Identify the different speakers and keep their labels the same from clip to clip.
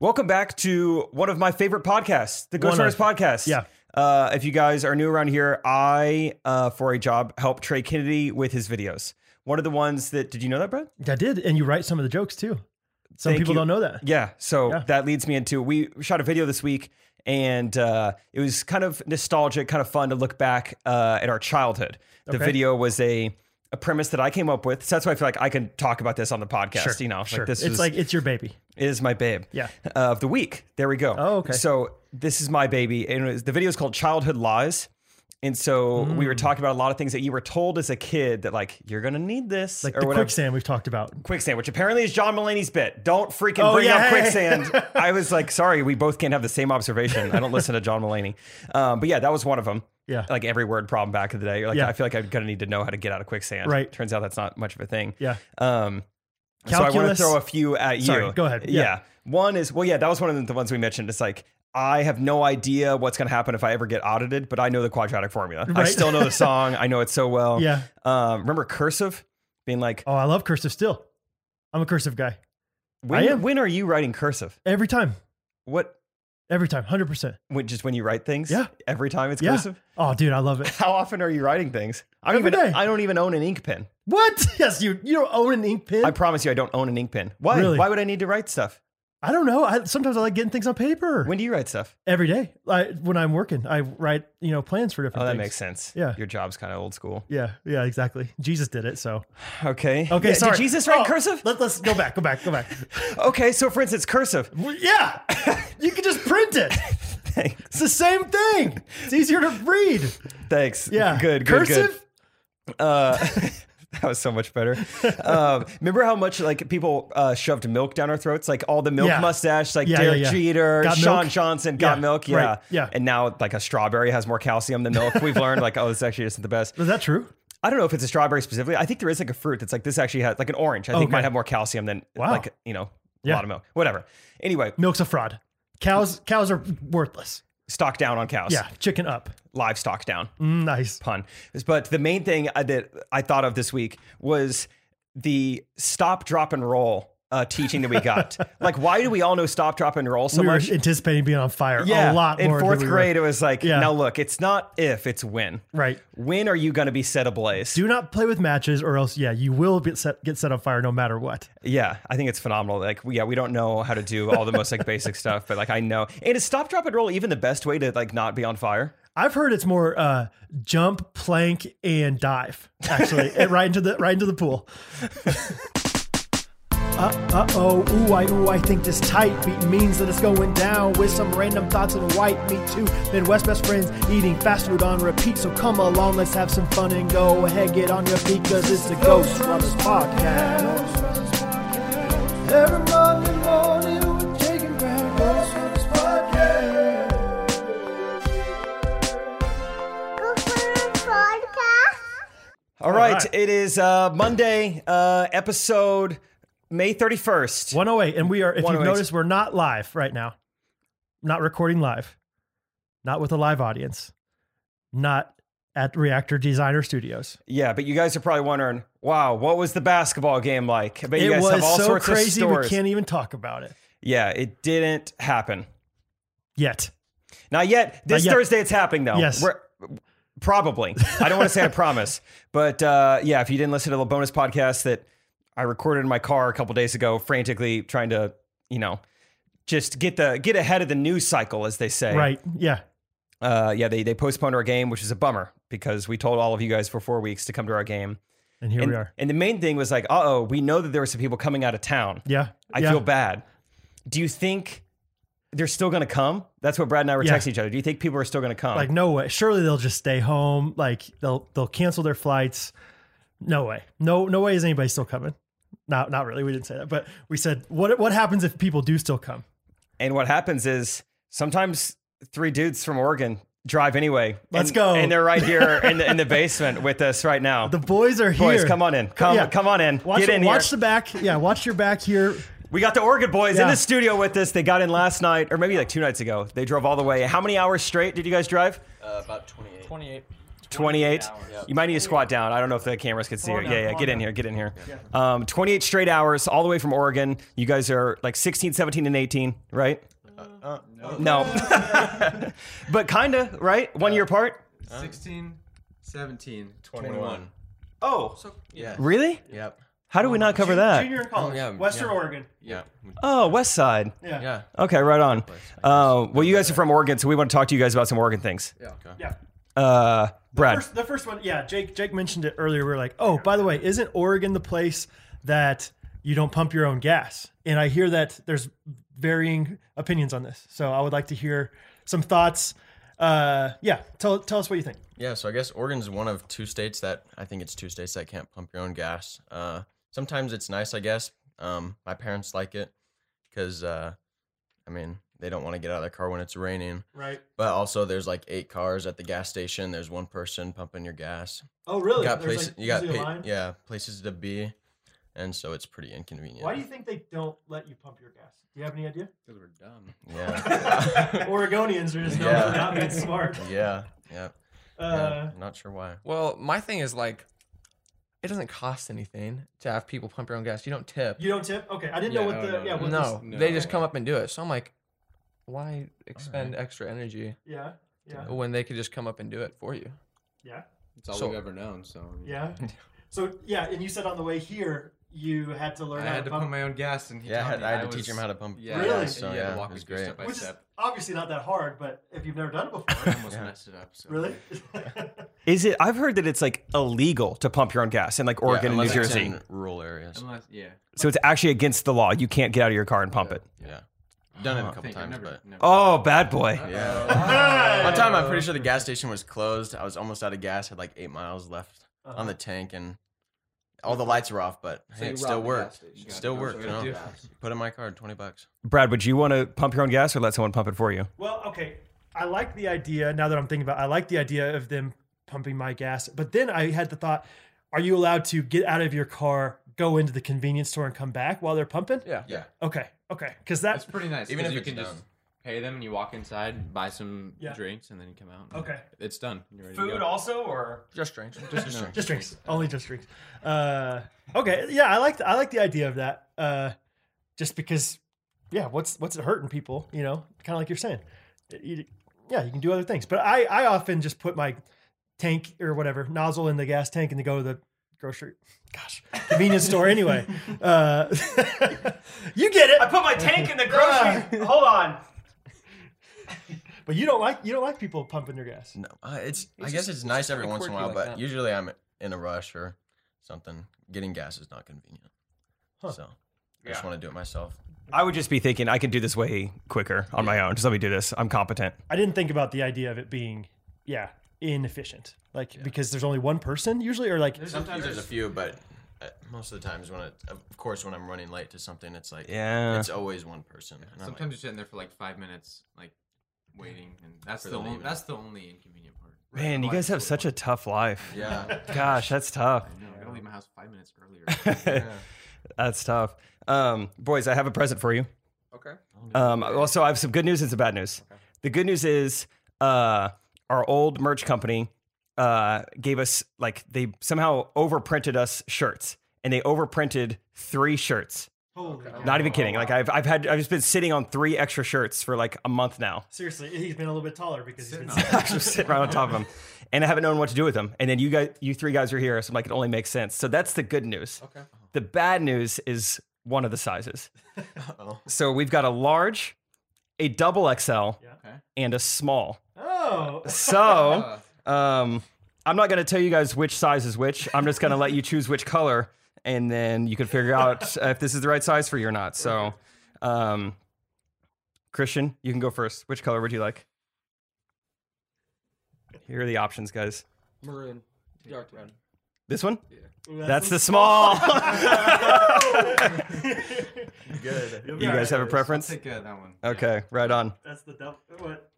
Speaker 1: Welcome back to one of my favorite podcasts, the Ghost
Speaker 2: One
Speaker 1: Runners
Speaker 2: of-
Speaker 1: podcast.
Speaker 2: yeah.
Speaker 1: Uh, if you guys are new around here, I, uh, for a job, help Trey Kennedy with his videos. One of the ones that, did you know that, Brad?
Speaker 2: I did, and you write some of the jokes too. Some
Speaker 1: Thank
Speaker 2: people
Speaker 1: you.
Speaker 2: don't know that.
Speaker 1: Yeah. So
Speaker 2: Yeah.
Speaker 1: that leads me into we shot a video this week and uh, it was kind of nostalgic, kind of fun to look back uh, at our childhood. The
Speaker 2: Okay.
Speaker 1: video was a a premise that I came up with. So that's why I feel like I can talk about this on the podcast.
Speaker 2: Sure,
Speaker 1: you know,
Speaker 2: sure.
Speaker 1: like this
Speaker 2: it's
Speaker 1: is,
Speaker 2: like it's your baby.
Speaker 1: it is my babe
Speaker 2: Yeah.
Speaker 1: of the week. There we go.
Speaker 2: Oh, okay.
Speaker 1: So this is my baby. And it was, the video is called Childhood Lies. And so we
Speaker 2: Hmm.
Speaker 1: were talking about a lot of things that you were told as a kid that like you're gonna need this
Speaker 2: Like
Speaker 1: or
Speaker 2: the
Speaker 1: whatever
Speaker 2: quicksand we've talked about.
Speaker 1: quicksand, which apparently is John Mulaney's bit. Don't freaking
Speaker 2: Oh,
Speaker 1: bring
Speaker 2: yeah,
Speaker 1: up
Speaker 2: hey.
Speaker 1: quicksand. I was like, sorry, we both can't have the same observation. I don't listen to John Mulaney. Um, but yeah, that was one of them.
Speaker 2: Yeah.
Speaker 1: Like every word problem back in the day. Like
Speaker 2: Yeah.
Speaker 1: I feel like I'm gonna need to know how to get out of quicksand.
Speaker 2: Right.
Speaker 1: Turns out that's not much of a thing.
Speaker 2: Yeah.
Speaker 1: Um, so I want to
Speaker 2: Calculus.
Speaker 1: throw a few at you.
Speaker 2: Sorry, go ahead.
Speaker 1: Yeah.
Speaker 2: Yeah.
Speaker 1: One is well, yeah, that was one of the ones we mentioned. It's like I have no idea what's going to happen if I ever get audited, but I know the quadratic formula. I
Speaker 2: Right.
Speaker 1: still know the song. I know it so well.
Speaker 2: Yeah.
Speaker 1: Um, remember cursive being like,
Speaker 2: Oh, I love cursive still. I'm a cursive guy.
Speaker 1: when,
Speaker 2: am.
Speaker 1: when are you writing cursive?
Speaker 2: Every time.
Speaker 1: What?
Speaker 2: Every time. 100%.
Speaker 1: When, just when you write things?
Speaker 2: Yeah.
Speaker 1: Every time it's
Speaker 2: Yeah.
Speaker 1: cursive?
Speaker 2: Oh, dude, I love it.
Speaker 1: How often are you writing things? I don't
Speaker 2: Every
Speaker 1: even,
Speaker 2: day.
Speaker 1: I don't even own an ink pen.
Speaker 2: What? Yes, you you don't own an ink pen?
Speaker 1: I
Speaker 2: I,
Speaker 1: promise you I don't own an ink pen. Why?
Speaker 2: Really?
Speaker 1: Why would I need to write stuff?
Speaker 2: don't know. I, sometimes I like getting things on paper.
Speaker 1: When do you write stuff?
Speaker 2: Every day. I, when I'm working, I write, you know, plans for different
Speaker 1: Oh, that
Speaker 2: things.
Speaker 1: makes sense.
Speaker 2: Yeah.
Speaker 1: Your job's kind of old school.
Speaker 2: Yeah, yeah, exactly. Jesus did it, so.
Speaker 1: Okay.
Speaker 2: Okay,
Speaker 1: Yeah,
Speaker 2: sorry.
Speaker 1: Did Jesus write
Speaker 2: Oh,
Speaker 1: cursive?
Speaker 2: Let, let's go back, go back, go back.
Speaker 1: Okay, so for instance, cursive.
Speaker 2: Well, yeah, you can just print it.
Speaker 1: Thanks.
Speaker 2: It's the same thing. It's easier to read.
Speaker 1: Thanks.
Speaker 2: Yeah.
Speaker 1: Good. Good.
Speaker 2: Cursive?
Speaker 1: Good. Uh, that was so much better. Um, remember how much like people uh, shoved milk down our throats? Like all the milk
Speaker 2: Yeah.
Speaker 1: mustache, like
Speaker 2: Yeah, yeah,
Speaker 1: Derek
Speaker 2: yeah.
Speaker 1: Jeter,
Speaker 2: Got
Speaker 1: Sean
Speaker 2: milk?
Speaker 1: Johnson, got
Speaker 2: Yeah,
Speaker 1: milk. Yeah.
Speaker 2: right, yeah.
Speaker 1: And now like a strawberry has more calcium than milk. We've learned like, oh, this actually isn't the best.
Speaker 2: Is that true?
Speaker 1: I don't know if it's a strawberry specifically. I think there is like a fruit that's like this actually has like an orange. I think
Speaker 2: Okay.
Speaker 1: might have more calcium than
Speaker 2: Wow.
Speaker 1: like, you know, a
Speaker 2: Yeah.
Speaker 1: lot of milk. Whatever. Anyway,
Speaker 2: Milk's a fraud. Cows, cows are worthless.
Speaker 1: stock down on cows.
Speaker 2: Yeah, chicken up.
Speaker 1: Livestock down.
Speaker 2: Mm, Nice.
Speaker 1: pun. But the main thing I- that I thought of this week was the stop, drop, and roll uh, teaching that we got. like, why do we all know stop, drop, and roll so
Speaker 2: we
Speaker 1: much?
Speaker 2: were anticipating being on fire
Speaker 1: yeah,
Speaker 2: a lot
Speaker 1: in
Speaker 2: more than
Speaker 1: fourth
Speaker 2: we were.
Speaker 1: grade, it was like,
Speaker 2: Yeah.
Speaker 1: now look, it's not if, it's when.
Speaker 2: Right.
Speaker 1: When are you going to be set ablaze?
Speaker 2: Do not play with matches, or else, yeah, you will get set, get set on fire no matter what.
Speaker 1: yeah, I think it's phenomenal. Like, we- yeah, we don't know how to do all the most like basic stuff, but like I know. And is stop, drop, and roll even the best way to like not be on fire?
Speaker 2: I've heard it's more uh, jump, plank, and dive. Actually, and right into the right into the pool. Uh oh, ooh, I, ooh, I think this tight beat means that it's going down with some random thoughts and white meat too. Midwest best friends eating fast food on repeat, so come along, let's have some fun and go ahead, get on your feet, cause it's the Ghost Brothers Podcast. Every Monday morning, we're taking back Ghost Brothers Podcast.
Speaker 3: Podcast.
Speaker 1: All right,
Speaker 2: right.
Speaker 1: it is uh, Monday, uh, episode May 31st.
Speaker 2: 108 and we are if you've
Speaker 1: 108.
Speaker 2: noticed we're not live right now not recording live not with a live audience not at reactor designer studios
Speaker 1: Yeah, but you guys are probably wondering, wow, what was the basketball game like? I bet you
Speaker 2: it
Speaker 1: guys
Speaker 2: was
Speaker 1: have all
Speaker 2: so
Speaker 1: sorts of
Speaker 2: crazy we
Speaker 1: stories.
Speaker 2: can't even talk about it
Speaker 1: yeah, it didn't happen.
Speaker 2: yet
Speaker 1: Not yet. This
Speaker 2: yet.
Speaker 1: Thursday it's happening though.
Speaker 2: Yes.
Speaker 1: We're- probably. I don't want to say I promise. But uh, yeah, if you didn't listen to the bonus podcast that I recorded in my car a couple days ago, frantically trying to, you know, just get the get ahead of the news cycle, as they say.
Speaker 2: right yeah
Speaker 1: Uh, yeah, they they postponed our game, which is a bummer because we told all of you guys for four weeks to come to our game.
Speaker 2: and here
Speaker 1: and,
Speaker 2: we are
Speaker 1: and the main thing was like, uh oh, we know that there were some people coming out of town.
Speaker 2: yeah
Speaker 1: I
Speaker 2: yeah.
Speaker 1: feel bad. Do you think they're still going to come? That's what Brad and I were
Speaker 2: Yeah.
Speaker 1: texting each other. Do you think people are still going to come?
Speaker 2: like no way surely they'll just stay home like they'll they'll cancel their flights no way no no way is anybody still coming no not really we didn't say that but we said what what happens if people do still come
Speaker 1: and what happens is sometimes three dudes from Oregon drive anyway.
Speaker 2: Let's
Speaker 1: and-
Speaker 2: go.
Speaker 1: And they're right here in the, in the basement with us right now.
Speaker 2: the boys are
Speaker 1: Boys,
Speaker 2: here
Speaker 1: come on in. Come,
Speaker 2: Yeah.
Speaker 1: come on in.
Speaker 2: Watch,
Speaker 1: Get in
Speaker 2: watch
Speaker 1: here.
Speaker 2: the back. Yeah, watch your back here.
Speaker 1: we got the Oregon boys in
Speaker 2: Yeah.
Speaker 1: the studio with us. They got in last night, or maybe like two nights ago. They drove all the way. How many hours straight did you guys drive?
Speaker 4: Uh, about 28.
Speaker 5: 28.
Speaker 1: 28.
Speaker 3: Yep.
Speaker 1: You might need to squat down. I don't know if the cameras can see
Speaker 2: Hold
Speaker 1: it.
Speaker 2: on,
Speaker 1: Yeah, yeah,
Speaker 2: hold
Speaker 1: get in
Speaker 2: on.
Speaker 1: here, get in here. Um, 28 straight hours all the way from Oregon. You guys are like 16, 17, and 18, right?
Speaker 3: Uh, no.
Speaker 1: No. but kind of, right? One year apart?
Speaker 4: 16, 17,
Speaker 3: 21.
Speaker 4: 21.
Speaker 2: Oh,
Speaker 4: So, yeah.
Speaker 1: Really?
Speaker 4: Yep.
Speaker 1: How do we not cover that?
Speaker 2: junior in college,
Speaker 4: Oh, yeah,
Speaker 2: Western
Speaker 4: yeah.
Speaker 2: Oregon.
Speaker 4: Yeah.
Speaker 1: Oh, West Side.
Speaker 2: Yeah.
Speaker 4: Yeah.
Speaker 1: Okay, right on. Uh, well, you guys are from Oregon, so we want to talk to you guys about some Oregon things.
Speaker 4: Yeah.
Speaker 2: Yeah.
Speaker 1: Uh, Brad.
Speaker 2: First, the first one, yeah. Jake Jake mentioned it earlier. We were like, oh, by the way, isn't Oregon the place that you don't pump your own gas? And I hear that there's varying opinions on this. So I would like to hear some thoughts. Uh, yeah, tell tell us what you think.
Speaker 3: Yeah, so I guess Oregon's one of two states that I think it's two states that can't pump your own gas. Uh, sometimes it's nice, I guess. Um, my parents like it because, uh, I mean, they don't want to get out of their car when it's raining.
Speaker 2: Right.
Speaker 3: But also, there's like eight cars at the gas station. There's one person pumping your gas.
Speaker 2: Oh, really?
Speaker 3: You got places, you got pa- yeah places to be, and so it's pretty inconvenient.
Speaker 2: Why do you think they don't let you pump your gas? Do you have any idea?
Speaker 4: Because we're dumb.
Speaker 3: yeah,
Speaker 2: Oregonians are just
Speaker 3: known for Yeah. not
Speaker 2: being smart.
Speaker 3: yeah, yeah. yeah.
Speaker 2: Uh,
Speaker 3: I'm not sure why.
Speaker 4: Well, my thing is like, it doesn't cost anything to have people pump your own gas. You don't tip.
Speaker 2: you don't tip? Okay, I didn't know
Speaker 5: Yeah,
Speaker 2: what
Speaker 5: no,
Speaker 2: the
Speaker 5: no,
Speaker 2: yeah
Speaker 5: no.
Speaker 2: what
Speaker 4: no,
Speaker 2: this-
Speaker 4: they
Speaker 5: no.
Speaker 4: just come up and do it. So I'm like, why expend extra energy
Speaker 2: yeah yeah
Speaker 4: when they could just come up and do it for you?
Speaker 2: yeah
Speaker 5: It's all
Speaker 4: So-
Speaker 5: we've ever known. So
Speaker 2: yeah. So yeah, and you said on the way here you had to
Speaker 5: I
Speaker 2: learn how
Speaker 5: had to
Speaker 2: pump
Speaker 5: put my own gas, and he
Speaker 3: Yeah, I
Speaker 5: taught
Speaker 3: had,
Speaker 5: me.
Speaker 3: I had to teach him how to pump.
Speaker 5: Yeah,
Speaker 2: Really?
Speaker 3: So
Speaker 5: and he had
Speaker 3: yeah,
Speaker 5: to
Speaker 3: it
Speaker 5: walk me
Speaker 3: was
Speaker 5: through
Speaker 3: great.
Speaker 5: step by
Speaker 2: which is
Speaker 5: step.
Speaker 2: obviously not that hard, but if you've never done it
Speaker 5: I
Speaker 2: before,
Speaker 5: almost messed it up. So.
Speaker 2: really?
Speaker 1: Is it? I've heard that it's like illegal to pump your own gas in like Oregon and New
Speaker 3: unless it's
Speaker 1: Jersey.
Speaker 3: in rural areas.
Speaker 5: Unless, yeah.
Speaker 1: So it's actually against the law. You can't get out of your car and pump it.
Speaker 3: Yeah, done it a
Speaker 5: I
Speaker 3: couple
Speaker 5: think I've
Speaker 3: times,
Speaker 5: never,
Speaker 3: but
Speaker 5: never.
Speaker 1: Oh, bad boy.
Speaker 3: yeah. One time, I'm pretty sure the gas station was closed. I was almost out of gas. Had like eight miles left on the tank, and all the lights were off, but hey, it still worked. It still worked. You know, put in my card, twenty bucks.
Speaker 1: Brad, would you want to pump your own gas or let someone pump it for you?
Speaker 2: Well, okay. I like the idea now that I'm thinking about it, I like the idea of them pumping my gas. But then I had the thought, are you allowed to get out of your car, go into the convenience store and come back while they're pumping?
Speaker 4: Yeah.
Speaker 3: Yeah,
Speaker 2: Okay. Okay. Cuz
Speaker 5: That's
Speaker 2: that
Speaker 5: pretty nice.
Speaker 3: Even
Speaker 5: 'cause
Speaker 3: if
Speaker 5: you
Speaker 3: it's
Speaker 5: can just
Speaker 3: done.
Speaker 5: pay them, and you walk inside, buy some
Speaker 2: Yeah.
Speaker 5: drinks, and then you come out. and
Speaker 2: Okay.
Speaker 5: It's done. You're ready to go.
Speaker 1: also, or
Speaker 4: Just drinks.
Speaker 3: Just drink.
Speaker 2: just drinks. Only just drinks. Uh okay. Yeah, I like I like the idea of that. Uh just because yeah, what's what's it hurting people, you know? Kind of like you're saying. You- yeah, you can do other things. But I I often just put my tank or whatever nozzle in the gas tank and then go to the grocery gosh convenience store anyway uh you get it
Speaker 1: put my tank in the
Speaker 2: grocery-
Speaker 1: Hold on.
Speaker 2: but you don't like you don't like people pumping their gas
Speaker 3: No, uh, it's. I
Speaker 4: It's
Speaker 3: guess
Speaker 4: just-
Speaker 3: it's
Speaker 4: it's
Speaker 3: nice
Speaker 4: just
Speaker 3: every
Speaker 4: kinda
Speaker 3: once in a
Speaker 4: quirky
Speaker 3: while,
Speaker 4: like
Speaker 3: but
Speaker 4: that.
Speaker 3: usually I'm in a rush or something. Getting gas is not convenient,
Speaker 2: Huh.
Speaker 3: so I just want to do it myself.
Speaker 1: I would just be thinking I can do this way quicker on my own. Just let me do this. I'm competent.
Speaker 2: i didn't think about the idea of it being yeah inefficient like because there's only one person usually or like
Speaker 3: Sometimes there's a few, but uh, most of the times when it, of course, when I'm running late to something, it's like
Speaker 1: Yeah.
Speaker 3: it's always one person. and I'm like,
Speaker 5: Sometimes you're sitting there for like five minutes, like waiting, and that's
Speaker 3: For
Speaker 5: the
Speaker 3: them to
Speaker 5: only,
Speaker 3: eat.
Speaker 5: that's the only inconvenient part.
Speaker 1: Man, you
Speaker 5: Otherwise,
Speaker 1: guys have
Speaker 5: it's
Speaker 1: such a
Speaker 5: totally
Speaker 1: tough life.
Speaker 3: yeah,
Speaker 1: Gosh, that's tough.
Speaker 5: fine. No, I gotta leave my house five minutes earlier.
Speaker 1: That's tough. Um, boys, I have a present for you.
Speaker 4: Okay.
Speaker 1: Um, also, I have some good news and some bad news. The good news is uh, our old merch company uh, gave us like they somehow overprinted us shirts, and they overprinted three shirts.
Speaker 2: holy cow.
Speaker 1: Not even kidding. Like I've I've had I've just been sitting on three extra shirts for like a month now.
Speaker 2: seriously he's been a little bit taller because he's been
Speaker 1: just sitting right on top of them, and I haven't known what to do with them. And then you guys, you three guys are here, so I'm like, it only makes sense. So that's the good news.
Speaker 4: Okay.
Speaker 1: The bad news is one of the sizes.
Speaker 3: Uh-oh.
Speaker 1: So we've got a large, a double XL,
Speaker 5: Okay.
Speaker 1: and a small.
Speaker 2: oh
Speaker 1: So um, I'm not going to tell you guys which size is which. I'm just going to let you choose which color, and then you can figure out if this is the right size for you or not. So, um, Christian, you can go first. Which color would you like? Here are the options, guys.
Speaker 4: Maroon. Dark brown.
Speaker 1: This one? That's
Speaker 2: that's,
Speaker 1: the small.
Speaker 3: good.
Speaker 1: you guys have a preference?
Speaker 5: Take uh, that one.
Speaker 1: Okay, right on.
Speaker 2: that's the dump what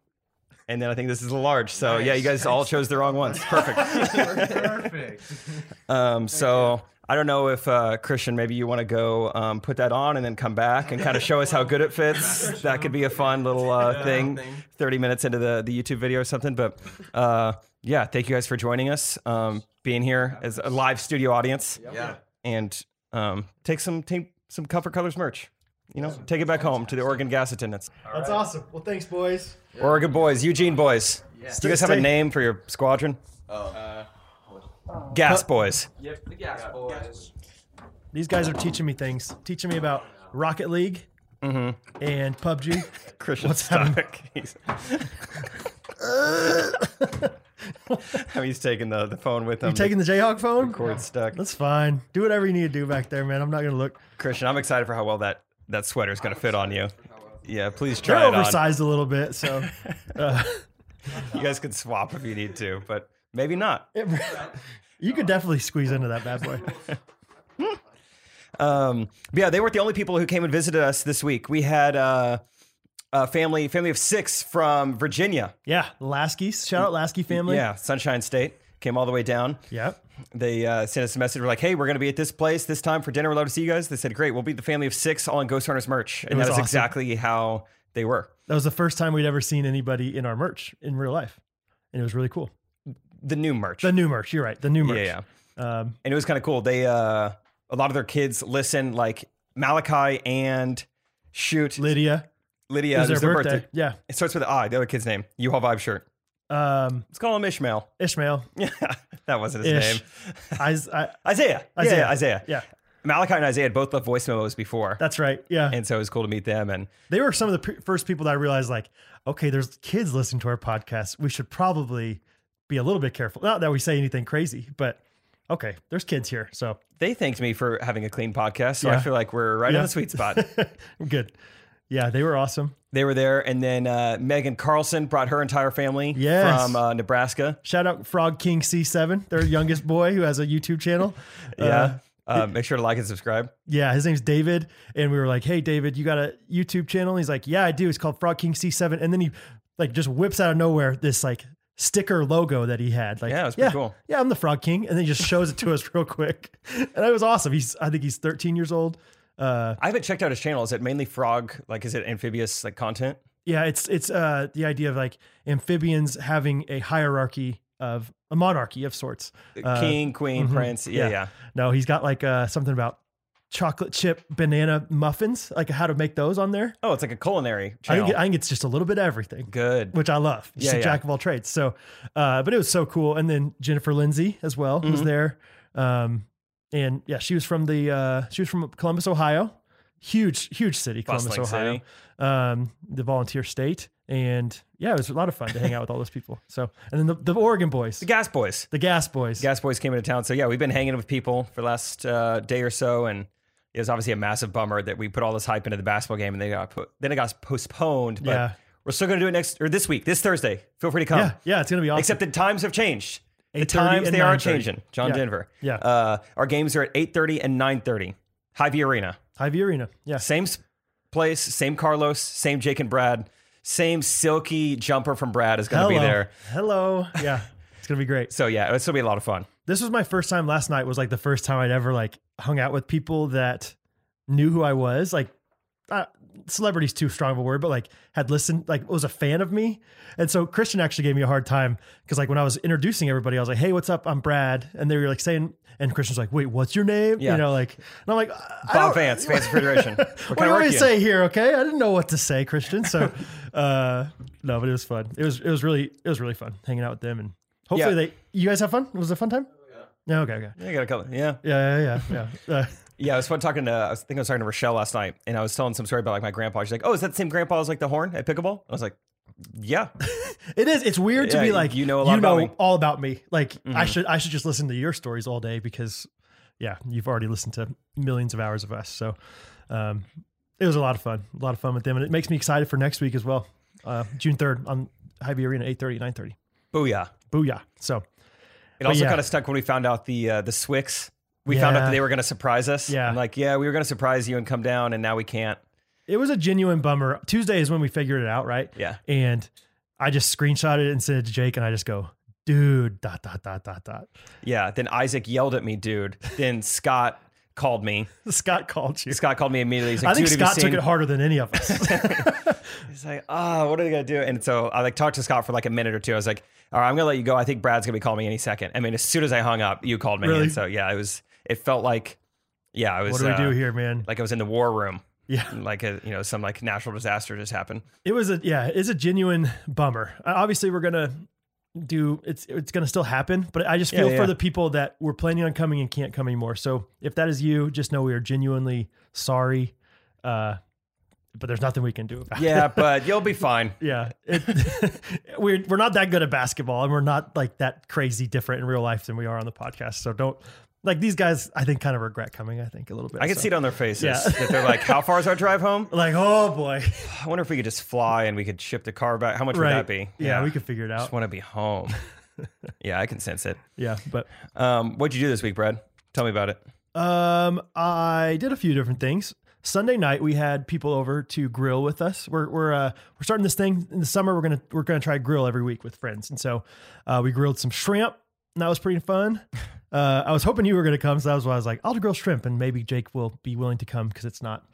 Speaker 1: And then I think this is the large. So yeah, you guys all chose the wrong ones. Perfect.
Speaker 5: Perfect.
Speaker 1: Um, so I don't know if uh, Christian, maybe you want to go um, put that on and then come back and kind of show us how good it fits. That could be a fun little uh, thing. Thirty minutes into the the YouTube video or something. But uh, yeah, thank you guys for joining us, um, being here as a live studio audience,
Speaker 3: Yeah.
Speaker 1: and um, take some take some comfort colors merch. You know, take it back home to the Oregon gas attendants,
Speaker 2: That's awesome. Well, thanks, boys.
Speaker 1: Oregon boys, Eugene boys. Do you guys have a
Speaker 2: Stay-
Speaker 1: name for your squadron?
Speaker 3: Uh,
Speaker 1: gas boys.
Speaker 5: Yep, the gas boys.
Speaker 2: These guys are teaching me things, teaching me about Rocket League
Speaker 1: Mm-hmm.
Speaker 2: and PUBG.
Speaker 1: Christian What's stomach. He's, How he's taking the, the phone with him.
Speaker 2: You taking the Jayhawk phone?
Speaker 1: cord stuck.
Speaker 2: That's fine. Do whatever you need to do back there, man. I'm not gonna look.
Speaker 1: Christian, I'm excited for how well that that sweater's gonna fit on you. Yeah, please
Speaker 2: They're
Speaker 1: try it on.
Speaker 2: oversized a little bit, so uh,
Speaker 1: You guys can swap if you need to, but maybe not.
Speaker 2: it- you could definitely squeeze into that bad boy.
Speaker 1: Um, but yeah, they weren't the only people who came and visited us this week. We had uh, a family family of six from Virginia.
Speaker 2: Yeah, Laskeys. Shout out Lasky family.
Speaker 1: Yeah, Sunshine State came all the way down.
Speaker 2: Yep.
Speaker 1: they uh, sent us a message. We're like, hey, we're going to be at this place this time for dinner. We're allowed to see you guys. They said, great, we'll be the family of six all on Ghost Hunters merch. And
Speaker 2: was
Speaker 1: that is
Speaker 2: awesome.
Speaker 1: exactly how they were.
Speaker 2: That was the first time we'd ever seen anybody in our merch in real life, and it was really cool.
Speaker 1: The new merch.
Speaker 2: The new merch. You're right. The new merch.
Speaker 1: Yeah, yeah.
Speaker 2: Um,
Speaker 1: And it was kind of cool. They, uh, a lot of their kids listen, like Malachi and shoot,
Speaker 2: Lydia.
Speaker 1: Lydia.
Speaker 2: it was
Speaker 1: it
Speaker 2: their,
Speaker 1: was their
Speaker 2: birthday.
Speaker 1: It starts with I, the other kid's name. U-Haul Vibe shirt.
Speaker 2: Yeah. Um,
Speaker 1: Let's call him Ishmael.
Speaker 2: Ishmael.
Speaker 1: Yeah, that wasn't his
Speaker 2: Ish.
Speaker 1: name.
Speaker 2: I, I,
Speaker 1: Isaiah. Isaiah.
Speaker 2: Isaiah.
Speaker 1: Yeah, Isaiah.
Speaker 2: yeah.
Speaker 1: Malachi and Isaiah had both left voice memos before.
Speaker 2: That's right. Yeah.
Speaker 1: and so it was cool to meet them. And
Speaker 2: they were some of the pr- first people that I realized, like, okay, there's kids listening to our podcast. We should probably be a little bit careful. Not that we say anything crazy, but okay, there's kids here, so
Speaker 1: they thanked me for having a clean podcast. So I
Speaker 2: Yeah.
Speaker 1: feel like we're right in
Speaker 2: Yeah.
Speaker 1: the sweet spot.
Speaker 2: I'm good. Yeah, they were awesome.
Speaker 1: they were there. And then uh, Megan Carlson brought her entire family
Speaker 2: Yes.
Speaker 1: from uh, Nebraska.
Speaker 2: Shout out Frog King C7, their youngest boy who has a YouTube channel. Uh,
Speaker 1: Yeah. Uh, make sure to like and subscribe.
Speaker 2: yeah, his name's David. And we were like, hey, David, you got a YouTube channel? And he's like, yeah, I do. It's called Frog King C7. And then he like just whips out of nowhere this like sticker logo that he had. Like,
Speaker 1: Yeah, it was pretty cool.
Speaker 2: Yeah, I'm the Frog King. And then he just shows it to us real quick. And it was awesome. He's, I think he's 13 years old. Uh,
Speaker 1: I haven't checked out his channel. Is it mainly frog? Like, is it amphibious like content?
Speaker 2: yeah, it's, it's, uh, the idea of like amphibians having a hierarchy of a monarchy of sorts. Uh,
Speaker 1: King, queen,
Speaker 2: mhm.
Speaker 1: prince. Yeah,
Speaker 2: Yeah.
Speaker 1: yeah.
Speaker 2: No, he's got like, uh, something about chocolate chip banana muffins, like how to make those on there.
Speaker 1: Oh, it's like a culinary
Speaker 2: I
Speaker 1: channel.
Speaker 2: think, I think it's just a little bit of everything.
Speaker 1: Good.
Speaker 2: which I love. She's
Speaker 1: Yeah,
Speaker 2: a
Speaker 1: yeah.
Speaker 2: jack of all trades. So, uh, but it was so cool. And then Jennifer Lindsay as well
Speaker 1: Mm-hmm.
Speaker 2: was there. Um, and yeah, she was from the uh, she was from Columbus, Ohio, huge huge city, Columbus,
Speaker 1: Bustling
Speaker 2: Ohio,
Speaker 1: city.
Speaker 2: Um, the volunteer state. And yeah, it was a lot of fun to hang out with all those people. So, and then the, the Oregon boys,
Speaker 1: The Gas Boys.
Speaker 2: the Gas boys.
Speaker 1: Gas Boys came into town. So, yeah, we've been hanging with people for the last uh, day or so. And it was obviously a massive bummer that we put all this hype into the basketball game and they got put, then it got postponed. But
Speaker 2: Yeah.
Speaker 1: we're still going to do it next or this week, this Thursday. Feel free to come.
Speaker 2: yeah, yeah, it's gonna be awesome.
Speaker 1: Oh. Except the times have changed. The
Speaker 2: 8:30
Speaker 1: times
Speaker 2: and
Speaker 1: they are
Speaker 2: 9:30.
Speaker 1: changing. John
Speaker 2: Yeah.
Speaker 1: Denver.
Speaker 2: Yeah.
Speaker 1: Uh, our games are at 8.30 and 9.30. Hy-Vee Arena.
Speaker 2: Ivy Arena. Yeah,
Speaker 1: Same s- place, same Carlos, same Jake and Brad, same silky jumper from Brad is going to
Speaker 2: hello,
Speaker 1: be there.
Speaker 2: hello. Yeah, it's gonna be great.
Speaker 1: So yeah, it's going to be a lot of fun.
Speaker 2: this was my first time last night was like the first time I'd ever like hung out with people that knew who I was like uh, celebrity's too strong of a word but like had listened like was a fan of me and so Christian actually gave me a hard time because like when I was introducing everybody I was like hey what's up I'm Brad and they were like saying and Christian's like wait what's your name
Speaker 1: Yeah.
Speaker 2: you know like and I'm like I
Speaker 1: Bob
Speaker 2: don't-
Speaker 1: Vance, Vance Refrigeration. What kind
Speaker 2: what
Speaker 1: of
Speaker 2: do
Speaker 1: work
Speaker 2: you want me
Speaker 1: you
Speaker 2: to
Speaker 1: in?
Speaker 2: say here? Okay, I didn't know what to say, Christian. So, uh, no, but it was fun. It was it was really it was really fun hanging out with them, and hopefully
Speaker 1: Yeah.
Speaker 2: they you guys have fun. Was it a fun time? Yeah. Okay. Okay.
Speaker 1: Yeah, I got a couple. Yeah.
Speaker 2: Yeah. Yeah. Yeah. yeah. Uh,
Speaker 1: Yeah, I was fun talking to. uh, I was- I think I was talking to Rochelle last night, and I was telling some story about like my grandpa. She's like, "Oh, is that the same grandpa as like the horn at pickleball?" I was like, "Yeah,
Speaker 2: it is. It's weird to
Speaker 1: Yeah,
Speaker 2: be
Speaker 1: you-
Speaker 2: like
Speaker 1: you know a lot
Speaker 2: you
Speaker 1: about
Speaker 2: know
Speaker 1: me. Mm-hmm.
Speaker 2: all about me. Like I should I should just listen to your stories all day because yeah you've already listened to millions of hours of us. So, um, it was a lot of fun. A lot of fun with them, and it makes me excited for next week as well. Uh, June third on Hy-Vee Arena, eight thirty, nine thirty.
Speaker 1: booyah!"
Speaker 2: Booyah! So.
Speaker 1: It also
Speaker 2: yeah.
Speaker 1: kind of stuck when we found out the uh, the Swix. We found out
Speaker 2: Yeah.
Speaker 1: that they were going to surprise us.
Speaker 2: Yeah.
Speaker 1: I'm like, yeah, we were going to surprise you and come down, and now we can't.
Speaker 2: It was a genuine bummer. Tuesday is when we figured it out, right?
Speaker 1: Yeah.
Speaker 2: And I just screenshotted it and sent it to Jake, and I just go, dude, dot, dot, dot, dot, dot.
Speaker 1: Yeah. Then Isaac yelled at me, dude. Then Scott called me.
Speaker 2: Scott called you.
Speaker 1: Scott called me immediately. He's like,
Speaker 2: I think
Speaker 1: "Dude, have you
Speaker 2: Scott took
Speaker 1: seen-"
Speaker 2: it harder than any of us.
Speaker 1: He's like, ah, what are they gonna do? And so I like talked to Scott for like a minute or two. I was like, all right, I'm gonna let you go. I think Brad's gonna be calling me any second. I mean, as soon as I hung up, you called me.
Speaker 2: Really?
Speaker 1: And so yeah, it was. It felt like, yeah, I was.
Speaker 2: what do we
Speaker 1: uh,
Speaker 2: do here, man?
Speaker 1: Like I was in the war room.
Speaker 2: Yeah.
Speaker 1: Like a, you know, some like natural disaster just happened.
Speaker 2: It was a yeah, it's a genuine bummer. Uh, Obviously, we're gonna do it's it's gonna still happen, but I just
Speaker 1: Yeah,
Speaker 2: feel
Speaker 1: yeah.
Speaker 2: for the people that were planning on coming and can't come anymore. So if that is you, just know we are genuinely sorry. Uh, but there's nothing we can do about it.
Speaker 1: Yeah, but you'll be fine.
Speaker 2: Yeah, it, we're we're not that good at basketball, and we're not like that crazy different in real life than we are on the podcast. So don't like these guys. I think kind of regret coming. I think a little bit.
Speaker 1: I can
Speaker 2: So,
Speaker 1: see it on their faces
Speaker 2: Yeah.
Speaker 1: that they're like, "How far is our drive home?
Speaker 2: like oh boy,
Speaker 1: I wonder if we could just fly and we could ship the car back. How much would
Speaker 2: right?
Speaker 1: that be?
Speaker 2: Yeah, we could figure it
Speaker 1: just
Speaker 2: out.
Speaker 1: want to be home. yeah, I can sense it.
Speaker 2: Yeah, but
Speaker 1: Um, what'd you do this week, Brad? Tell me about it.
Speaker 2: Um, I did a few different things. Sunday night we had people over to grill with us. We're we're uh, we're starting this thing in the summer. We're gonna we're gonna try grill every week with friends, and so uh, we grilled some shrimp. And that was pretty fun. Uh, I was hoping you were gonna come, so that was why I was like, I'll grill shrimp, and maybe Jake will be willing to come because it's not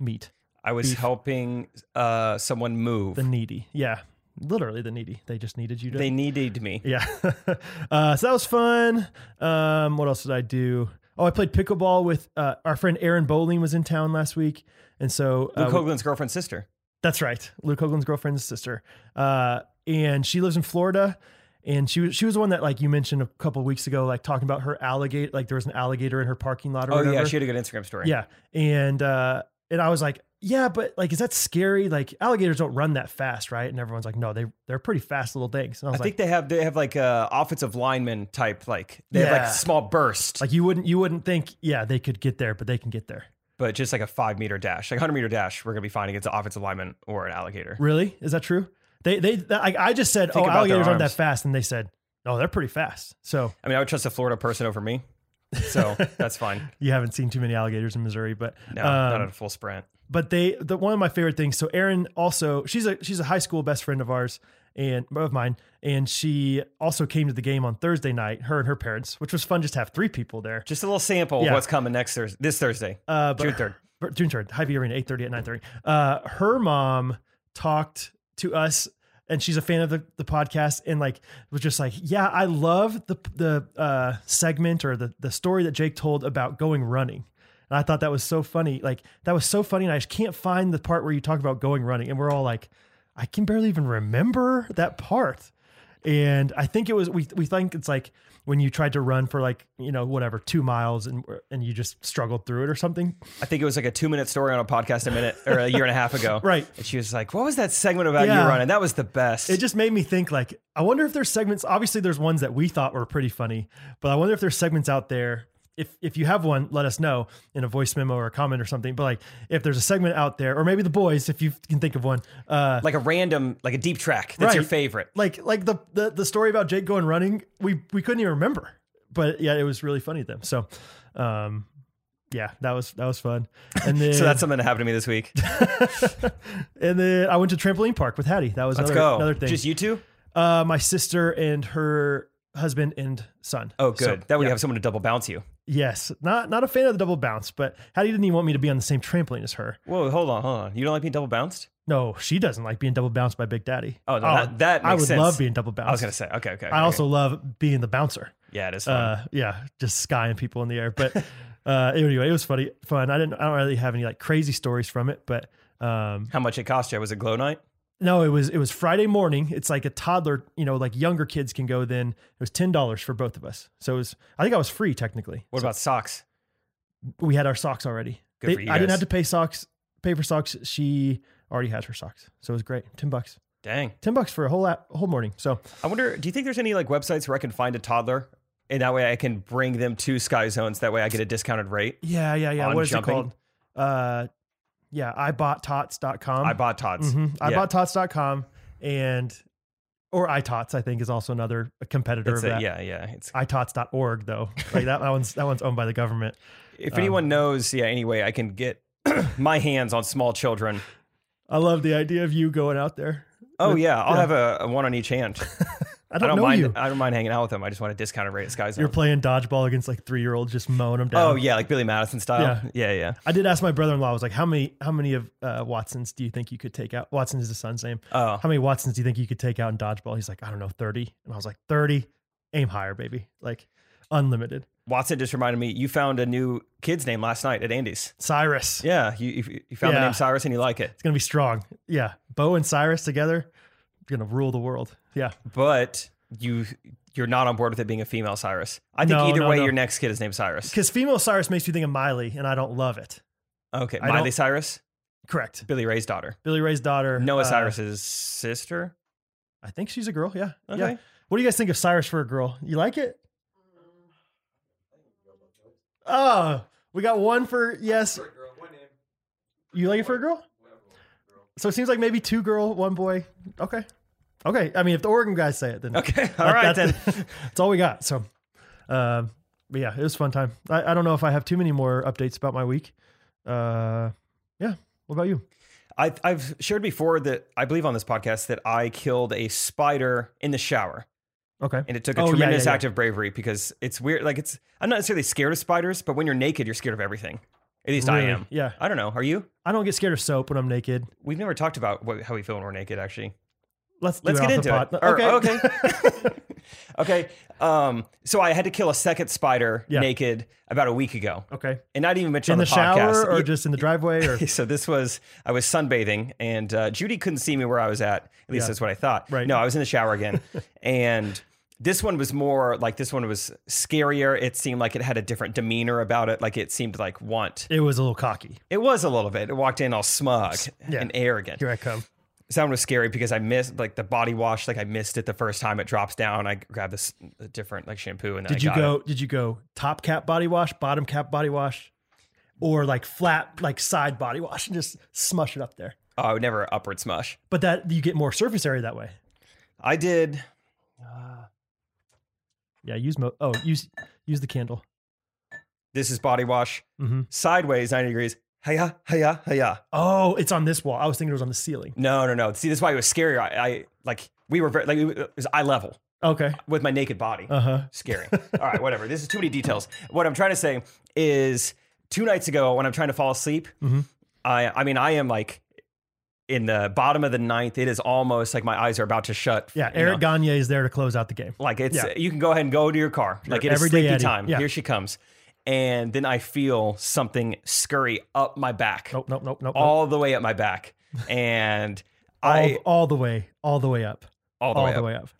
Speaker 2: meat.
Speaker 1: I was helping uh, someone move.
Speaker 2: The needy, yeah, literally the needy. They just needed you to
Speaker 1: they needed me.
Speaker 2: Yeah. uh, so that was fun. Um, what else did I do? Oh, I played pickleball with uh, our friend Aaron Bowling was in town last week, and so uh,
Speaker 1: Luke
Speaker 2: we-
Speaker 1: Hoagland's girlfriend's sister.
Speaker 2: that's right, Luke Hoagland's girlfriend's sister, uh, and she lives in Florida. And she was she was the one that like you mentioned a couple of weeks ago, like talking about her alligator, like there was an alligator in her parking lot or
Speaker 1: Oh
Speaker 2: whatever.
Speaker 1: yeah, she had a good Instagram story.
Speaker 2: Yeah. And uh and I was like, yeah, but like is that scary? Like alligators don't run that fast, right? And everyone's like, no, they they're pretty fast little things. And I
Speaker 1: I
Speaker 2: was like,
Speaker 1: think they have they have like uh, offensive lineman type like they have
Speaker 2: Yeah.
Speaker 1: like small burst,
Speaker 2: like you wouldn't you wouldn't think, yeah, they could get there, but they can get there.
Speaker 1: but just like a five meter dash, like hundred meter dash, we're gonna be fine against an offensive lineman or an alligator.
Speaker 2: Really? Is that true? They they I, I just said,
Speaker 1: Think
Speaker 2: oh,
Speaker 1: about their
Speaker 2: alligators aren't that
Speaker 1: arms.
Speaker 2: fast, and they said, no, they're pretty fast. So
Speaker 1: I mean, I would trust a Florida person over me, so that's fine.
Speaker 2: you haven't seen too many alligators in Missouri, but
Speaker 1: No,
Speaker 2: um,
Speaker 1: not at a full sprint.
Speaker 2: but they the one of my favorite things so erin also she's a she's a high school best friend of ours and of mine and she also came to the game on thursday night her and her parents which was fun just to have three people there
Speaker 1: Just a little sample
Speaker 2: Yeah.
Speaker 1: of what's coming next Thursday, this Thursday,
Speaker 2: uh but
Speaker 1: June third.
Speaker 2: but June third, Hy-Vee Arena, eight thirty at nine thirty. Uh, her mom talked to us, and she's a fan of the, the podcast, and like was just like, yeah, I love the the uh, segment or the the story that Jake told about going running. And I thought that was so funny. Like that was so funny, and I just can't find the part where you talk about going running, and we're all like, I can barely even remember that part. And I think it was we we think it's like when you tried to run for like you know whatever two miles and and you just struggled through it or something.
Speaker 1: I think it was like a two minute story on a podcast a minute or a year and a half ago.
Speaker 2: Right.
Speaker 1: And she was like, What was that segment about
Speaker 2: Yeah.
Speaker 1: you running? That was the best.
Speaker 2: it just made me think like i wonder if there's segments obviously there's ones that we thought were pretty funny but i wonder if there's segments out there if if you have one let us know in a voice memo or a comment or something but like if there's a segment out there or maybe the boys if you can think of one uh
Speaker 1: like a random, like a deep track. That's your
Speaker 2: Right.
Speaker 1: favorite.
Speaker 2: like like the, the the story about jake going running we we couldn't even remember but yeah it was really funny then so um yeah that was that was fun and then
Speaker 1: So that's something that happened to me this week.
Speaker 2: and then i went to trampoline park with hattie that was
Speaker 1: Let's
Speaker 2: another,
Speaker 1: go.
Speaker 2: another thing
Speaker 1: Just you two?
Speaker 2: Uh, my sister and her husband and son.
Speaker 1: Oh, good.
Speaker 2: So,
Speaker 1: that way you
Speaker 2: yeah.
Speaker 1: have someone to double bounce you.
Speaker 2: Yes, not not a fan of the double bounce, but Hattie didn't even want me to be on the same trampoline as her.
Speaker 1: Whoa, hold on, hold on. You don't like being double bounced?
Speaker 2: No, she doesn't like being double bounced by Big Daddy.
Speaker 1: Oh, no, that- that
Speaker 2: I
Speaker 1: makes
Speaker 2: would
Speaker 1: sense.
Speaker 2: love being double bounced.
Speaker 1: I was going to say, okay, okay. okay.
Speaker 2: I also love being the bouncer.
Speaker 1: yeah, it is fun.
Speaker 2: Uh, yeah, just skying people in the air. But uh, anyway, it was funny, fun. I didn't. I don't really have any like crazy stories from it, but um,
Speaker 1: How much it cost you? Was it glow night?
Speaker 2: No, it was it was Friday morning. It's like a toddler, you know, like younger kids can go then. It was ten dollars for both of us. So it was I think I was free technically.
Speaker 1: What
Speaker 2: So
Speaker 1: about socks?
Speaker 2: we had our socks already.
Speaker 1: Good for you
Speaker 2: I didn't
Speaker 1: guys.
Speaker 2: have to pay socks, pay for socks. She already has her socks. So it was great. Ten bucks.
Speaker 1: Dang.
Speaker 2: Ten bucks for a whole app, whole morning. So
Speaker 1: I wonder, do you think there's any like websites where I can find a toddler? And that way I can bring them to Sky Zones. That way I get a discounted rate.
Speaker 2: yeah, yeah, yeah.
Speaker 1: On
Speaker 2: what is
Speaker 1: jumping?
Speaker 2: it called? Uh yeah, ibottots.com.
Speaker 1: I bought Todd's.
Speaker 2: hmm
Speaker 1: Yeah.
Speaker 2: ibottots.com and or iTots, I think, is also another competitor
Speaker 1: It's
Speaker 2: of
Speaker 1: a,
Speaker 2: that.
Speaker 1: yeah, yeah. It's
Speaker 2: itots.org though. Like that, that one's that one's owned by the government.
Speaker 1: If
Speaker 2: Um,
Speaker 1: anyone knows, yeah, anyway, I can get my hands on small children.
Speaker 2: I love the idea of you going out there.
Speaker 1: Oh
Speaker 2: With-
Speaker 1: yeah, I'll
Speaker 2: yeah.
Speaker 1: have a, a one on each hand.
Speaker 2: I don't, know
Speaker 1: mind.
Speaker 2: you.
Speaker 1: I don't mind hanging out with them. I just want a discounted rate at Skyzone.
Speaker 2: You're playing dodgeball against like three year olds, just mowing them down.
Speaker 1: oh yeah, like Billy Madison style. Yeah, yeah.
Speaker 2: I did ask my brother in law. I was like, "How many? How many of uh, Watsons do you think you could take out?" Watson is his son's name.
Speaker 1: Oh,
Speaker 2: How many Watsons do you think you could take out in dodgeball? He's like, "I don't know, 30. And I was like, 30. Aim higher, baby. Like unlimited.
Speaker 1: Watson just reminded me. You found a new kid's name last night at Andy's.
Speaker 2: Cyrus.
Speaker 1: Yeah, you you, you found the
Speaker 2: Yeah.
Speaker 1: name Cyrus and you like it.
Speaker 2: It's gonna be strong. Yeah, Bo and Cyrus together, gonna rule the world. Yeah,
Speaker 1: but you you're not on board with it being a female Cyrus. I think
Speaker 2: No,
Speaker 1: either
Speaker 2: no,
Speaker 1: way,
Speaker 2: no.
Speaker 1: your next kid is named Cyrus.
Speaker 2: because female Cyrus makes you think of Miley, and I don't love it.
Speaker 1: Okay,
Speaker 2: I
Speaker 1: Miley
Speaker 2: don't-
Speaker 1: Cyrus,
Speaker 2: Correct.
Speaker 1: Billy Ray's daughter,
Speaker 2: Billy Ray's daughter,
Speaker 1: Noah
Speaker 2: uh,
Speaker 1: Cyrus's sister.
Speaker 2: I think she's a girl. Yeah.
Speaker 1: Okay,
Speaker 2: Yeah. What do you guys think of Cyrus for a girl? You like it? Oh, we got one for yes. You like it for a girl? So it seems like maybe two girl, one boy. Okay. Okay. I mean, if the Oregon guys say it, then
Speaker 1: okay, all right then.
Speaker 2: then. that's all we got. So, um, but yeah, it was a fun time. I, I don't know if I have too many more updates about my week. Uh, yeah. What about you?
Speaker 1: I, I've shared before that I believe on this podcast that I killed a spider in the shower,
Speaker 2: Okay.
Speaker 1: and it took a
Speaker 2: Oh, yeah,
Speaker 1: tremendous
Speaker 2: yeah, yeah.
Speaker 1: act of bravery because it's weird. Like it's I'm not necessarily scared of spiders, but when you're naked, you're scared of everything. At least I
Speaker 2: Really?
Speaker 1: am.
Speaker 2: Yeah.
Speaker 1: I don't know. Are you?
Speaker 2: I don't get scared of soap when I'm naked.
Speaker 1: We've never talked about what, how we feel when we're naked, actually.
Speaker 2: Let's do
Speaker 1: Let's
Speaker 2: it
Speaker 1: get
Speaker 2: off
Speaker 1: into
Speaker 2: the
Speaker 1: it.
Speaker 2: pot.
Speaker 1: Or- okay. okay. Um, so I had to kill a second spider
Speaker 2: Yeah.
Speaker 1: naked about a week ago,
Speaker 2: okay.
Speaker 1: and not even mention
Speaker 2: in
Speaker 1: on
Speaker 2: the,
Speaker 1: the,
Speaker 2: shower
Speaker 1: podcast.
Speaker 2: or
Speaker 1: Yeah.
Speaker 2: just in the driveway or
Speaker 1: so this was I was sunbathing, and uh, Judy couldn't see me where I was at. At least
Speaker 2: Yeah.
Speaker 1: that's what I thought.
Speaker 2: Right.
Speaker 1: No, I was in the shower again, and. This one was more like this one was scarier. It seemed like it had a different demeanor about it. Like it seemed like want.
Speaker 2: it was a little cocky.
Speaker 1: It was a little bit. It walked in all smug
Speaker 2: yeah.
Speaker 1: and arrogant.
Speaker 2: Here I come.
Speaker 1: sound was scary because I missed like the body wash. Like I missed it the first time it drops down. I grabbed this a different like shampoo and then
Speaker 2: Did
Speaker 1: I
Speaker 2: you
Speaker 1: got
Speaker 2: go
Speaker 1: It.
Speaker 2: did you go top cap body wash, bottom cap body wash? Or like flat, like side body wash and just smush it up there.
Speaker 1: Oh, I would never upward smush.
Speaker 2: But that you get more surface area that way.
Speaker 1: I did.
Speaker 2: Yeah, use mo oh, use use the candle.
Speaker 1: This is body wash
Speaker 2: hmm
Speaker 1: sideways ninety degrees. Hiya, hiya, hiya.
Speaker 2: Oh, it's on this wall. I was thinking it was on the ceiling.
Speaker 1: No, no, no. See, that's why it was scarier. I, I like we were very like it was eye level
Speaker 2: Okay.
Speaker 1: with my naked body.
Speaker 2: Uh-huh.
Speaker 1: Scary. All right, whatever. This is too many details. What I'm trying to say is two nights ago when I'm trying to fall asleep,
Speaker 2: Mhm.
Speaker 1: I I mean I am like in the bottom of the ninth. It is almost like my eyes are about to shut.
Speaker 2: Yeah,
Speaker 1: you
Speaker 2: Eric
Speaker 1: know?
Speaker 2: Gagne is there to close out the game.
Speaker 1: Like it's
Speaker 2: Yeah.
Speaker 1: you can go ahead and go to your car. Like it is
Speaker 2: Everyday
Speaker 1: sleepy
Speaker 2: Eddie.
Speaker 1: time.
Speaker 2: Yeah.
Speaker 1: Here she comes. And then I feel something scurry up my back.
Speaker 2: Nope, nope, nope, nope. nope.
Speaker 1: All the way up my back. And
Speaker 2: oh. All,
Speaker 1: I
Speaker 2: all the way, all the way up.
Speaker 1: all the
Speaker 2: All
Speaker 1: way up.
Speaker 2: up.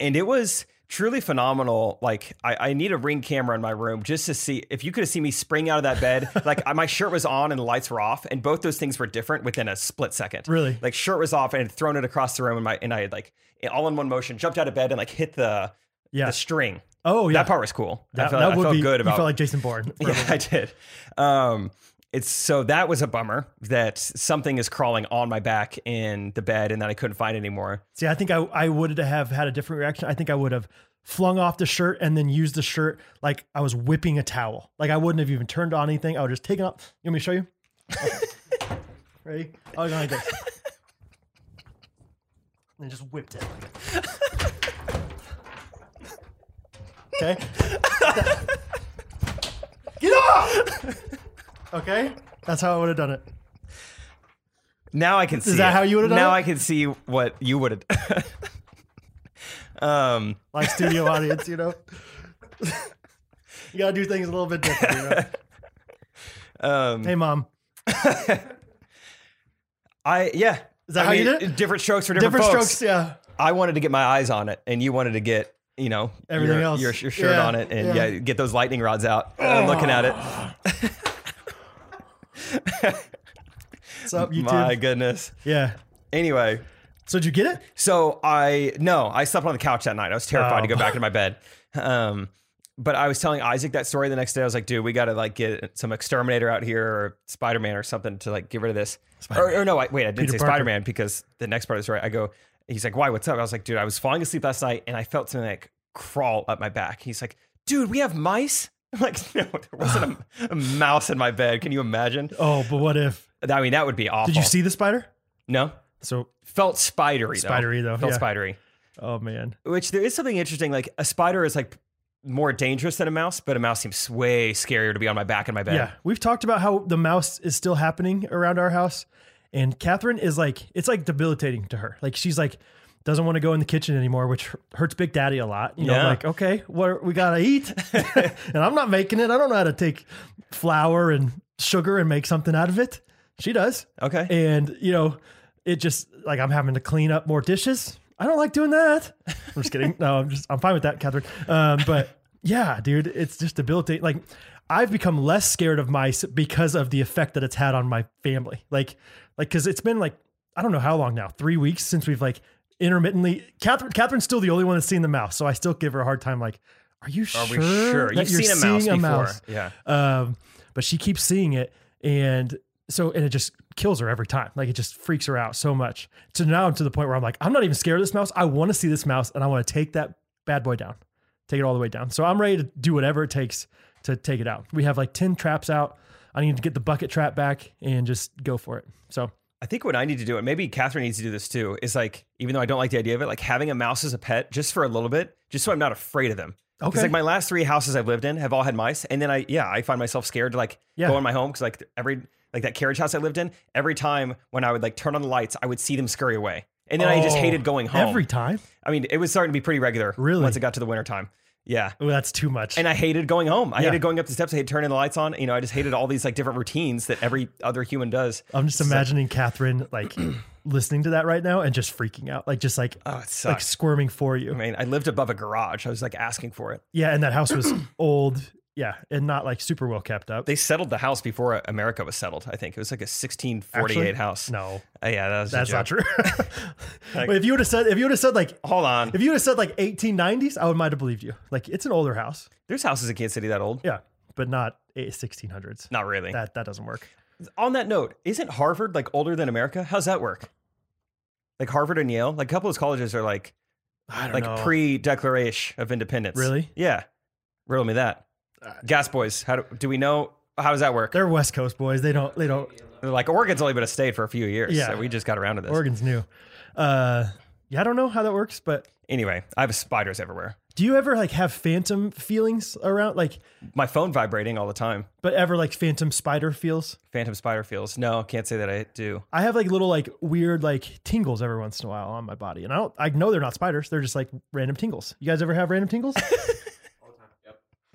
Speaker 1: and it was truly phenomenal. Like I, I need a ring camera in my room just to see if you could have seen me spring out of that bed. like I- my shirt was on and the lights were off, and both those things were different within a split second.
Speaker 2: Really?
Speaker 1: like shirt was off and had thrown it across the room, and my and I had like all in one motion jumped out of bed and like hit the
Speaker 2: Yeah.
Speaker 1: the string.
Speaker 2: oh yeah.
Speaker 1: That part was cool. I
Speaker 2: That,
Speaker 1: felt,
Speaker 2: that
Speaker 1: I
Speaker 2: would
Speaker 1: felt
Speaker 2: be
Speaker 1: good
Speaker 2: you
Speaker 1: about
Speaker 2: felt like Jason Bourne. for a
Speaker 1: yeah, I did. Um, it's so that was a bummer that something is crawling on my back in the bed and that I couldn't find anymore.
Speaker 2: See, I think I, I would have had a different reaction. I think I would have flung off the shirt and then used the shirt like I was whipping a towel. Like I wouldn't have even turned on anything. I would just take it off. You want me to show you? Ready? I was going like this. And just whipped it. Okay. Get off! Okay. That's how I would have done it.
Speaker 1: Now I can see.
Speaker 2: that
Speaker 1: it.
Speaker 2: how you would've done
Speaker 1: Now
Speaker 2: it?
Speaker 1: I can see what you would have. um,
Speaker 2: like studio audience, you know. you gotta do things a little bit different. You know?
Speaker 1: um,
Speaker 2: Hey, mom.
Speaker 1: I yeah. Is
Speaker 2: that how you did it?
Speaker 1: Different strokes for different,
Speaker 2: Different
Speaker 1: folks.
Speaker 2: strokes, yeah.
Speaker 1: I wanted to get my eyes on it, and you wanted to get you know
Speaker 2: Everything
Speaker 1: your,
Speaker 2: else.
Speaker 1: your, your shirt
Speaker 2: Yeah,
Speaker 1: on it, and
Speaker 2: yeah. Oh,
Speaker 1: yeah. get those lightning rods out. I'm looking at it.
Speaker 2: What's up, YouTube?
Speaker 1: My goodness.
Speaker 2: Yeah.
Speaker 1: Anyway,
Speaker 2: So did you get it?
Speaker 1: So I no, I slept on the couch that night. I was terrified
Speaker 2: Oh.
Speaker 1: to go back into my bed. Um, but I was telling Isaac that story the next day. I was like, dude, we got to like get some exterminator out here or Spider Man or something to like get rid of this. Or, or no, I, wait, I didn't
Speaker 2: Peter
Speaker 1: say
Speaker 2: Parker.
Speaker 1: Spider Man because the next part of the story, I go, he's like, why? What's up? I was like, dude, I was falling asleep last night and I felt something like crawl up my back. He's like, dude, we have mice. I'm like, no, there wasn't a, a mouse in my bed. Can you imagine?
Speaker 2: Oh, but what if?
Speaker 1: I mean, that would be awful.
Speaker 2: Did you see the spider?
Speaker 1: No,
Speaker 2: So
Speaker 1: felt spidery. though.
Speaker 2: Spidery, though,
Speaker 1: Felt
Speaker 2: yeah.
Speaker 1: spidery.
Speaker 2: Oh man.
Speaker 1: Which there is something interesting. Like a spider is like more dangerous than a mouse, but a mouse seems way scarier to be on my back in my bed.
Speaker 2: Yeah, we've talked about how the mouse is still happening around our house, and Catherine is like, it's like debilitating to her. Like she's like, doesn't want to go in the kitchen anymore, which hurts Big Daddy a lot. You know,
Speaker 1: Yeah.
Speaker 2: like okay, what we gotta eat, and I'm not making it. I don't know how to take flour and sugar and make something out of it. She does,
Speaker 1: Okay.
Speaker 2: and you know, it just like I'm having to clean up more dishes. I don't like doing that. I'm just kidding. No, I'm just I'm fine with that, Catherine. Um, but yeah, dude, it's just debilitating. Like I've become less scared of mice because of the effect that it's had on my family. Like, like because it's been like I don't know how long now, three weeks since we've like intermittently. Catherine, Catherine's still the only one that's seen the mouse, so I still give her a hard time. Like, are you
Speaker 1: Are
Speaker 2: sure?
Speaker 1: we sure?
Speaker 2: that
Speaker 1: You've seen a mouse
Speaker 2: seeing
Speaker 1: before. Yeah.
Speaker 2: um, but she keeps seeing it, and so and it just kills her every time. Like it just freaks her out so much. So now I'm to the point where I'm like, I'm not even scared of this mouse. I want to see this mouse, and I want to take that bad boy down, take it all the way down. So I'm ready to do whatever it takes to take it out. We have like ten traps out. I need to get the bucket trap back and just go for it. So
Speaker 1: I think what I need to do, and maybe Catherine needs to do this too, is like, even though I don't like the idea of it, like having a mouse as a pet just for a little bit, just so I'm not afraid of them. 'Cause,
Speaker 2: Okay.
Speaker 1: Like my last three houses I've lived in have all had mice, and then I, yeah, I find myself scared to like
Speaker 2: Yeah.
Speaker 1: go in my home because like every like that carriage house I lived in, every time when I would like turn on the lights, I would see them scurry away, and then I just
Speaker 2: Oh,
Speaker 1: hated going home.
Speaker 2: every time.
Speaker 1: I mean, it was starting to be pretty regular.
Speaker 2: Really?
Speaker 1: Once it got to the winter time. Yeah.
Speaker 2: Oh, that's too much.
Speaker 1: And I hated going home. I
Speaker 2: Yeah.
Speaker 1: hated going up the steps. I hated turning the lights on. You know, I just hated all these like different routines that every other human does.
Speaker 2: I'm just
Speaker 1: It's like,
Speaker 2: imagining Catherine like listening to that right now and just freaking out, like just like
Speaker 1: Oh, it
Speaker 2: like
Speaker 1: sucks.
Speaker 2: squirming for you.
Speaker 1: I mean, I lived above a garage. I was like asking for it.
Speaker 2: Yeah, and that house was old. Yeah, and not like super well kept up.
Speaker 1: They settled the house before America was settled. I think it was like a 1648
Speaker 2: Actually,
Speaker 1: house.
Speaker 2: no,
Speaker 1: Uh, yeah, that was a
Speaker 2: that's not
Speaker 1: joke.
Speaker 2: true. but if you would have said, if you would have said like,
Speaker 1: Hold on.
Speaker 2: if you would have said like 1890s, I would might have believed you. Like it's an older house.
Speaker 1: There's houses in Kansas City that old.
Speaker 2: Yeah, but not eh, 1600s.
Speaker 1: Not really.
Speaker 2: That that doesn't work.
Speaker 1: On that note, isn't Harvard like older than America? How's that work? Like Harvard and Yale, like a couple of those colleges are like
Speaker 2: I don't
Speaker 1: like
Speaker 2: know.
Speaker 1: pre-declaration of independence.
Speaker 2: Really? Uh,
Speaker 1: Yeah. Riddle me that. Gas boys, how do, do we know? How does that work?
Speaker 2: They're West Coast boys. They don't. They don't.
Speaker 1: They're like Oregon's only been a state for a few years.
Speaker 2: Yeah.
Speaker 1: so we just got around to this.
Speaker 2: Oregon's new. Uh, yeah, I don't know how that works, but
Speaker 1: Anyway, I have spiders everywhere.
Speaker 2: do you ever like have phantom feelings around like,
Speaker 1: My phone vibrating all the time.
Speaker 2: but ever like phantom spider feels?
Speaker 1: Phantom spider feels. No, can't say that I do.
Speaker 2: I have like little like weird like tingles every once in a while on my body, and I don't. I know they're not spiders. They're just like random tingles. You guys ever have random tingles?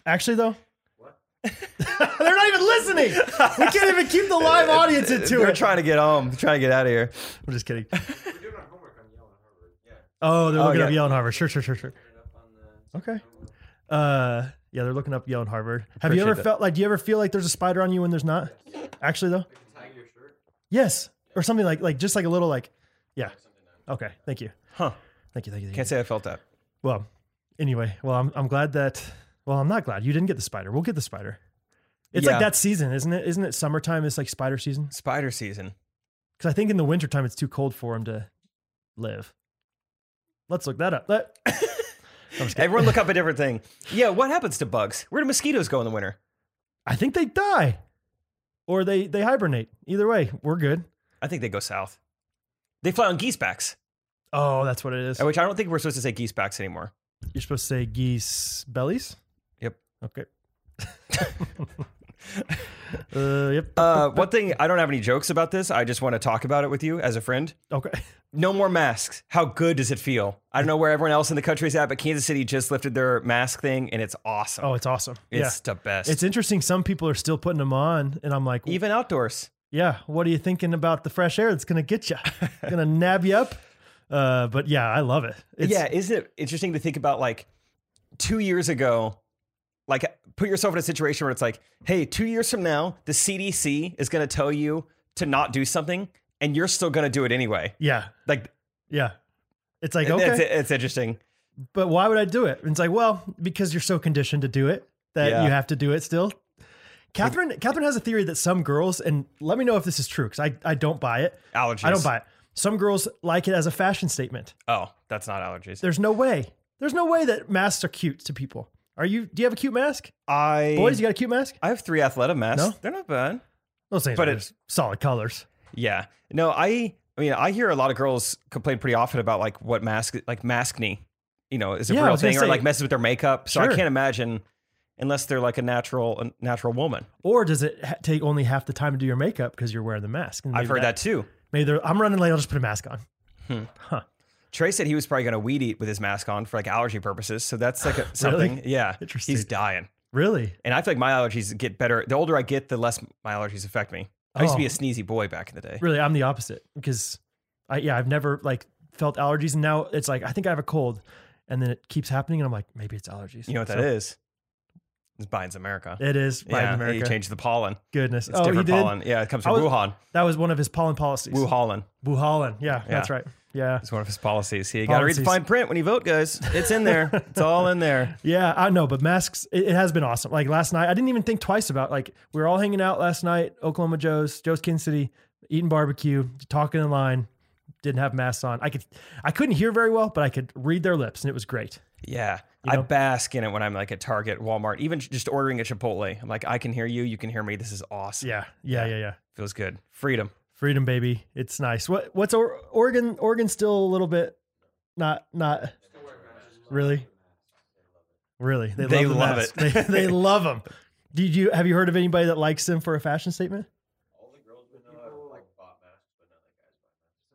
Speaker 2: Actually, though. They're not even listening. We can't even keep the live audience into
Speaker 1: They're
Speaker 2: it.
Speaker 1: trying to get home. They're trying to get out of here.
Speaker 2: I'm just kidding. Oh, they're
Speaker 1: Oh,
Speaker 2: looking up
Speaker 1: yeah.
Speaker 2: Yale and Harvard. Sure, sure, sure, sure. Okay. Uh, yeah, they're looking up Yale and Harvard. Have you
Speaker 1: Appreciate
Speaker 2: ever
Speaker 1: that.
Speaker 2: felt like? Do you ever feel like there's a spider on you when there's not? Actually, though. Yes, or something like like just like a little like, yeah. Okay, thank you,
Speaker 1: Huh.
Speaker 2: thank you, thank you. Thank you.
Speaker 1: Can't say I felt that.
Speaker 2: Well, anyway, well, I'm I'm glad that. Well, I'm not glad you didn't get the spider. We'll get the spider. It's
Speaker 1: Yeah.
Speaker 2: like that season, isn't it? Isn't it summertime? It's like spider season
Speaker 1: Spider season.
Speaker 2: because I think in the wintertime it's too cold for them to live. Let's look that up. Let-
Speaker 1: Everyone look up a different thing. Yeah, what happens to bugs? Where do mosquitoes go in the winter?
Speaker 2: I think they die, or they they hibernate. Either way, we're good.
Speaker 1: I think they go south. They fly on geese backs,
Speaker 2: Oh, that's what it is.
Speaker 1: which I don't think we're supposed to say geese backs anymore.
Speaker 2: You're supposed to say geese bellies.
Speaker 1: Yep.
Speaker 2: Okay. uh, yep.
Speaker 1: Uh, one thing, I don't have any jokes about this. I just want to talk about it with you as a friend.
Speaker 2: okay.
Speaker 1: No more masks. How good does it feel? I don't know where everyone else in the country is at, but Kansas City just lifted their mask thing and it's awesome.
Speaker 2: Oh, it's awesome. yeah.
Speaker 1: it's the best.
Speaker 2: It's interesting. Some people are still putting them on, and I'm like,
Speaker 1: Even outdoors.
Speaker 2: yeah, what are you thinking about the fresh air that's going to get you? going to nab you up? Uh, but yeah, I love it. It's,
Speaker 1: yeah, isn't it interesting to think about like two years ago? Like, put yourself in a situation where it's like, hey, two years from now, the CDC is going to tell you to not do something, and you're still going to do it anyway.
Speaker 2: yeah,
Speaker 1: Like,
Speaker 2: yeah. It's like
Speaker 1: that's- it's,
Speaker 2: okay,
Speaker 1: interesting.
Speaker 2: but why would I do it? And it's like, well, because you're so conditioned to do it that
Speaker 1: Yeah.
Speaker 2: you have to do it still. Catherine, Catherine has a theory that some girls, and let me know if this is true because I, I don't buy it.
Speaker 1: Allergies.
Speaker 2: I don't buy it. Some girls like it as a fashion statement.
Speaker 1: Oh, that's not allergies.
Speaker 2: There's no way. There's no way that masks are cute to people. Are you? Do you have a cute mask,
Speaker 1: I
Speaker 2: boys? You got a cute mask?
Speaker 1: I have three athletic masks.
Speaker 2: No?
Speaker 1: They're not bad.
Speaker 2: Those things
Speaker 1: But
Speaker 2: are
Speaker 1: it's-
Speaker 2: solid colors.
Speaker 1: Yeah. No, I I mean, I hear a lot of girls complain pretty often about like what mask, like maskne, you know, is a
Speaker 2: Yeah, I
Speaker 1: real
Speaker 2: was gonna
Speaker 1: thing or
Speaker 2: say-
Speaker 1: like messes with their makeup. So I
Speaker 2: Sure.
Speaker 1: can't imagine unless they're like a natural, a natural woman.
Speaker 2: Or does it ha- take only half the time to do your makeup because you're wearing the mask? And
Speaker 1: I've
Speaker 2: maybe
Speaker 1: heard that, too.
Speaker 2: Maybe they're, I'm running late. I'll just put a mask on.
Speaker 1: Trey said he was probably going to weed eat with his mask on for like allergy purposes. So that's like a, something. Yeah.
Speaker 2: Interesting.
Speaker 1: He's dying.
Speaker 2: Really?
Speaker 1: And I feel like my allergies get better. The older I get, the less my allergies affect me. I used to be
Speaker 2: Oh.
Speaker 1: a sneezy boy back in the day.
Speaker 2: Really, I'm the opposite because I yeah, I've never like felt allergies and now it's like I think I have a cold and then it keeps happening and I'm like maybe it's allergies.
Speaker 1: You know what that
Speaker 2: So,
Speaker 1: is? It's Biden's America.
Speaker 2: It is Biden
Speaker 1: yeah,
Speaker 2: America.
Speaker 1: He changed the pollen.
Speaker 2: Goodness.
Speaker 1: It's
Speaker 2: oh, he
Speaker 1: different
Speaker 2: did.
Speaker 1: pollen. Yeah, it comes
Speaker 2: I
Speaker 1: from
Speaker 2: was-
Speaker 1: Wuhan.
Speaker 2: That was one of his pollen policies.
Speaker 1: Wuhan.
Speaker 2: Wuhan. Yeah, that's
Speaker 1: Yeah.
Speaker 2: right. Yeah.
Speaker 1: It's one of his policies. You got to read the
Speaker 2: Policies.
Speaker 1: fine print when you vote, guys. It's in there. it's all in there.
Speaker 2: Yeah, I know, but masks, it, it has been awesome. Like last night, I didn't even think twice about like we were all hanging out last night, Oklahoma Joe's, Joe's Kansas City, eating barbecue, talking in line, didn't have masks on. I could I couldn't hear very well, but I could read their lips and it was great.
Speaker 1: Yeah.
Speaker 2: You
Speaker 1: I
Speaker 2: know?
Speaker 1: bask in it when I'm like at Target, Walmart, even just ordering at Chipotle. I'm like, I can hear you. You can hear me. This is awesome.
Speaker 2: Yeah, yeah, yeah, yeah.
Speaker 1: Feels good. Freedom.
Speaker 2: Freedom, baby. It's nice. What what's or- Oregon? Oregon's still a little bit not not really, really. They,
Speaker 1: They
Speaker 2: the
Speaker 1: love
Speaker 2: mask.
Speaker 1: it.
Speaker 2: They, they love them. Did you have you heard of anybody that likes them for a fashion statement?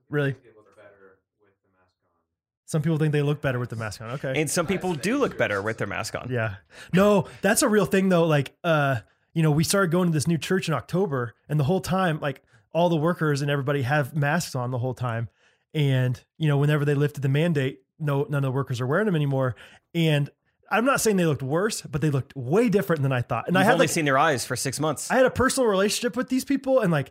Speaker 2: Really? Some people think they look better with the mask on. Okay.
Speaker 1: And some people do look better with their mask on.
Speaker 2: Yeah. No, that's a real thing though. Like, uh, you know, we started going to this new church in October, and the whole time, like, all the workers and everybody have masks on the whole time. And you know, whenever they lifted the mandate, no, none of the workers are wearing them anymore. And I'm not saying they looked worse, but they looked way different than I thought. And
Speaker 1: You've
Speaker 2: I had
Speaker 1: only
Speaker 2: like,
Speaker 1: seen their eyes for six months.
Speaker 2: I had a personal relationship with these people, and like,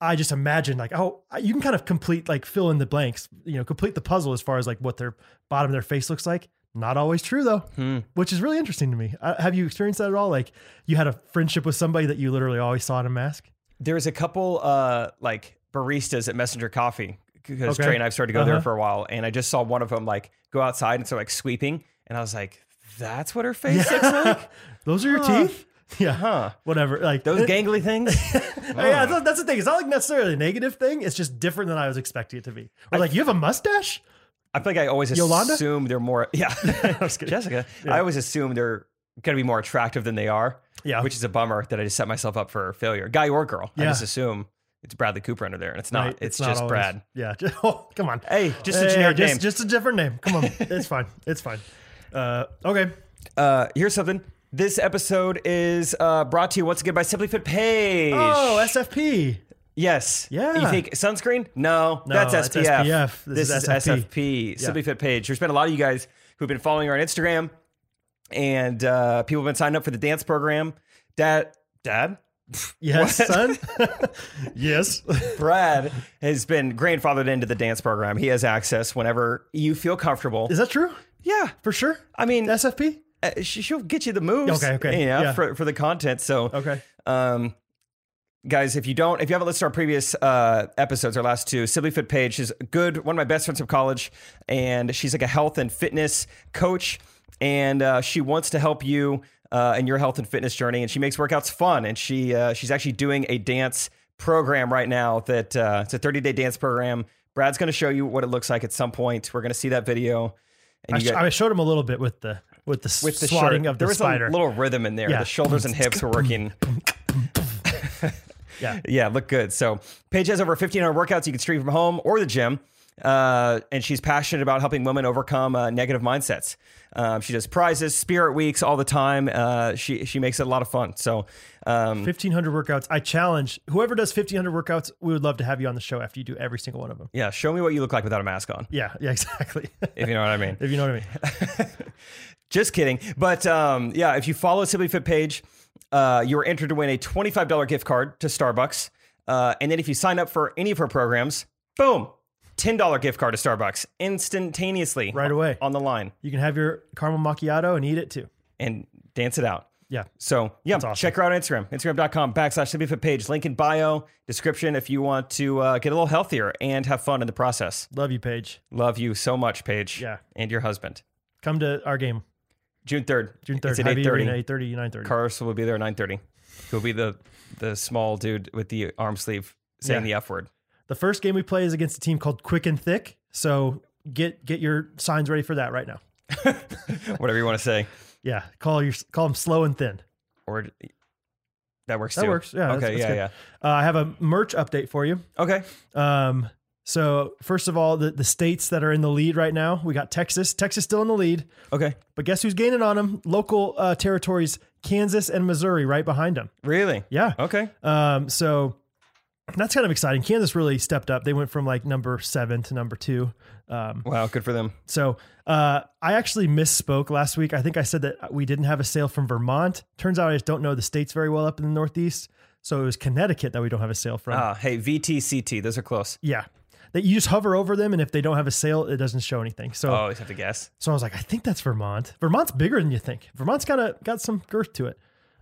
Speaker 2: I just imagined like, oh, you can kind of complete like fill in the blanks, you know, complete the puzzle as far as like what their bottom of their face looks like. Not always true though
Speaker 1: Hmm.
Speaker 2: which is really interesting to me. Uh, have you experienced that at all? Like you had a friendship with somebody that you literally always saw in a mask.
Speaker 1: There was a couple uh, like baristas at Messenger Coffee because
Speaker 2: Okay.
Speaker 1: Trey and I've started to go there
Speaker 2: Uh-huh.
Speaker 1: for a while, and I just saw one of them like go outside and start like sweeping, and I was like, "That's what her face looks like,
Speaker 2: Those are your
Speaker 1: Huh.
Speaker 2: teeth. Yeah.
Speaker 1: huh?
Speaker 2: Whatever. Like eh, oh,
Speaker 1: Those gangly things." Oh.
Speaker 2: Yeah, that's, that's the thing. It's not like necessarily a negative thing. It's just different than I was expecting it to be. Or like you have a mustache.
Speaker 1: I feel like I always
Speaker 2: Yolanda?
Speaker 1: assume they're more. Yeah,
Speaker 2: I was kidding.
Speaker 1: Jessica.
Speaker 2: Yeah.
Speaker 1: I always assume they're going to be more attractive than they are,
Speaker 2: Yeah.
Speaker 1: which is a bummer that I just set myself up for failure, guy or girl. I
Speaker 2: Yeah.
Speaker 1: just assume it's Bradley Cooper under there, and it's not.
Speaker 2: Right.
Speaker 1: It's,
Speaker 2: Uh, not
Speaker 1: just
Speaker 2: always-
Speaker 1: Brad.
Speaker 2: Yeah. Just, oh, come on.
Speaker 1: Hey, just a
Speaker 2: Hey,
Speaker 1: generic
Speaker 2: just,
Speaker 1: name.
Speaker 2: Just a different name. Come on. it's fine. It's fine. Uh, okay.
Speaker 1: Uh, here's something. This episode is uh, brought to you once again by Simply Fit Page.
Speaker 2: Oh, SFP.
Speaker 1: yes.
Speaker 2: Yeah.
Speaker 1: You think sunscreen? No,
Speaker 2: No,
Speaker 1: that's
Speaker 2: that's
Speaker 1: SPF.
Speaker 2: SPF. This
Speaker 1: This,
Speaker 2: is
Speaker 1: is
Speaker 2: SFP.
Speaker 1: SFP. Simply Fit Page. There's been a lot of you guys who've been following her on Instagram, and uh, people have been signing up for the dance program. Dad, Dad,
Speaker 2: Yes, son. yes.
Speaker 1: Brad has been grandfathered into the dance program. He has access whenever you feel comfortable.
Speaker 2: Is that true?
Speaker 1: yeah.
Speaker 2: For sure.
Speaker 1: I mean,
Speaker 2: SFP?
Speaker 1: uh, she- she'll get you the moves.
Speaker 2: Okay, okay,
Speaker 1: you know,
Speaker 2: yeah.
Speaker 1: For, for the content. So,
Speaker 2: Okay.
Speaker 1: Um, guys, if you don't, if you haven't listened to our previous uh, episodes, our last two, Sibley Fit Page is good. One of my best friends from college, and she's like a health and fitness coach, and uh, she wants to help you uh, in your health and fitness journey. And she makes workouts fun, and she uh, she's actually doing a dance program right now that uh, it's a 30 day dance program. Brad's going to show you what it looks like at some point. We're going to see that video. And
Speaker 2: I,
Speaker 1: you
Speaker 2: sh-
Speaker 1: get-
Speaker 2: I showed him a little bit with the with the
Speaker 1: with the
Speaker 2: swatting
Speaker 1: shirt.
Speaker 2: of the
Speaker 1: there was
Speaker 2: spider.
Speaker 1: a little rhythm in there.
Speaker 2: Yeah.
Speaker 1: The shoulders and hips were working.
Speaker 2: Yeah.
Speaker 1: yeah, look good. So Paige has over 1,500 workouts you can stream from home or the gym. Uh, and she's passionate about helping women overcome uh, negative mindsets. Um, she does prizes, spirit weeks all the time. Uh, she she makes it a lot of fun. So um,
Speaker 2: 1500 workouts. I challenge whoever does 1500 workouts, we would love to have you on the show after you do every single one of them.
Speaker 1: yeah, show me what you look like without a mask on,
Speaker 2: Yeah, yeah, exactly.
Speaker 1: if you know what I mean.
Speaker 2: if you know what I mean.
Speaker 1: Just kidding. But um, yeah, if you follow Sibley Fit page, uh, you are entered to win a $25 gift card to Starbucks. Uh, and then if you sign up for any of her programs, boom, $10 gift card to Starbucks instantaneously.
Speaker 2: Right away.
Speaker 1: On the line
Speaker 2: You can have your caramel macchiato and eat it too.
Speaker 1: and dance it out.
Speaker 2: Yeah.
Speaker 1: So yeah,
Speaker 2: awesome.
Speaker 1: check her out on Instagram, instagram.com backslash Sibley Fit page, link in bio, description if you want to uh, get a little healthier and have fun in the process.
Speaker 2: Love you, Paige.
Speaker 1: Love you so much, Paige.
Speaker 2: Yeah.
Speaker 1: And your husband.
Speaker 2: Come to our game
Speaker 1: June 3rd.
Speaker 2: June 3rd.
Speaker 1: It's at
Speaker 2: Hy-Vee
Speaker 1: 8:30.
Speaker 2: Arena, 8:30, 9:30.
Speaker 1: Carlos will be there at nine thirty. He'll be the the small dude with the arm sleeve saying
Speaker 2: Yeah.
Speaker 1: the F word.
Speaker 2: The first game we play is against a team called Quick and Thick. So get get your signs ready for that right now.
Speaker 1: whatever you want to say.
Speaker 2: Yeah, call your call them slow and thin.
Speaker 1: Or that works
Speaker 2: That
Speaker 1: too.
Speaker 2: works. Yeah, that's-
Speaker 1: okay.
Speaker 2: that's
Speaker 1: yeah.
Speaker 2: Uh, I have a merch update for you.
Speaker 1: Yeah. Okay.
Speaker 2: Um, so first of all, the, the states that are in the lead right now, we got Texas. Texas still in the lead,
Speaker 1: Okay.
Speaker 2: but guess who's gaining on them? Local uh, territories, Kansas and Missouri, right behind them.
Speaker 1: Really?
Speaker 2: Yeah.
Speaker 1: Okay.
Speaker 2: Um, so that's kind of exciting. Kansas really stepped up. They went from like number seven to number two. Um,
Speaker 1: Wow. Good for them.
Speaker 2: so uh, I actually misspoke last week. I think I said that we didn't have a sale from Vermont. Turns out I just don't know the states very well up in the Northeast. So it was Connecticut that we don't have a sale from.
Speaker 1: Ah, hey, VTCT. Those are close.
Speaker 2: Yeah. That you just hover over them, and if they don't have a sale, it doesn't show anything. So,
Speaker 1: Oh, I always have to guess.
Speaker 2: so I was like, I think that's Vermont. Vermont's bigger than you think. Vermont's got a got some girth to it.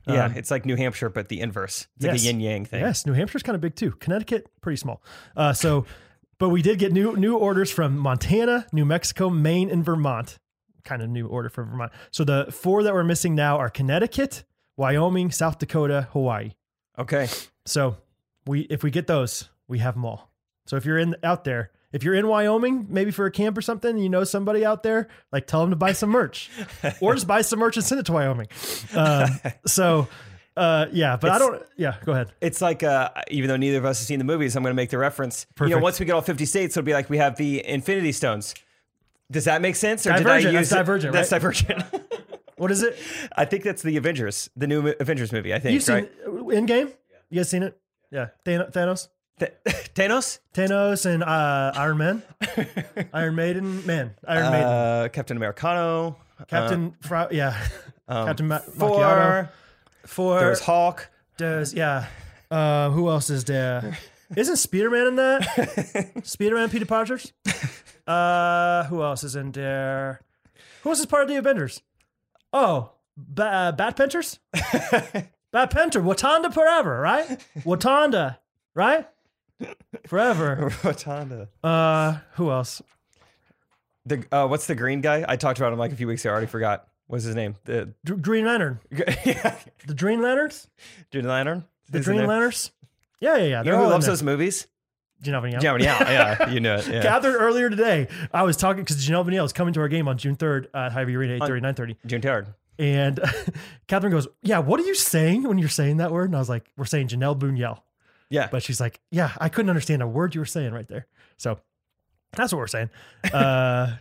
Speaker 1: Yeah,
Speaker 2: Um,
Speaker 1: Uh, it's like New Hampshire, but the inverse. It's
Speaker 2: yes.
Speaker 1: like a yin yang thing.
Speaker 2: Yes, New Hampshire's kind of big too. Connecticut, pretty small. Uh, so, but we did get new new orders from Montana, New Mexico, Maine, and Vermont. Kind of new order for Vermont. So the four that we're missing now are Connecticut, Wyoming, South Dakota, Hawaii.
Speaker 1: Okay.
Speaker 2: So we if we get those, we have them all. So if you're in out there, if you're in Wyoming, maybe for a camp or something, you know somebody out there, like tell them to buy some merch, or just buy some merch and send it to Wyoming. Um, so uh, yeah, but I
Speaker 1: It's-
Speaker 2: don't. Yeah, go ahead.
Speaker 1: It's like, uh, even though neither of us has seen the movies, I'm going to make the reference. You
Speaker 2: Perfect.
Speaker 1: know, once we get all 50 states, it'll be like we have the Infinity Stones. Does that make sense? Or did
Speaker 2: Divergent.
Speaker 1: I
Speaker 2: That's
Speaker 1: use
Speaker 2: Divergent,
Speaker 1: That's
Speaker 2: right?
Speaker 1: Divergent.
Speaker 2: What is it?
Speaker 1: I think that's the Avengers, the new Avengers movie. I think.
Speaker 2: You've seen
Speaker 1: right?
Speaker 2: in game? You guys seen it? Yeah, Thano- Thanos,
Speaker 1: Th- Thanos,
Speaker 2: Thanos, and uh, Iron Man, Iron Maiden, man, Iron Maiden,
Speaker 1: uh, Captain Americano,
Speaker 2: Captain, Fra- yeah,
Speaker 1: um,
Speaker 2: Captain Ma- Macchiato.
Speaker 1: Thor.
Speaker 2: Four.
Speaker 1: There's Hulk.
Speaker 2: Does yeah. Uh, who else is there? Isn't Spider Man in that? Spider Man, Peter Partridge. Uh, who else is in there? Who else is part of the Avengers? Oh, ba- uh, Bat Penters. Bat Penter, Wakanda forever, right? Wakanda, right? Forever.
Speaker 1: Rotunda.
Speaker 2: Uh, who else?
Speaker 1: The uh, what's the green guy? I talked about him like a few weeks ago. I already forgot. What's his name? The
Speaker 2: Dr- Green Lantern.
Speaker 1: yeah.
Speaker 2: The Green Lanterns.
Speaker 1: Green Lantern. Is
Speaker 2: The
Speaker 1: his
Speaker 2: Green
Speaker 1: name?
Speaker 2: Lanterns. Yeah, yeah, yeah.
Speaker 1: You
Speaker 2: They're
Speaker 1: know who
Speaker 2: all in
Speaker 1: loves
Speaker 2: there.
Speaker 1: those movies?
Speaker 2: Do you know any?
Speaker 1: Yeah, yeah, yeah. You know it. Yeah.
Speaker 2: gathered earlier today. I was talking because Janelle Vanille is coming to our game on June 3rd at Hy-Vee Arena, 8.30, 9.30.
Speaker 1: June Tard.
Speaker 2: And Catherine goes, yeah, what are you saying when you're saying that word? And I was like, we're saying Janelle Bunyel.
Speaker 1: Yeah.
Speaker 2: But she's like, yeah, I couldn't understand a word you were saying right there. So that's what we're saying. Uh,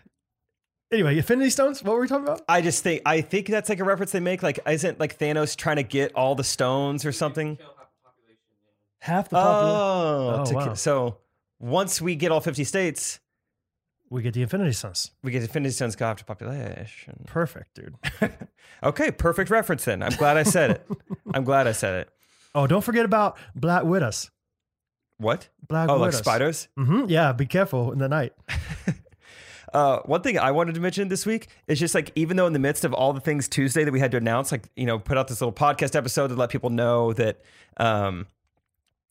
Speaker 2: anyway, Affinity Stones, what were we talking about?
Speaker 1: I just think I think that's like a reference they make. Like, isn't like Thanos trying to get all the stones or something?
Speaker 2: Half the popular.
Speaker 1: Oh,
Speaker 2: Oh,
Speaker 1: to
Speaker 2: wow.
Speaker 1: ki- so once we get all fifty states,
Speaker 2: we get the Infinity Stones.
Speaker 1: we get Infinity Stones go after population.
Speaker 2: Perfect, dude.
Speaker 1: Okay, perfect reference. Then I'm glad I said it. I'm glad I said it.
Speaker 2: Oh, don't forget about Black Widows.
Speaker 1: What?
Speaker 2: Black
Speaker 1: Oh, like
Speaker 2: Widows.
Speaker 1: spiders.
Speaker 2: hmm Yeah, be careful in the night.
Speaker 1: Uh, one thing I wanted to mention this week is just like, even though in the midst of all the things Tuesday that we had to announce, like, you know, put out this little podcast episode to let people know that, um,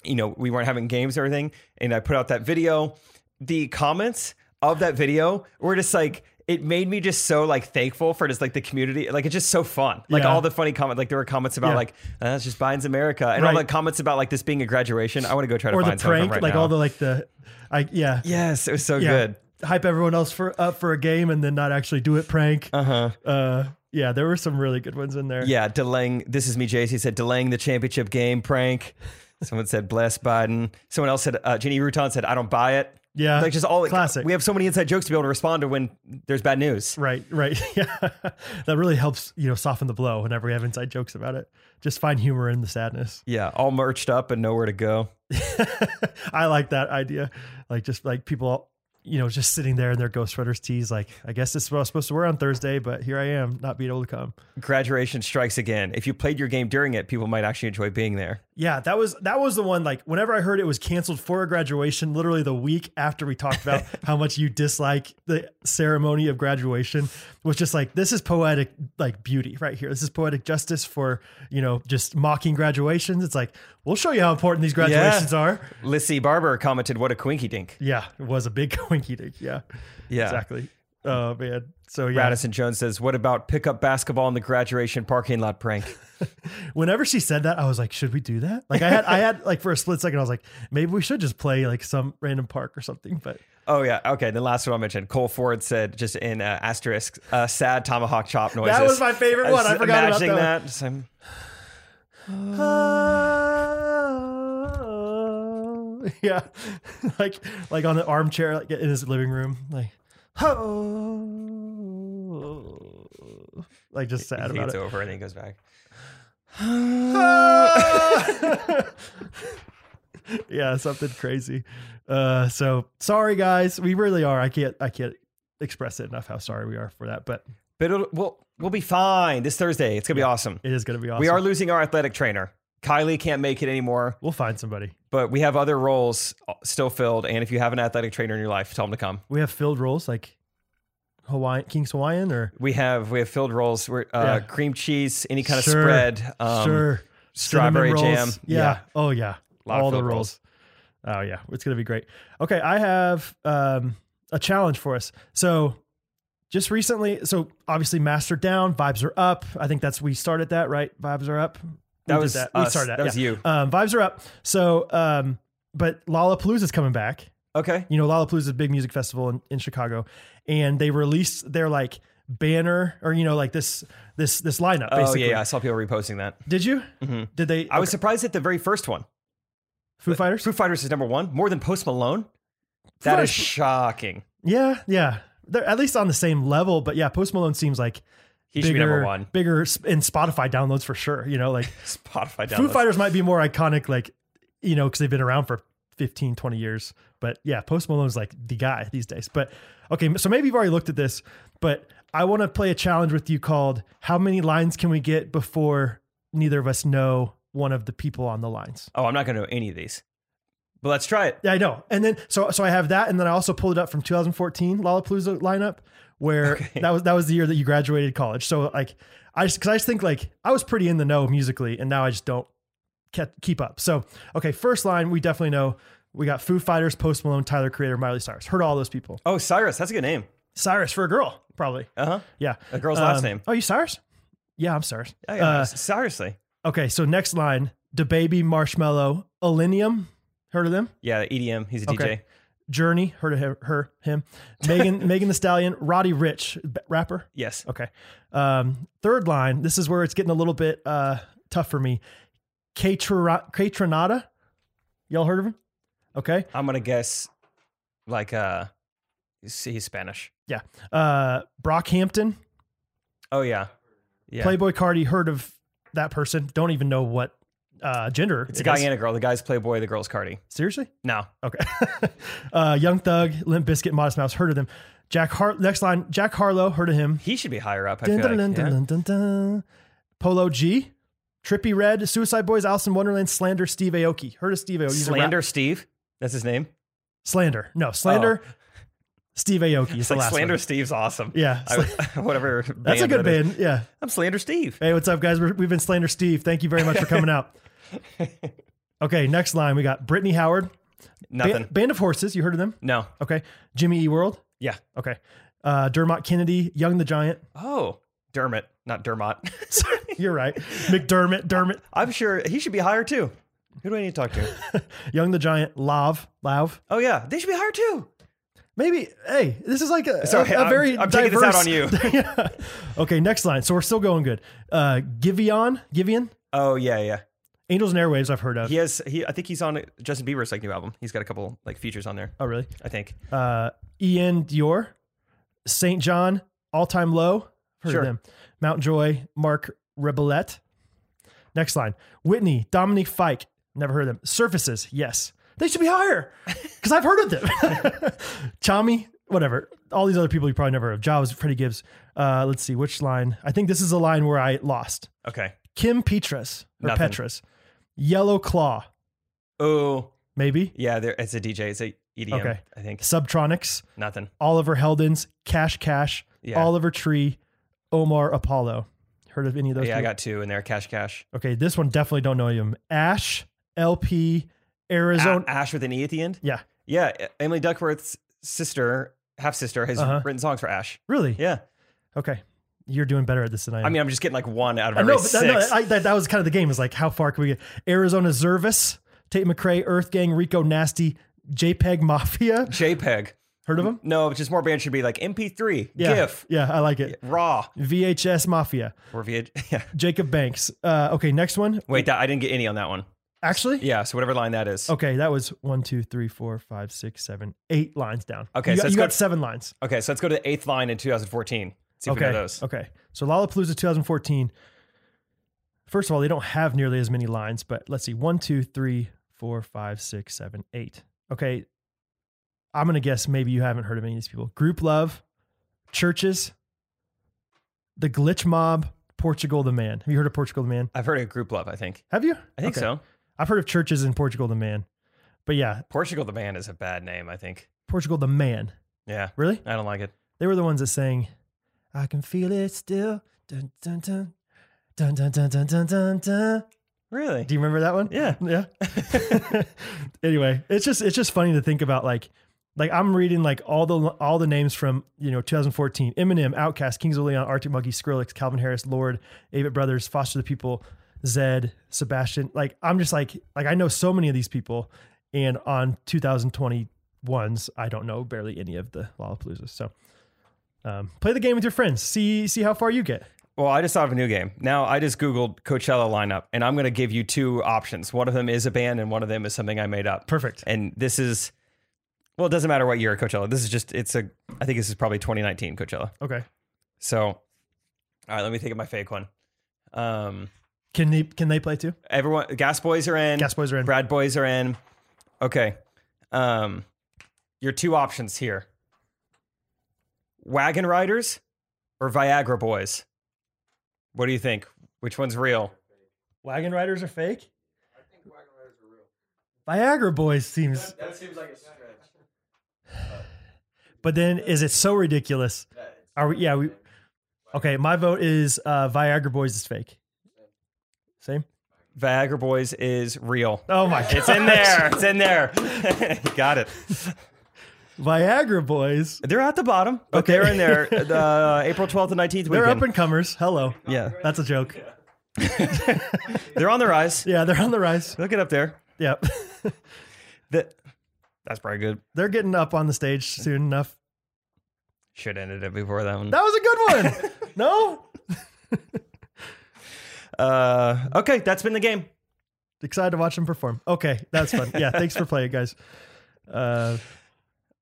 Speaker 1: you know, we weren't having games or everything. And I put out that video. The comments of that video were just like, it made me just so like thankful for just like the community. Like, it's just so fun. Like,
Speaker 2: Yeah.
Speaker 1: all the funny comments. Like, there were comments about
Speaker 2: Yeah.
Speaker 1: like, that's just Biden's America. And all
Speaker 2: Right.
Speaker 1: the comments about like this being a graduation. I want to go try to
Speaker 2: or the
Speaker 1: find some of them
Speaker 2: prank,
Speaker 1: right
Speaker 2: like
Speaker 1: now.
Speaker 2: all the like the, I yeah,
Speaker 1: Yes, it was so
Speaker 2: yeah,
Speaker 1: good.
Speaker 2: hype everyone else for up for a game and then not actually do it prank.
Speaker 1: Uh huh.
Speaker 2: Uh, yeah, there were some really good ones in there.
Speaker 1: Yeah, delaying. This is me, Jace. He said delaying the championship game prank. Someone said bless Biden. Someone else said uh, Jenny Rutan said I don't buy it.
Speaker 2: yeah,
Speaker 1: Like just all like,
Speaker 2: classic.
Speaker 1: We have so many inside jokes to be able to respond to when there's bad news.
Speaker 2: right, right. Yeah, that really helps you know soften the blow whenever we have inside jokes about it. Just find humor in the sadness.
Speaker 1: Yeah, all merged up and nowhere to go.
Speaker 2: I like that idea. Like just like people. You know, just sitting there in their Ghost Riders tees, like, I guess this is what I was supposed to wear on Thursday, but here I am, not being able to come.
Speaker 1: Graduation strikes again. If you played your game during it, people might actually enjoy being there.
Speaker 2: Yeah, that was that was the one. Like whenever I heard it was canceled for a graduation, literally the week after we talked about how much you dislike the ceremony of graduation, was just like this is poetic like beauty right here. This is poetic justice for you know just mocking graduations. It's like we'll show you how important these graduations are.
Speaker 1: Lissy Barber commented, "What a quinky dink."
Speaker 2: Yeah, it was a big coinky dink. Yeah,
Speaker 1: Yeah,
Speaker 2: exactly. Oh man. So yeah.
Speaker 1: Radisson Jones says, "What about pick up basketball in the graduation parking lot prank?"
Speaker 2: Whenever she said that, I was like, should we do that? Like I had I had like for a split second, I was like, maybe we should just play like some random park or something. But
Speaker 1: Oh yeah, okay. The last one I'll mention. Cole Ford said, just in uh, asterisk, uh, sad tomahawk chop noises.
Speaker 2: that was my favorite one. I
Speaker 1: was
Speaker 2: forgot about
Speaker 1: imagining
Speaker 2: that. one.
Speaker 1: that. Just, um,
Speaker 2: yeah, like like on the armchair, like in his living room, like oh, like just sad
Speaker 1: he
Speaker 2: about
Speaker 1: gets
Speaker 2: it.
Speaker 1: over and then he goes back.
Speaker 2: yeah, something crazy. Uh, so sorry, guys. We really are. I can't. I can't express it enough how sorry we are for that. But
Speaker 1: But it'll, we'll we'll be fine this Thursday. It's gonna be awesome.
Speaker 2: it is gonna be awesome.
Speaker 1: We are losing our athletic trainer. Kylie can't make it anymore,
Speaker 2: We'll find somebody.
Speaker 1: but we have other roles uh, still filled. And if you have an athletic trainer in your life, tell them to come.
Speaker 2: We have filled roles like Hawaiian King's Hawaiian or
Speaker 1: We have we have filled roles. We're, uh,
Speaker 2: Yeah.
Speaker 1: cream cheese, any kind
Speaker 2: Sure.
Speaker 1: of spread. Um,
Speaker 2: sure
Speaker 1: strawberry
Speaker 2: Cinnamon
Speaker 1: jam.
Speaker 2: rolls. Yeah. Oh yeah.
Speaker 1: Lot of
Speaker 2: All the
Speaker 1: filled
Speaker 2: rolls. Oh yeah. It's gonna be great. Okay, I have um, a challenge for us. So just recently, so obviously master down, vibes are up. I think that's we started that right. Vibes are up. We
Speaker 1: That
Speaker 2: did
Speaker 1: was
Speaker 2: that.
Speaker 1: us.
Speaker 2: We started that.
Speaker 1: That was
Speaker 2: yeah.
Speaker 1: you.
Speaker 2: Um, vibes are up. So, um, but Lollapalooza is coming back
Speaker 1: Okay.
Speaker 2: you know Lollapalooza is a big music festival in, in Chicago and they released their like banner or you know like this this this lineup
Speaker 1: Oh
Speaker 2: basically.
Speaker 1: yeah, yeah, I saw people reposting that.
Speaker 2: Did you?
Speaker 1: Mhm.
Speaker 2: Did they
Speaker 1: I was surprised at the very first one.
Speaker 2: Foo Fighters?
Speaker 1: Foo Fighters is number one, more than Post Malone. That
Speaker 2: Fighters-
Speaker 1: is shocking.
Speaker 2: Yeah, yeah. They're at least on the same level, but yeah, Post Malone seems like
Speaker 1: He
Speaker 2: bigger
Speaker 1: should be number one.
Speaker 2: bigger s- in Spotify downloads for sure, you know, like
Speaker 1: Spotify downloads.
Speaker 2: Foo Fighters might be more iconic like you know cuz they've been around for 15 20 years, but yeah, Post Malone's like the guy these days. But okay, so maybe you've already looked at this, but I want to play a challenge with you called how many lines can we get before neither of us know one of the people on the lines.
Speaker 1: Oh, I'm not going to know any of these. But let's try it.
Speaker 2: Yeah, I know. And then so so I have that, and then I also pulled it up from 2014 Lollapalooza lineup, where that was that was the year that you graduated college. So like I just because I just think like I was pretty in the know musically, and now I just don't kept, keep up. So okay, first line we definitely know we got Foo Fighters, Post Malone, Tyler Creator, Miley Cyrus. Heard all those people.
Speaker 1: Oh, Cyrus. That's a good name.
Speaker 2: Cyrus for a girl, probably.
Speaker 1: Uh huh.
Speaker 2: Yeah,
Speaker 1: A girl's last
Speaker 2: Um,
Speaker 1: name.
Speaker 2: Oh, you Cyrus? Yeah, I'm Cyrus.
Speaker 1: Oh, yeah,
Speaker 2: uh,
Speaker 1: seriously.
Speaker 2: Okay, so next line: the baby Marshmallow, Illenium. Heard of them?
Speaker 1: Yeah, EDM. He's a
Speaker 2: okay.
Speaker 1: DJ.
Speaker 2: Journey, heard of her, her him, Megan, Megan the Stallion, Roddy Rich, b- rapper.
Speaker 1: Yes.
Speaker 2: Okay. Um, third line. This is where it's getting a little bit uh, tough for me. K Tronada. Y'all heard of him? Okay.
Speaker 1: I'm going to guess like uh he's he's Spanish.
Speaker 2: Uh, Brockhampton,
Speaker 1: Oh yeah. Yeah.
Speaker 2: Playboy Cardi. Heard of that person? Don't even know what uh, gender.
Speaker 1: it's a
Speaker 2: it
Speaker 1: guy
Speaker 2: is.
Speaker 1: and a girl. The guy's Playboy, the girl's Cardi.
Speaker 2: Seriously?
Speaker 1: No.
Speaker 2: Okay. uh, Young Thug, Limp Biscuit, Modest Mouse. Heard of them? Jack Hart. Next line. Jack Harlow. Heard of him?
Speaker 1: He should be higher up. I
Speaker 2: Dun,
Speaker 1: feel
Speaker 2: dun, dun,
Speaker 1: like.
Speaker 2: dun,
Speaker 1: yeah.
Speaker 2: dun, dun, dun. Polo G, Trippy Red, Suicide Boys, Alice in Wonderland, Slander, Steve Aoki. Heard of Steve Aoki? He's a rap-
Speaker 1: Slander Steve. That's his name.
Speaker 2: Slander. No, Slander, Steve Aoki. Is
Speaker 1: Oh. It's
Speaker 2: the
Speaker 1: like
Speaker 2: last
Speaker 1: Slander
Speaker 2: one.
Speaker 1: Steve's awesome.
Speaker 2: Yeah.
Speaker 1: I- whatever.
Speaker 2: That's a
Speaker 1: band
Speaker 2: good
Speaker 1: that is.
Speaker 2: band. Yeah.
Speaker 1: I'm Slander Steve.
Speaker 2: Hey, what's up, guys? We're, we've been Slander Steve. Thank you very much for coming out. Okay, next line. We got Brittany Howard, Ba-
Speaker 1: Nothing.
Speaker 2: Band of Horses. You heard of them?
Speaker 1: No.
Speaker 2: Okay. Jimmy E. World.
Speaker 1: Yeah.
Speaker 2: Okay. Uh, Dermot Kennedy, Young the Giant.
Speaker 1: Oh, Dermot, not Dermot.
Speaker 2: You're right. McDermott, Dermot,
Speaker 1: I'm sure he should be higher too. Who do I need to talk to?
Speaker 2: Young the Giant, Lav, Lav.
Speaker 1: Oh yeah, they should be higher too.
Speaker 2: Maybe, hey, this is like a,
Speaker 1: Sorry,
Speaker 2: a, a
Speaker 1: I'm-
Speaker 2: very
Speaker 1: I'm taking this out on
Speaker 2: diverse- Yeah. Okay, next line. So we're still going good. Uh, Givion, Givion,
Speaker 1: Oh yeah, yeah.
Speaker 2: Angels and Airwaves. I've heard of.
Speaker 1: He has. He. I think he's on Justin Bieber's like new album. He's got a couple like features on there.
Speaker 2: Oh, really?
Speaker 1: I think.
Speaker 2: Uh, Ian Dior, Saint John, All Time Low. Heard
Speaker 1: Sure.
Speaker 2: of them. Mount Joy, Mark Rebellette. Next line. Whitney, Dominique Fike. Never heard of them. Surfaces, yes. They should be higher because I've heard of them. Chami, whatever. All these other people you probably never heard of. Jaws, Freddie Gibbs. Uh, let's see which line. I think this is the line where I lost.
Speaker 1: Okay.
Speaker 2: Kim Petras or
Speaker 1: Nothing.
Speaker 2: Petras. Yellow Claw,
Speaker 1: Oh
Speaker 2: maybe.
Speaker 1: yeah, there. It's a DJ. It's a EDM.
Speaker 2: Okay.
Speaker 1: I think
Speaker 2: Subtronics.
Speaker 1: nothing.
Speaker 2: Oliver Heldens, Cash Cash,
Speaker 1: Yeah.
Speaker 2: Oliver Tree, Omar Apollo. Heard of any of those?
Speaker 1: yeah, I
Speaker 2: people?
Speaker 1: got two in there. Cash, cash.
Speaker 2: okay, this one definitely don't know him. Ash, LP, Arizona.
Speaker 1: A- Ash with an E at the end.
Speaker 2: Yeah.
Speaker 1: Yeah. Emily Duckworth's sister half sister, has
Speaker 2: Uh-huh.
Speaker 1: written songs for Ash.
Speaker 2: Really?
Speaker 1: Yeah.
Speaker 2: Okay. You're doing better at this than I am.
Speaker 1: I mean, I'm just getting like one out of
Speaker 2: I
Speaker 1: every
Speaker 2: know, but
Speaker 1: six.
Speaker 2: that, no, I, that, that was kind of the game. Is like, how far can we get? Arizona Zervis, Tate McRae, Earth Gang, Rico Nasty, JPEG Mafia.
Speaker 1: JPEG.
Speaker 2: Heard of them?
Speaker 1: No, just more bands should be like MP3,
Speaker 2: Yeah.
Speaker 1: GIF,
Speaker 2: Yeah, I like it.
Speaker 1: RAW,
Speaker 2: VHS Mafia,
Speaker 1: or VH. Yeah.
Speaker 2: Jacob Banks. Uh, okay, next one.
Speaker 1: Wait, that, I didn't get any on that one.
Speaker 2: Actually,
Speaker 1: Yeah, so whatever line that is.
Speaker 2: okay, that was one, two, three, four, five, six, seven, eight lines down.
Speaker 1: Okay,
Speaker 2: you
Speaker 1: so
Speaker 2: got,
Speaker 1: let's
Speaker 2: you
Speaker 1: go
Speaker 2: got
Speaker 1: to-
Speaker 2: seven lines.
Speaker 1: Okay, so let's go to the eighth line in 2014. See if
Speaker 2: okay.
Speaker 1: we know those.
Speaker 2: Okay. So Lollapalooza 2014. First of all, they don't have nearly as many lines, but let's see. One, two, three, four, five, six, seven, eight. Okay. I'm gonna guess maybe you haven't heard of any of these people. Group Love, Churches, The Glitch Mob, Portugal the Man. Have you heard of Portugal the Man?
Speaker 1: I've heard of Group Love, I think.
Speaker 2: Have you?
Speaker 1: I think
Speaker 2: Okay.
Speaker 1: so.
Speaker 2: I've heard of Churches and Portugal the Man. But yeah,
Speaker 1: Portugal the Man is a bad name, I think.
Speaker 2: Portugal the Man.
Speaker 1: Yeah,
Speaker 2: Really?
Speaker 1: I don't like it.
Speaker 2: They were the ones that sang, I can feel it still. Dun, dun, dun. Dun, dun, dun, dun, dun, dun, dun.
Speaker 1: Really?
Speaker 2: Do you remember that one?
Speaker 1: Yeah.
Speaker 2: Yeah. anyway, it's just it's just funny to think about like like I'm reading like all the all the names from, you know, 2014. Eminem, Outkast, Kings of Leon, Arctic Monkey, Skrillex, Calvin Harris, Lord, Avett Brothers, Foster the People, Zed, Sebastian. Like I'm just like like I know so many of these people and on 2021's I don't know barely any of the Lollapaloozas. So um, play the game with your friends. See see how far you get.
Speaker 1: Well, I just thought of a new game. Now I just Googled Coachella lineup, and I'm going to give you two options. One of them is a band, and one of them is something I made up.
Speaker 2: Perfect.
Speaker 1: And this is, well, it doesn't matter what year Coachella. This is just, it's a, I think this is probably 2019 Coachella.
Speaker 2: Okay.
Speaker 1: So, all right, let me think of my fake one. Um,
Speaker 2: Can they can they play too?
Speaker 1: everyone, Gas Boys are in.
Speaker 2: Gas Boys are in.
Speaker 1: Brad Boys are in. Okay. Um, your two options here Wagon Riders or Viagra Boys? What do you think? Which one's real?
Speaker 2: Wagon riders are fake? I think wagon riders are real. Viagra Boys seems.
Speaker 3: That seems like a stretch.
Speaker 2: But then is it so ridiculous? Are we, yeah, we. Okay, my vote is uh, Viagra Boys is fake. Same?
Speaker 1: Viagra Boys is real.
Speaker 2: Oh my God.
Speaker 1: It's in there. It's in there. Got it.
Speaker 2: Viagra Boys.
Speaker 1: They're at the bottom, but
Speaker 2: Okay.
Speaker 1: they're in there. The uh, April 12th and 19th weekend.
Speaker 2: They're up and comers. Hello.
Speaker 1: yeah.
Speaker 2: That's a joke.
Speaker 1: They're on the rise.
Speaker 2: Yeah, they're on the rise.
Speaker 1: Look it up there.
Speaker 2: Yep.
Speaker 1: That that's probably good.
Speaker 2: they're getting up on the stage soon enough.
Speaker 1: Should ended it before that one.
Speaker 2: That was a good one. no?
Speaker 1: Uh, okay, that's been the game.
Speaker 2: Excited to watch them perform. Okay, that's fun. Yeah, thanks for playing, guys. Uh,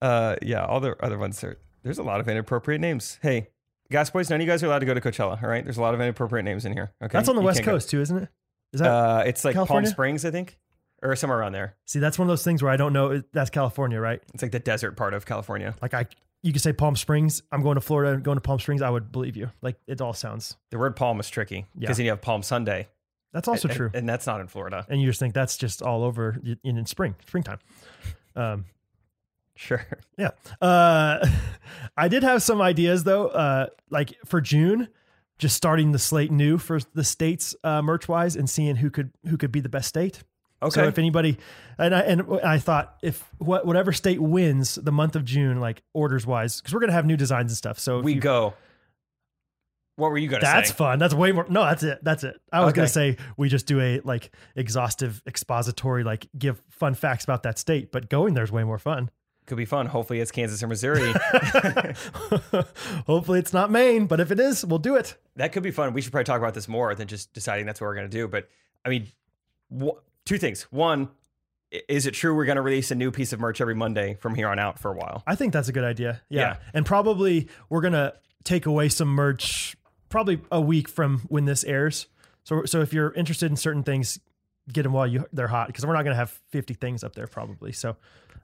Speaker 1: Uh, yeah, all the other ones are. There's a lot of inappropriate names. Hey, Gas Boys, none of you guys are allowed to go to Coachella. All right, there's a lot of inappropriate names in here. Okay,
Speaker 2: that's on the
Speaker 1: You
Speaker 2: West
Speaker 1: can't go.
Speaker 2: Coast, too, isn't it? Is that
Speaker 1: Uh, it's like
Speaker 2: California?
Speaker 1: Palm Springs, I think, or somewhere around there.
Speaker 2: See, that's one of those things where I don't know. That's California, right?
Speaker 1: It's like the desert part of California.
Speaker 2: Like I, you could say Palm Springs. I'm going to Florida. Going to Palm Springs. I would believe you. Like it all sounds.
Speaker 1: The word palm is tricky
Speaker 2: Yeah.
Speaker 1: because then you have Palm Sunday.
Speaker 2: That's also
Speaker 1: and,
Speaker 2: true.
Speaker 1: and that's not in Florida.
Speaker 2: And you just think that's just all over in, in spring, springtime. Um,
Speaker 1: Sure.
Speaker 2: yeah. Uh, I did have some ideas though. Uh, like for June, just starting the slate new for the states uh, merch wise and seeing who could who could be the best state.
Speaker 1: Okay.
Speaker 2: So if anybody, and I and I thought if what whatever state wins the month of June, like orders wise, because we're gonna have new designs and stuff. So if
Speaker 1: we
Speaker 2: you-
Speaker 1: go. What were you gonna
Speaker 2: That's
Speaker 1: say?
Speaker 2: fun. That's way more. No, that's it. That's it. I was gonna
Speaker 1: Okay.
Speaker 2: say we just do a like exhaustive expository, like give fun facts about that state, but going there's way more fun.
Speaker 1: Could be fun. Hopefully, it's Kansas or Missouri.
Speaker 2: Hopefully it's not Maine, but if it is, we'll do it.
Speaker 1: that could be fun. We should probably talk about this more than just deciding that's what we're going to do. But I mean, wh- two things. One, i- is it true we're going to release a new piece of merch every Monday from here on out for a while?
Speaker 2: I think that's a good idea. Yeah.
Speaker 1: Yeah.
Speaker 2: And probably we're going to take away some merch probably a week from when this airs. So so if you're interested in certain things, get them while you they're hot because we're not going to have 50 things up there probably. So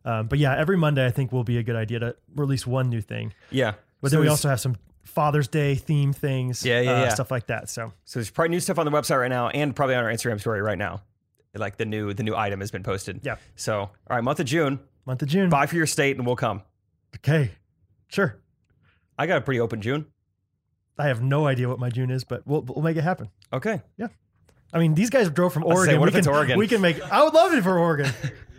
Speaker 2: um, but yeah, every Monday I think will be a good idea to release one new thing.
Speaker 1: Yeah.
Speaker 2: But
Speaker 1: so
Speaker 2: then we
Speaker 1: there's-
Speaker 2: also have some Father's Day theme things,
Speaker 1: Yeah, yeah,
Speaker 2: uh,
Speaker 1: yeah.
Speaker 2: stuff like that. So
Speaker 1: so there's probably new stuff on the website right now, and probably on our Instagram story right now. Like the new the new item has been posted.
Speaker 2: Yeah.
Speaker 1: So all right, month of June,
Speaker 2: month of June.
Speaker 1: buy for your state, and we'll come.
Speaker 2: Okay, sure.
Speaker 1: I got a pretty open June.
Speaker 2: I have no idea what my June is, but we'll we'll make it happen.
Speaker 1: Okay.
Speaker 2: I mean, these guys drove from
Speaker 1: was gonna
Speaker 2: Oregon.
Speaker 1: say, what
Speaker 2: we
Speaker 1: if
Speaker 2: can,
Speaker 1: it's Oregon?
Speaker 2: We can make. I would love it for Oregon.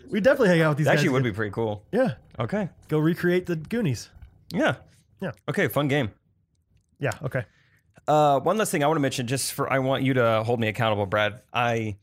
Speaker 2: We definitely hang out with these
Speaker 1: That
Speaker 2: guys.
Speaker 1: actually would be pretty cool.
Speaker 2: Yeah,
Speaker 1: Okay.
Speaker 2: go recreate the Goonies.
Speaker 1: Yeah.
Speaker 2: Yeah.
Speaker 1: Okay. Fun game.
Speaker 2: Yeah. Okay.
Speaker 1: Uh, one last thing I want to mention, just for I want you to hold me accountable, Brad. I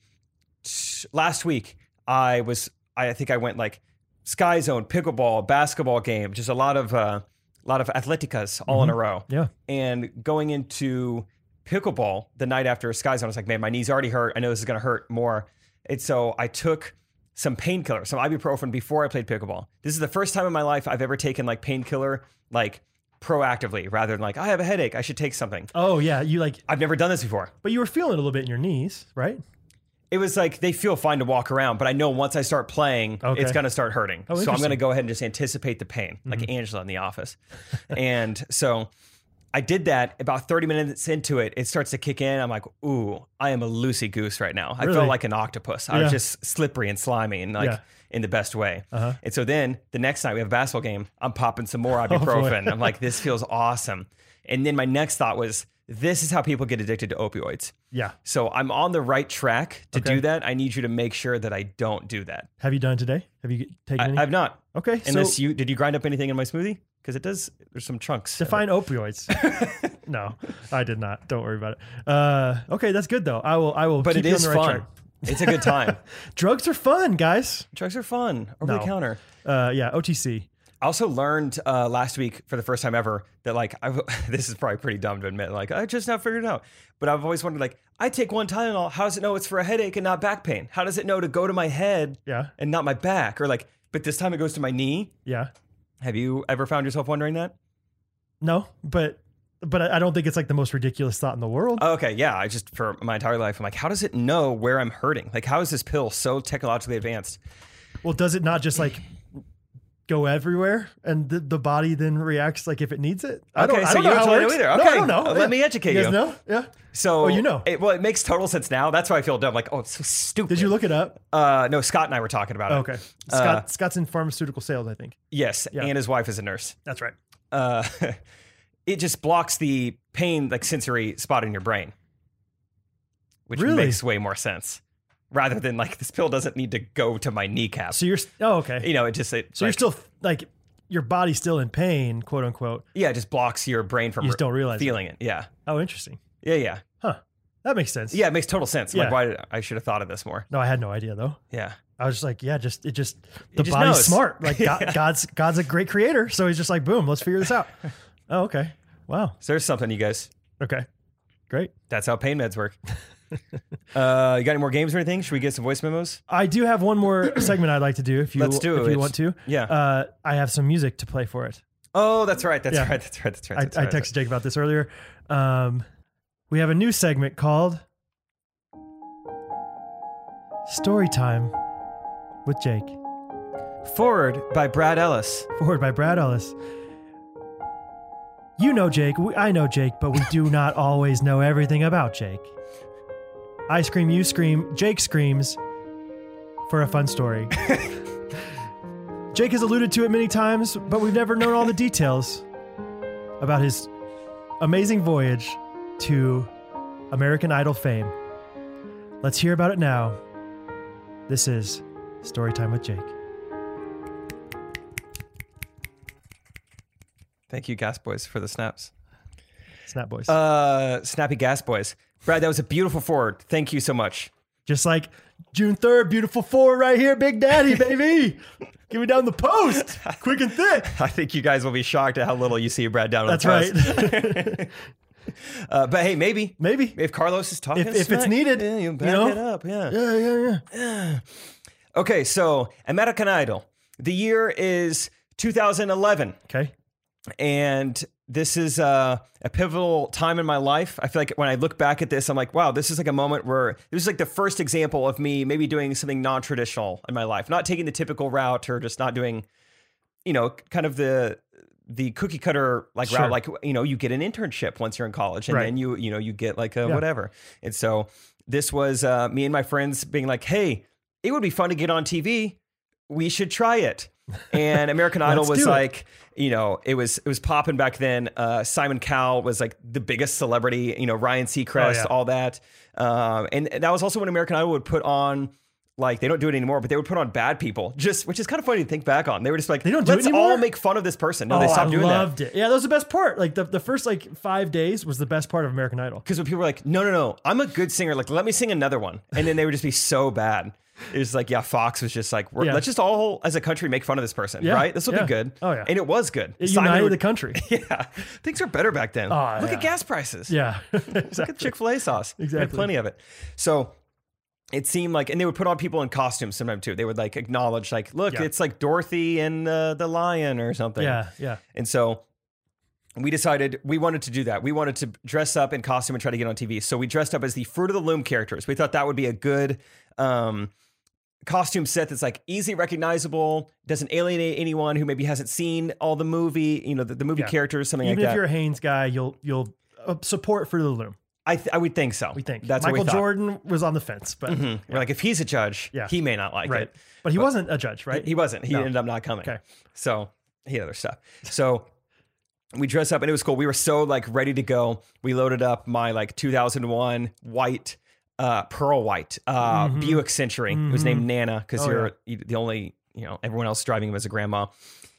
Speaker 1: last week I was I think I went like Sky Zone, pickleball, basketball game, just a lot of uh, lot of atleticas all in a row.
Speaker 2: Yeah.
Speaker 1: And going into pickleball the night after Sky Zone, I was like, man, my knees already hurt. I know this is gonna hurt more. And so I took some painkiller, some ibuprofen before I played pickleball. This is the first time in my life I've ever taken like painkiller like proactively rather than like I have a headache, I should take something.
Speaker 2: Oh yeah. You like,
Speaker 1: I've never done this before.
Speaker 2: but you were feeling a little bit in your knees, right?
Speaker 1: It was like they feel fine to walk around, but I know once I start playing,
Speaker 2: Okay.
Speaker 1: it's going to start hurting.
Speaker 2: Oh,
Speaker 1: so I'm going to
Speaker 2: interesting. Mm-hmm.
Speaker 1: go ahead and just anticipate the pain, like Angela in the office. and so I did that. About 30 minutes into it, it starts to kick in. I'm like, ooh, I am a loosey goose right now. I
Speaker 2: Really?
Speaker 1: felt like an octopus. I
Speaker 2: Yeah.
Speaker 1: was just slippery and slimy and like
Speaker 2: Yeah.
Speaker 1: in the best way.
Speaker 2: Uh-huh. Oh,
Speaker 1: And so then the next night we have a basketball game. I'm popping some more ibuprofen. I'm like, this feels awesome. And then my next thought was, this is how people get addicted to opioids.
Speaker 2: Yeah.
Speaker 1: So I'm on the right track to
Speaker 2: Okay.
Speaker 1: do that. I need you to make sure that I don't do that.
Speaker 2: Have you done it today? Have you taken
Speaker 1: I,
Speaker 2: any?
Speaker 1: I've not.
Speaker 2: okay. So
Speaker 1: Unless you did you grind up anything in my smoothie? Because it does. There's some chunks. in
Speaker 2: define opioids. no, I did not. Don't worry about it. Uh, okay. That's good though. I will, I will
Speaker 1: it. but
Speaker 2: keep
Speaker 1: it
Speaker 2: you
Speaker 1: is
Speaker 2: on the right
Speaker 1: fun.
Speaker 2: track.
Speaker 1: It's a good time.
Speaker 2: Drugs are fun, guys.
Speaker 1: Drugs are fun over
Speaker 2: No.
Speaker 1: the counter.
Speaker 2: Uh, yeah. OTC.
Speaker 1: I also learned uh, last week for the first time ever that like I've, this is probably pretty dumb to admit. Like I just now figured it out, but I've always wondered like I take one Tylenol. How does it know it's for a headache and not back pain? How does it know to go to my head
Speaker 2: Yeah.
Speaker 1: and not my back? Or like, but this time it goes to my knee.
Speaker 2: Yeah.
Speaker 1: Have you ever found yourself wondering that?
Speaker 2: No, but, but I I don't think it's like the most ridiculous thought in the world.
Speaker 1: Oh, Okay, yeah. I just for my entire life, I'm like, how does it know where I'm hurting? Like, how is this pill so technologically advanced?
Speaker 2: Well, does it not just like go everywhere and the, the body then reacts like if it needs it? I don't,
Speaker 1: Okay,
Speaker 2: I
Speaker 1: so
Speaker 2: don't
Speaker 1: you
Speaker 2: know
Speaker 1: don't
Speaker 2: how
Speaker 1: totally
Speaker 2: it works.
Speaker 1: know either.
Speaker 2: No, I
Speaker 1: Okay, uh,
Speaker 2: don't know.
Speaker 1: let me educate
Speaker 2: you.
Speaker 1: you.
Speaker 2: Guys know? Yeah.
Speaker 1: So,
Speaker 2: Oh, you know.
Speaker 1: it, well, it makes total sense now. That's why I feel dumb. Like, oh, it's so stupid.
Speaker 2: Did you look it up?
Speaker 1: Uh, no, Scott and I were talking about it.
Speaker 2: okay. Scott,
Speaker 1: uh,
Speaker 2: Scott's in pharmaceutical sales, I think.
Speaker 1: Yes,
Speaker 2: Yeah.
Speaker 1: and his wife is a nurse.
Speaker 2: That's right.
Speaker 1: Uh, it just blocks the pain, like sensory spot in your brain, which
Speaker 2: Really?
Speaker 1: makes way more sense. Rather than like this pill doesn't need to go to my kneecap.
Speaker 2: So you're, oh, okay.
Speaker 1: you know, it just it,
Speaker 2: so
Speaker 1: like-
Speaker 2: you're still like, your body's still in pain, quote unquote.
Speaker 1: yeah, it just blocks your brain from
Speaker 2: You just don't realize it.
Speaker 1: feeling it. Yeah,
Speaker 2: Oh, interesting.
Speaker 1: yeah, yeah.
Speaker 2: Huh. That makes sense.
Speaker 1: Yeah, it makes total sense.
Speaker 2: Yeah.
Speaker 1: Like, why did, I should have thought of this more.
Speaker 2: No, I had no idea though.
Speaker 1: Yeah.
Speaker 2: I was just like, yeah, just it just the
Speaker 1: just
Speaker 2: body's
Speaker 1: knows.
Speaker 2: smart. Like God,
Speaker 1: Yeah.
Speaker 2: God's God's a great creator, so he's just like, boom, let's figure this out. oh, okay. Wow.
Speaker 1: So there's something, you guys.
Speaker 2: Okay. Great.
Speaker 1: That's how pain meds work. uh, you got any more games or anything? Should we get some voice memos?
Speaker 2: I do have one more segment I'd like to do if you
Speaker 1: Let's do
Speaker 2: if you
Speaker 1: it.
Speaker 2: want to.
Speaker 1: Yeah.
Speaker 2: Uh, I have some music to play for it.
Speaker 1: Oh, that's right. That's
Speaker 2: Yeah.
Speaker 1: right. That's right. That's right.
Speaker 2: I,
Speaker 1: That's
Speaker 2: I
Speaker 1: right.
Speaker 2: texted Jake about this earlier. Um, we have a new segment called Story Time with Jake.
Speaker 1: Forward by Brad Ellis.
Speaker 2: Forward by Brad Ellis. You know Jake, we, I know Jake, but we do not always know everything about Jake. I scream, you scream, Jake screams for a fun story. Jake has alluded to it many times, but we've never known all the details about his amazing voyage to American Idol fame. Let's hear about it now. This is Storytime with Jake.
Speaker 1: Thank you, Gas Boys, for the snaps.
Speaker 2: Snap Boys.
Speaker 1: Uh, snappy Gas Boys. Brad, that was a beautiful forward. Thank you so much.
Speaker 2: Just like June 3rd, beautiful four right here, Big Daddy, baby. Give me down the post, quick and thick.
Speaker 1: I think you guys will be shocked at how little you see Brad down on
Speaker 2: That's
Speaker 1: the post.
Speaker 2: right.
Speaker 1: Uh, but hey, maybe.
Speaker 2: Maybe.
Speaker 1: If Carlos is talking,
Speaker 2: If- if it's
Speaker 1: smack,
Speaker 2: needed,
Speaker 1: yeah,
Speaker 2: you
Speaker 1: you back
Speaker 2: know?
Speaker 1: it up. Yeah.
Speaker 2: Yeah, yeah, yeah.
Speaker 1: Okay, so American Idol. The year is 2011,
Speaker 2: Okay.
Speaker 1: and this is uh, a pivotal time in my life. I feel like when I look back at this, I'm like, wow, this is like a moment where it was like the first example of me maybe doing something non traditional in my life, not taking the typical route or just not doing, you know, kind of the the cookie cutter like
Speaker 2: Sure.
Speaker 1: route like you know you get an internship once you're in college and
Speaker 2: Right.
Speaker 1: then you you know you get like a
Speaker 2: Yeah.
Speaker 1: whatever and so this was uh, me and my friends being like hey it would be fun to get on tv we should try it and american idol
Speaker 2: Let's
Speaker 1: was
Speaker 2: do it.
Speaker 1: like you know it was it was popping back then uh, simon cowell was like the biggest celebrity you know ryan seacrest
Speaker 2: yeah.
Speaker 1: all that um, and that was also when american idol would put on like they don't do it anymore, but they would put on bad people, just which is kind of funny to think back on. They were just like,
Speaker 2: They don't do it
Speaker 1: let's
Speaker 2: anymore? Oh,
Speaker 1: all make fun of this person. No, Oh, they stopped
Speaker 2: I
Speaker 1: doing that.
Speaker 2: loved it. Yeah, that was the best part. Like the, the first like five days was the best part of American Idol.
Speaker 1: Because when people were like, no, no, no, I'm a good singer. Like, let me sing another one. And then they would just be so bad. It was like, yeah, Fox was just like, we're,
Speaker 2: Yeah.
Speaker 1: let's just all as a country make fun of this person,
Speaker 2: Yeah,
Speaker 1: right? This will
Speaker 2: yeah.
Speaker 1: be good.
Speaker 2: Oh, yeah.
Speaker 1: And it was good.
Speaker 2: It
Speaker 1: Simon
Speaker 2: united
Speaker 1: would-
Speaker 2: the country.
Speaker 1: yeah. Things are better back then.
Speaker 2: Oh,
Speaker 1: Look
Speaker 2: yeah.
Speaker 1: at gas prices.
Speaker 2: Yeah,
Speaker 1: Look at Chick fil A sauce. They had
Speaker 2: Exactly.
Speaker 1: plenty of it. So it seemed like, and they would put on people in costumes sometimes too. They would like acknowledge, like, look,
Speaker 2: Yeah.
Speaker 1: it's like Dorothy and uh, the lion or something.
Speaker 2: yeah, yeah.
Speaker 1: And so we decided we wanted to do that. We wanted to dress up in costume and try to get on TV. So we dressed up as the Fruit of the Loom characters. We thought that would be a good um, costume set that's like easy recognizable, doesn't alienate anyone who maybe hasn't seen all the movie, you know, the, the movie
Speaker 2: Yeah.
Speaker 1: characters, something
Speaker 2: Even
Speaker 1: like
Speaker 2: if
Speaker 1: that.
Speaker 2: you're a Haynes guy, you'll you'll uh, support Fruit of the Loom.
Speaker 1: I, th- I would think so.
Speaker 2: We think
Speaker 1: that's
Speaker 2: Michael
Speaker 1: what we thought.
Speaker 2: Jordan was on the fence, but
Speaker 1: Mhm. We're like, if he's a judge,
Speaker 2: Yeah.
Speaker 1: he may not like
Speaker 2: right,
Speaker 1: it.
Speaker 2: but he wasn't a judge, right?
Speaker 1: He wasn't. He
Speaker 2: No.
Speaker 1: ended up not coming.
Speaker 2: Okay.
Speaker 1: So he had other stuff. So we dressed up and it was cool. We were so like ready to go. We loaded up my like 2001 white, uh, pearl white, uh,
Speaker 2: Mhm.
Speaker 1: Buick Century. It was named Nana because
Speaker 2: Oh,
Speaker 1: you're you- the only, you know, everyone else driving was a grandma.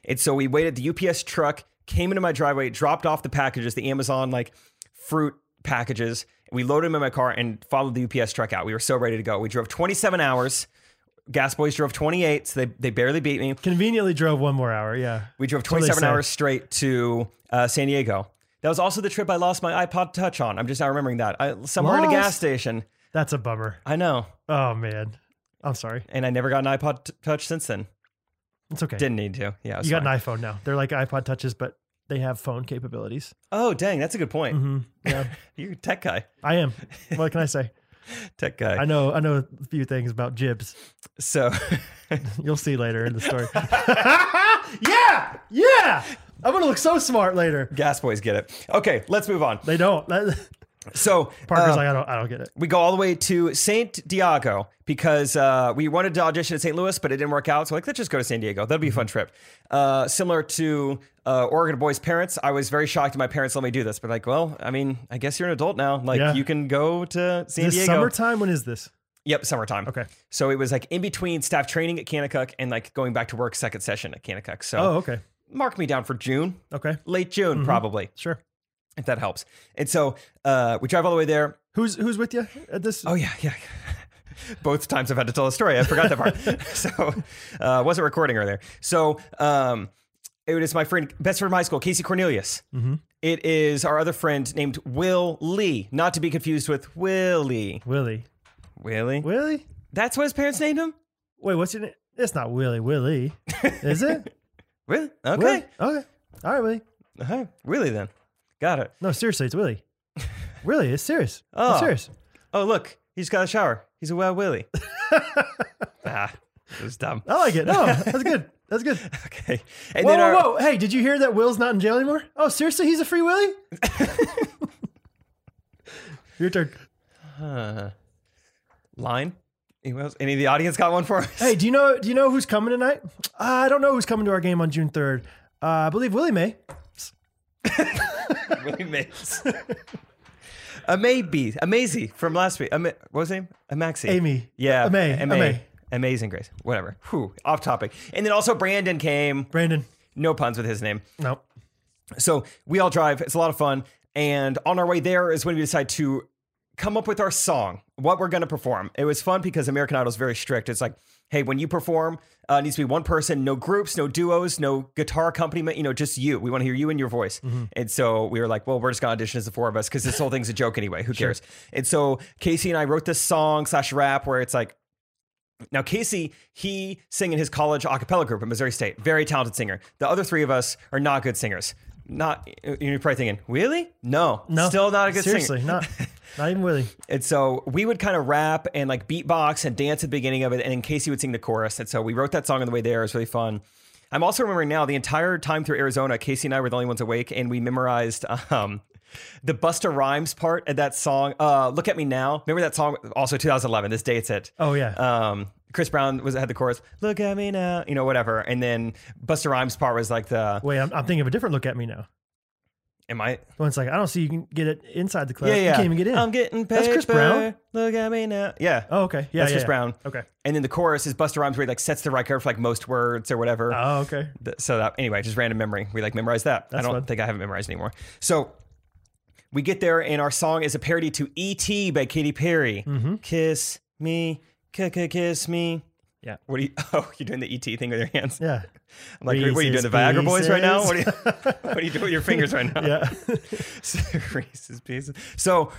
Speaker 1: And so we waited. The UPS truck came into my driveway, dropped off the packages, the Amazon like fruit packages. We loaded them in my car and followed the UPS truck out. We were so ready to go. We drove 27 hours. Gas Boys drove 28, so they, they barely beat me.
Speaker 2: Conveniently drove one more hour. Yeah,
Speaker 1: We drove
Speaker 2: what they
Speaker 1: 27
Speaker 2: say.
Speaker 1: hours straight to uh, San Diego. That was also the trip I lost my iPod Touch on. I'm just now remembering that. I, somewhere in a gas
Speaker 2: Lost?
Speaker 1: station.
Speaker 2: that's a bummer.
Speaker 1: I know.
Speaker 2: Oh man, I'm sorry.
Speaker 1: And I never got an iPod t- Touch since then.
Speaker 2: It's okay.
Speaker 1: Didn't need to. Yeah. it was
Speaker 2: you got
Speaker 1: fine.
Speaker 2: an iPhone now. They're like iPod touches, but they have phone capabilities.
Speaker 1: Oh, dang. That's a good point.
Speaker 2: hmm Yeah,
Speaker 1: You're a tech guy.
Speaker 2: I am. What can I say?
Speaker 1: Tech guy.
Speaker 2: I know. I know a few things about jibs.
Speaker 1: So,
Speaker 2: You'll see later in the story. yeah, yeah. I'm gonna look so smart later.
Speaker 1: gas boys get it. Okay. Let's move on.
Speaker 2: They don't. That-
Speaker 1: So,
Speaker 2: Parker's
Speaker 1: um,
Speaker 2: like, I don't. I don't get it.
Speaker 1: we go all the way to Saint Diego because uh, we wanted to audition at St. Louis, but it didn't work out. So like, let's just go to San Diego. That'll be a
Speaker 2: Mm-hmm.
Speaker 1: fun trip. Uh, similar to uh, Oregon boys' parents, I was very shocked that my parents let me do this. But like, well, I mean, I guess you're an adult now. Like,
Speaker 2: Yeah.
Speaker 1: you can go to San
Speaker 2: This
Speaker 1: Diego.
Speaker 2: summertime. When is this?
Speaker 1: Yep, summertime.
Speaker 2: Okay.
Speaker 1: So it was like in between staff training at Kanakuk and like going back to work second session at Kanakuk. So
Speaker 2: Oh, okay.
Speaker 1: mark me down for June,
Speaker 2: Okay.
Speaker 1: late June probably,
Speaker 2: Sure.
Speaker 1: if that helps. And so uh, we drive all the way there.
Speaker 2: Who's who's with you at this?
Speaker 1: Oh yeah, yeah. Both times I've had to tell a story. I forgot that part. so uh, wasn't recording earlier. So um, it is my friend, best friend from high school, Casey Cornelius.
Speaker 2: Mm-hmm.
Speaker 1: It is our other friend named Will Lee, not to be confused with Willie.
Speaker 2: Willie.
Speaker 1: Willie?
Speaker 2: Willie.
Speaker 1: That's what his parents named him.
Speaker 2: Wait, what's your name? It's not Willie. Willie. Is it?
Speaker 1: Really?
Speaker 2: Willie?
Speaker 1: Okay.
Speaker 2: Okay. All right, Willie.
Speaker 1: Uh-huh. Willie then. Got it.
Speaker 2: No, seriously, it's Willie. Really, it's serious.
Speaker 1: Oh.
Speaker 2: It's serious.
Speaker 1: Oh look, he just got a shower. He's a well Willie. ah, it was dumb.
Speaker 2: I like it. No, that's good. That's good.
Speaker 1: Okay. And
Speaker 2: Oh. Whoa,
Speaker 1: then our-
Speaker 2: whoa, whoa. Hey, did you hear that Will's not in jail anymore? Oh, seriously, he's a free Willie? Your turn.
Speaker 1: Uh, line. Anyone else? Any of the audience got one for us?
Speaker 2: Hey, do you know do you know who's coming tonight? Uh, I don't know who's coming to our game on June third. Uh, I believe Willie May.
Speaker 1: Willie Mays. A maybe, a Maisie from last week. A, Ma- what was his name? A Maxie.
Speaker 2: Amy.
Speaker 1: Yeah.
Speaker 2: A May.
Speaker 1: A
Speaker 2: A
Speaker 1: May.
Speaker 2: May.
Speaker 1: Amazing Grace. Whatever. Whew. Off topic. And then also Brandon came.
Speaker 2: Brandon.
Speaker 1: No puns with his name.
Speaker 2: No.
Speaker 1: So we all drive. It's a lot of fun. And on our way there is when we decide to come up with our song, what we're going to perform. It was fun because American Idol is very strict. It's like, hey, when you perform, uh, it needs to be one person, no groups, no duos, no guitar accompaniment, you know, just you. We want to hear you and your voice.
Speaker 2: Mm-hmm.
Speaker 1: And so we were like, well, we're just going to audition as the four of us because this whole thing's a joke anyway. Who cares? And so Casey and I wrote this song slash rap where it's like, now, Casey, he sang in his college a cappella group at Missouri State. Very talented singer. The other three of us are not good singers. Not uh, you're probably thinking, really? No,
Speaker 2: No.
Speaker 1: still not a good
Speaker 2: Seriously,
Speaker 1: singer.
Speaker 2: not not even Willie.
Speaker 1: And so we would kind of rap and like beatbox and dance at the beginning of it, and then Casey would sing the chorus. And so we wrote that song on the way there. It was really fun. I'm also remembering now the entire time through Arizona, Casey and I were the only ones awake, and we memorized um, the Busta Rhymes part of that song. Uh, Look at me now. Remember that song? Also 2011. This dates it
Speaker 2: Oh yeah.
Speaker 1: um, Chris Brown was had the chorus, "Look at me now," you know, whatever. And then Buster Rhymes' part was like the
Speaker 2: Wait, I'm, I'm thinking of a different look at me now.
Speaker 1: Am I?
Speaker 2: The one's like, I don't see you can get it inside the club.
Speaker 1: yeah, yeah. Um,
Speaker 2: You can't even get in.
Speaker 1: I'm getting paper.
Speaker 2: That's Chris Brown.
Speaker 1: Look at me now. Yeah.
Speaker 2: oh, okay. Yeah,
Speaker 1: That's
Speaker 2: yeah,
Speaker 1: Chris
Speaker 2: yeah.
Speaker 1: Brown.
Speaker 2: Okay.
Speaker 1: And then the chorus is Buster Rhymes where he like sets the record for like most words or whatever.
Speaker 2: Oh, okay.
Speaker 1: Th- so that anyway, just random memory. We like memorized that. I
Speaker 2: That's
Speaker 1: don't
Speaker 2: fun.
Speaker 1: think I have it memorized anymore. So we get there, and our song is a parody to "E.T." by Katy Perry.
Speaker 2: Mm-hmm.
Speaker 1: Kiss me, k- k- kiss me.
Speaker 2: Yeah.
Speaker 1: What are you? Oh, you're doing the "E.T." thing with your hands.
Speaker 2: Yeah.
Speaker 1: I'm like, what are you doing,
Speaker 2: Reese's
Speaker 1: the Viagra Boys right now? What are, you,
Speaker 2: Pieces.
Speaker 1: what are you doing with your fingers right now?
Speaker 2: Yeah.
Speaker 1: Reese's Pieces. So.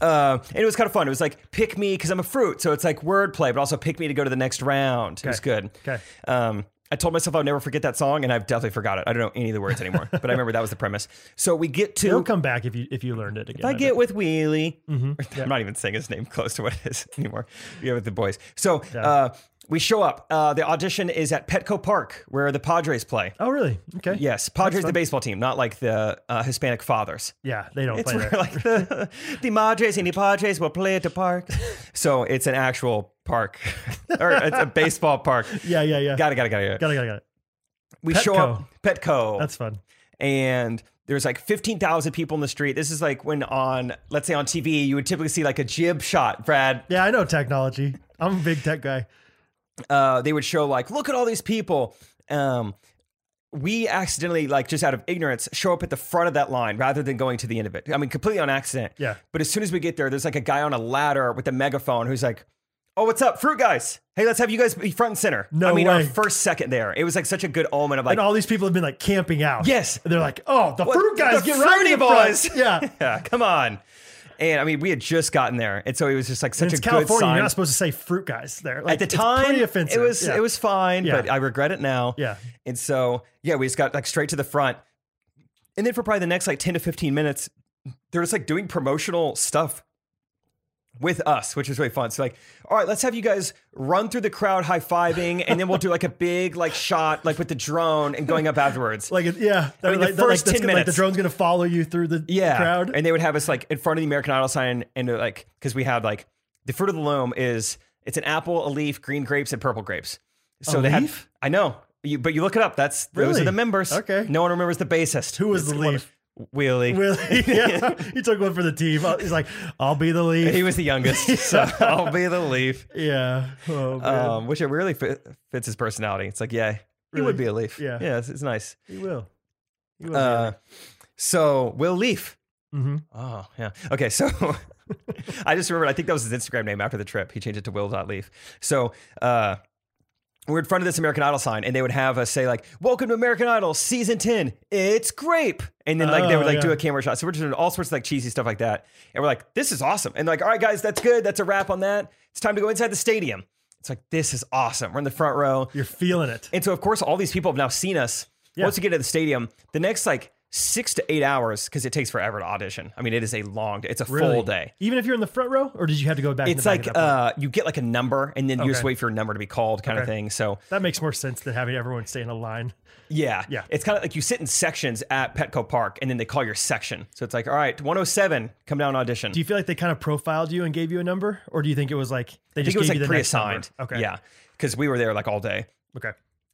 Speaker 1: Uh, and it was kind of fun. It was like pick me because I'm a fruit, so it's like wordplay, but also pick me to go to the next round. It was good.
Speaker 2: Okay.
Speaker 1: Um, I told myself I'd never forget that song, and I've definitely forgot it. I don't know any of the words anymore, but I remember that was the premise. So we get to
Speaker 2: It'll come back if you if you learned it again.
Speaker 1: I get with Wheelie.
Speaker 2: Mm-hmm.
Speaker 1: I'm not even saying his name close to what it is anymore. Yeah, with the boys. So uh, we show up. Uh, the audition is at Petco Park, where the Padres play.
Speaker 2: Oh, really? Okay.
Speaker 1: Yes, Padres, the
Speaker 2: fun.
Speaker 1: baseball team, not like the uh, Hispanic fathers.
Speaker 2: Yeah. They don't
Speaker 1: It's
Speaker 2: play
Speaker 1: where,
Speaker 2: that.
Speaker 1: like the, the Madres and the Padres will play at the park. So it's an actual park, or it's a baseball park.
Speaker 2: Yeah, yeah, yeah.
Speaker 1: Got it, got it, got it. Got it.
Speaker 2: Got it. Got it. Got it.
Speaker 1: We show up Petco.
Speaker 2: That's fun.
Speaker 1: and there's like 15,000 people in the street. This is like when on, let's say on TV, you would typically see like a jib shot, Brad.
Speaker 2: Yeah, I know technology. I'm a big tech guy.
Speaker 1: Uh, they would show like, look at all these people. Um, we accidentally, like just out of ignorance, show up at the front of that line rather than going to the end of it. I mean, completely on accident.
Speaker 2: Yeah.
Speaker 1: But as soon as we get there, there's like a guy on a ladder with a megaphone who's like, Oh, what's up, fruit guys? Hey, let's have you guys be front and center.
Speaker 2: No
Speaker 1: I mean, our
Speaker 2: way.
Speaker 1: first second there, it was like such a good omen of like,
Speaker 2: And all these people have been like camping out.
Speaker 1: Yes.
Speaker 2: And they're like, oh, the
Speaker 1: What-
Speaker 2: fruit guys
Speaker 1: the
Speaker 2: get right
Speaker 1: fruity
Speaker 2: in the front.
Speaker 1: boys.
Speaker 2: Yeah.
Speaker 1: yeah, come on. And I mean, we had just gotten there, and so it was just like
Speaker 2: And
Speaker 1: such
Speaker 2: it's
Speaker 1: a good
Speaker 2: California.
Speaker 1: sign.
Speaker 2: You're not supposed to say fruit guys there. Like,
Speaker 1: At the
Speaker 2: it's
Speaker 1: time,
Speaker 2: pretty offensive.
Speaker 1: it was
Speaker 2: Yeah.
Speaker 1: it was fine,
Speaker 2: Yeah.
Speaker 1: but I regret it now.
Speaker 2: Yeah.
Speaker 1: And so yeah, we just got like straight to the front, and then for probably the next like ten to fifteen minutes, they're just like doing promotional stuff with us, which is really fun. So like, all right, let's have you guys run through the crowd high fiving, and then we'll do like a big like shot like with the drone and going up afterwards.
Speaker 2: Like, it- yeah.
Speaker 1: I mean, the
Speaker 2: like, they're like,
Speaker 1: first
Speaker 2: that's
Speaker 1: 10
Speaker 2: gonna- like, the
Speaker 1: minutes.
Speaker 2: drone's going to follow you through the
Speaker 1: yeah.
Speaker 2: crowd.
Speaker 1: And they would have us like in front of the American Idol sign and uh, like because we had like the fruit of the loom is it's an apple, a leaf, green grapes, and purple grapes. So
Speaker 2: A
Speaker 1: they had
Speaker 2: leaf?
Speaker 1: I know. You, but you look it up. That's those
Speaker 2: Really?
Speaker 1: are the members.
Speaker 2: Okay.
Speaker 1: No one remembers the bassist.
Speaker 2: Who was the
Speaker 1: It's one-
Speaker 2: leaf?
Speaker 1: Willie.
Speaker 2: Really? Yeah. he took one for the team. He's like, I'll be the lead.
Speaker 1: He was the youngest. So I'll be the leaf.
Speaker 2: yeah. Oh, man.
Speaker 1: Um, which it really fit, fits his personality. It's like, yeah, he
Speaker 2: Really?
Speaker 1: would be a leaf.
Speaker 2: Yeah.
Speaker 1: Yeah, it's, it's nice.
Speaker 2: he will. He will.
Speaker 1: Uh, so Will Leaf.
Speaker 2: mm-hmm.
Speaker 1: Oh, yeah. Okay, so I just remembered, I think that was his Instagram name after the trip. He changed it to will.leaf. So uh, we're in front of this American Idol sign, and they would have us say, like, Welcome to American Idol season 10. It's grape. And then, like, they
Speaker 2: Oh,
Speaker 1: would, like, do
Speaker 2: yeah.
Speaker 1: a camera shot. So we're just doing all sorts of, like, cheesy stuff like that. And we're like, This is awesome. And, like, all right, guys, that's good. That's a wrap on that. It's time to go inside the stadium. It's like, This is awesome. We're in the front row.
Speaker 2: You're feeling it.
Speaker 1: And so, of course, all these people have now seen us.
Speaker 2: Yeah.
Speaker 1: Once you get to the stadium, the next like six to eight hours, because it takes forever to audition. I mean, it is a long day. It's a full
Speaker 2: Really.
Speaker 1: day.
Speaker 2: Even if you're in the front row, or did you have to go back? in
Speaker 1: It's
Speaker 2: the back
Speaker 1: like
Speaker 2: at that point?
Speaker 1: uh, you get like a number, and then you just
Speaker 2: Okay.
Speaker 1: wait for your number to be called, kind of
Speaker 2: Okay.
Speaker 1: thing. So
Speaker 2: that makes more sense than having everyone stay in a line.
Speaker 1: yeah,
Speaker 2: Yeah.
Speaker 1: It's kind of like you sit in sections at Petco Park, and then they call your section. So it's like, all right, 107, come down and audition.
Speaker 2: Do you feel like they kind of profiled you and gave you a number, or do you think it was like they
Speaker 1: I think
Speaker 2: just
Speaker 1: it was
Speaker 2: gave
Speaker 1: like
Speaker 2: you the next number?
Speaker 1: pre-assigned.
Speaker 2: Okay.
Speaker 1: yeah, because we were there like all day.
Speaker 2: Okay.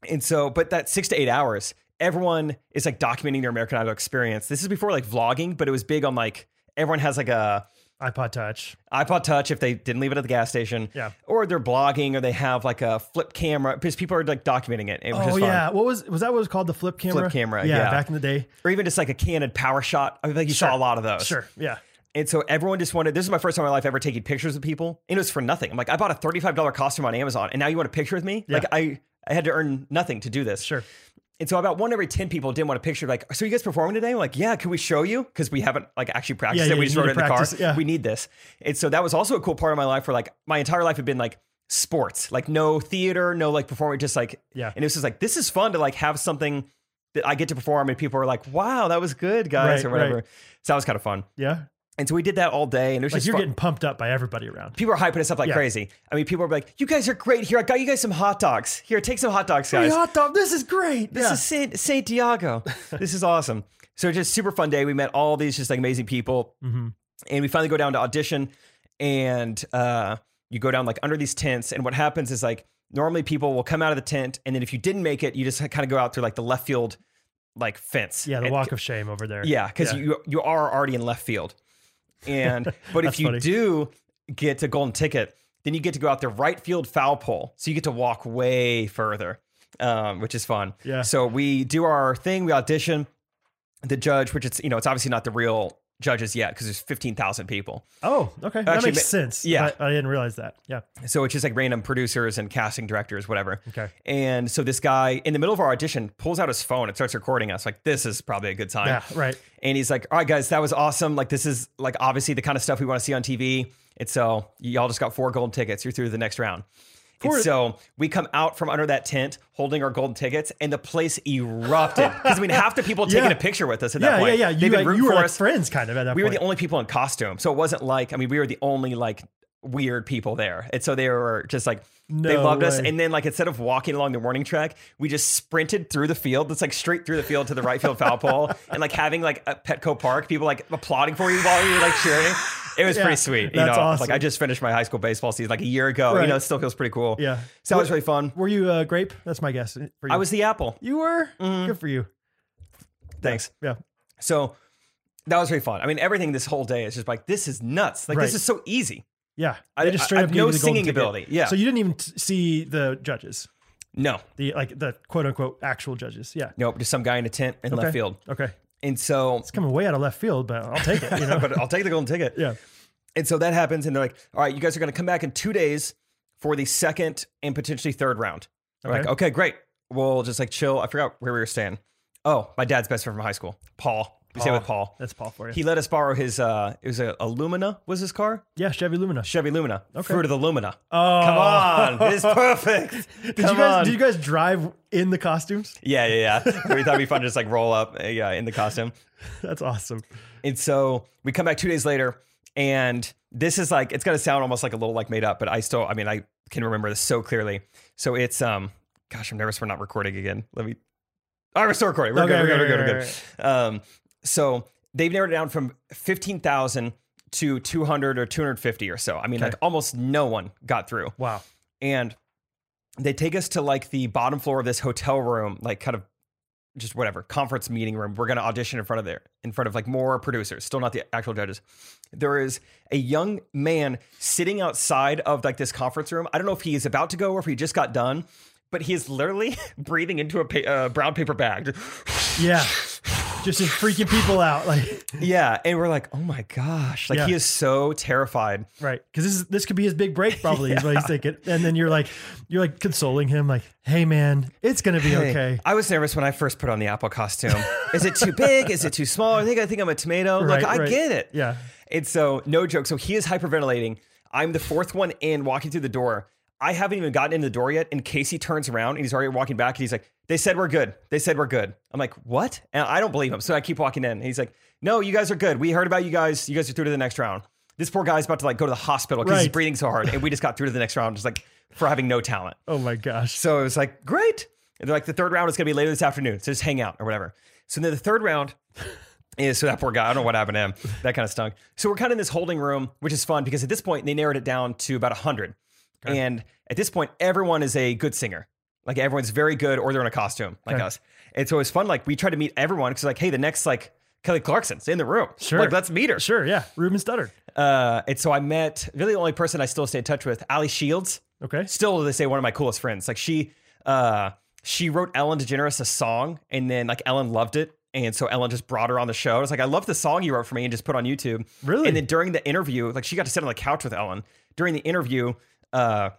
Speaker 1: And so, but that six to eight hours, everyone is like documenting their American Idol experience. This is before like vlogging, but it was big on like everyone has like a
Speaker 2: iPod Touch.
Speaker 1: iPod Touch if they didn't leave it at the gas station.
Speaker 2: Yeah.
Speaker 1: Or they're blogging or they have like a flip camera because people are like documenting it. It was
Speaker 2: Oh
Speaker 1: just fun.
Speaker 2: yeah. What was was that? What was called the flip camera?
Speaker 1: camera,
Speaker 2: Yeah.
Speaker 1: yeah.
Speaker 2: Back in the day.
Speaker 1: Or even just like a candid power shot. I feel like you saw
Speaker 2: Sure.
Speaker 1: a lot of those.
Speaker 2: Sure. Yeah.
Speaker 1: And so everyone just wanted, this is my first time in my life ever taking pictures of people. And it was for nothing. I'm like, I bought a $35 costume on Amazon and now you want a picture with me? Like I, I had to earn nothing to do this.
Speaker 2: Sure.
Speaker 1: And so about one every 10 people didn't want a picture. Like, so you guys performing today? I'm like, yeah, can we show you? Because we haven't like actually practiced
Speaker 2: Yeah,
Speaker 1: it.
Speaker 2: yeah,
Speaker 1: We
Speaker 2: you
Speaker 1: just
Speaker 2: need
Speaker 1: wrote it
Speaker 2: to
Speaker 1: in the car.
Speaker 2: practice, yeah.
Speaker 1: We need this. And so that was also a cool part of my life where like my entire life had been like sports, like no theater, no like performing, just like,
Speaker 2: Yeah.
Speaker 1: And it was just like, this is fun to like have something that I get to perform and people are like, wow, that was good guys
Speaker 2: Right,
Speaker 1: or whatever.
Speaker 2: right.
Speaker 1: So that was kind of fun.
Speaker 2: Yeah.
Speaker 1: And so we did that all day and it was
Speaker 2: Like
Speaker 1: just
Speaker 2: you're
Speaker 1: fun
Speaker 2: getting pumped up by everybody around.
Speaker 1: people are hyping us up like
Speaker 2: Yeah.
Speaker 1: crazy. I mean, people are like, "You guys are great. Here, I got you guys some hot dogs. Here, take some hot dogs, guys.
Speaker 2: Free hot dog. This is great.
Speaker 1: this
Speaker 2: yeah.
Speaker 1: is Saint, Saint Diego. this is awesome." So just super fun day. We met all these just like amazing people,
Speaker 2: Mhm.
Speaker 1: and we finally go down to audition, and uh, you go down like under these tents, and what happens is like normally people will come out of the tent, and then if you didn't make it, you just kind of go out through like the left field like fence.
Speaker 2: Yeah, the
Speaker 1: And-
Speaker 2: walk of shame over there.
Speaker 1: Yeah, because
Speaker 2: Yeah.
Speaker 1: you you are already in left field, and but if
Speaker 2: That's
Speaker 1: you
Speaker 2: funny.
Speaker 1: do get a golden ticket, then you get to go out the right field foul pole, so you get to walk way further, um, which is fun.
Speaker 2: Yeah.
Speaker 1: So we do our thing, we audition. The judge, which it's you know it's obviously not the real judges yet because there's fifteen thousand people,
Speaker 2: Oh, okay. that
Speaker 1: Actually,
Speaker 2: makes
Speaker 1: ma-
Speaker 2: sense.
Speaker 1: yeah.
Speaker 2: I, I didn't realize that. Yeah.
Speaker 1: so it's just like random producers and casting directors, whatever.
Speaker 2: Okay.
Speaker 1: And so this guy in the middle of our audition pulls out his phone and starts recording us. Like this is probably a good time.
Speaker 2: Yeah. Right.
Speaker 1: and he's like, "All right, guys, that was awesome. Like, this is like obviously the kind of stuff we want to see on TV." And so uh, y'all just got four golden tickets. You're through to the next round.
Speaker 2: Four-
Speaker 1: And so we come out from under that tent holding our golden tickets, and the place erupted because I mean half the people taking
Speaker 2: Yeah.
Speaker 1: a picture with us at
Speaker 2: Yeah.
Speaker 1: that
Speaker 2: Yeah.
Speaker 1: point.
Speaker 2: Yeah.
Speaker 1: They've
Speaker 2: You,
Speaker 1: been
Speaker 2: like,
Speaker 1: rooting
Speaker 2: you were
Speaker 1: for
Speaker 2: like
Speaker 1: us.
Speaker 2: friends, kind of. At that
Speaker 1: We were
Speaker 2: point.
Speaker 1: the only people in costume, so it wasn't like I mean we were the only like weird people there, and so they were just like. they
Speaker 2: No
Speaker 1: loved us,
Speaker 2: way.
Speaker 1: and then like instead of walking along the warning track, we just sprinted through the field. That's like straight through the field to the right field foul pole, and like having like at Petco Park, people like applauding for you while you were like cheering. It was
Speaker 2: Yeah,
Speaker 1: pretty sweet. You
Speaker 2: that's
Speaker 1: know,
Speaker 2: awesome.
Speaker 1: like I just finished my high school baseball season like a year ago.
Speaker 2: Right.
Speaker 1: You know, it still feels pretty cool.
Speaker 2: Yeah.
Speaker 1: so that was really fun.
Speaker 2: Were you uh, grape? That's my guess. For you.
Speaker 1: I was Mm-hmm. the apple.
Speaker 2: You were. Good for you.
Speaker 1: Thanks.
Speaker 2: Yeah.
Speaker 1: So that was really fun. I mean, everything this whole day is just like this is nuts. Like
Speaker 2: Right.
Speaker 1: this is so easy.
Speaker 2: Yeah.
Speaker 1: I-
Speaker 2: They just
Speaker 1: I-
Speaker 2: straight
Speaker 1: I
Speaker 2: up
Speaker 1: have
Speaker 2: gave
Speaker 1: no
Speaker 2: you the golden
Speaker 1: singing
Speaker 2: ticket.
Speaker 1: ability. Yeah.
Speaker 2: So you didn't even t- see the judges,
Speaker 1: No,
Speaker 2: the like the quote unquote actual judges. Yeah.
Speaker 1: nope. Just some guy in a tent in
Speaker 2: Okay.
Speaker 1: left field,
Speaker 2: Okay.
Speaker 1: and so.
Speaker 2: It's coming way out of left field, but I'll take it. You know.
Speaker 1: but I'll take the golden ticket.
Speaker 2: yeah.
Speaker 1: And so that happens, and they're like, all right, you guys are going to come back in two days for the second and potentially third round. I'm
Speaker 2: Okay.
Speaker 1: like, okay, great. We'll just like chill. I forgot where we were staying. Oh, my dad's best friend from high school, Paul. We stay with Paul.
Speaker 2: That's Paul for you.
Speaker 1: He let us borrow his, uh, it was a, a Lumina, was his car?
Speaker 2: yeah. Chevy Lumina.
Speaker 1: Chevy Lumina.
Speaker 2: Okay.
Speaker 1: Fruit of the Lumina.
Speaker 2: oh.
Speaker 1: Come on. It's perfect.
Speaker 2: Did you
Speaker 1: Come
Speaker 2: guys?
Speaker 1: on.
Speaker 2: Did you guys drive in the costumes?
Speaker 1: yeah, yeah, yeah. we thought it'd be fun to just like roll up uh, yeah, in the costume.
Speaker 2: That's awesome.
Speaker 1: And so we come back two days later, and this is like it's gonna sound almost like a little like made up, but I still, I mean, I can remember this so clearly. So it's um, gosh, I'm nervous we're not recording again. Let me. All right, we're still recording. We're
Speaker 2: Okay,
Speaker 1: good. We're good.
Speaker 2: okay,
Speaker 1: We're good.
Speaker 2: right,
Speaker 1: We're good. Um, so they've narrowed it down from fifteen thousand to two hundred or two hundred fifty or so. I mean,
Speaker 2: Okay.
Speaker 1: like almost no one got through,
Speaker 2: Wow.
Speaker 1: and they take us to like the bottom floor of this hotel room, like kind of just whatever conference meeting room. We're going to audition in front of there, in front of like more producers, still not the actual judges. There is a young man sitting outside of like this conference room. I don't know if he is about to go or if he just got done, but he is literally breathing into a pa- uh, brown paper bag.
Speaker 2: Yeah. Just in freaking people out, like
Speaker 1: yeah, and we're like, oh my gosh, like
Speaker 2: Yeah.
Speaker 1: he is so terrified.
Speaker 2: right, because this is this could be his big break, probably is what he's thinking. And then you're like, you're like consoling him, like, "Hey, man, it's gonna be
Speaker 1: Hey,
Speaker 2: okay."
Speaker 1: I was nervous when I first put on the apple costume. Is it too big? Is it too small? I think I think I'm a tomato. Like
Speaker 2: Right,
Speaker 1: I
Speaker 2: right.
Speaker 1: get it.
Speaker 2: Yeah.
Speaker 1: And so no joke. So he is hyperventilating. I'm the fourth one in walking through the door. I haven't even gotten in the door yet. And Casey turns around and he's already walking back and he's like, They said we're good. They said we're good. I'm like, What? And I don't believe him. So I keep walking in. And he's like, No, you guys are good. We heard about you guys. You guys are through to the next round. This poor guy's about to like go to the hospital because he's
Speaker 2: Right.
Speaker 1: breathing so hard. And we just got through to the next round, just like for having no talent.
Speaker 2: Oh my gosh.
Speaker 1: So it was like, great. And they're like, the third round is going to be later this afternoon. So just hang out or whatever. So then the third round is, so that poor guy, I don't know what happened to him. That kind of stunk. So we're kind of in this holding room, which is fun because at this point, they narrowed it down to about 100. And at this point, everyone is a good singer. Like everyone's very good or they're in a costume like
Speaker 2: Okay.
Speaker 1: us. And so it was fun. Like we tried to meet everyone because, like, hey, the next, like, Kelly Clarkson's in the room.
Speaker 2: Sure.
Speaker 1: Like, let's meet her.
Speaker 2: Sure. Yeah. Ruben Studdard.
Speaker 1: Uh, and so I met really the only person I still stay in touch with, Ali Shields
Speaker 2: Okay.
Speaker 1: still they say one of my coolest friends. Like she uh she wrote Ellen DeGeneres a song and then like Ellen loved it. And so Ellen just brought her on the show. It's like I love the song you wrote for me and just put on YouTube.
Speaker 2: Really?
Speaker 1: And then during the interview, like she got to sit on the couch with Ellen. During the interview, uh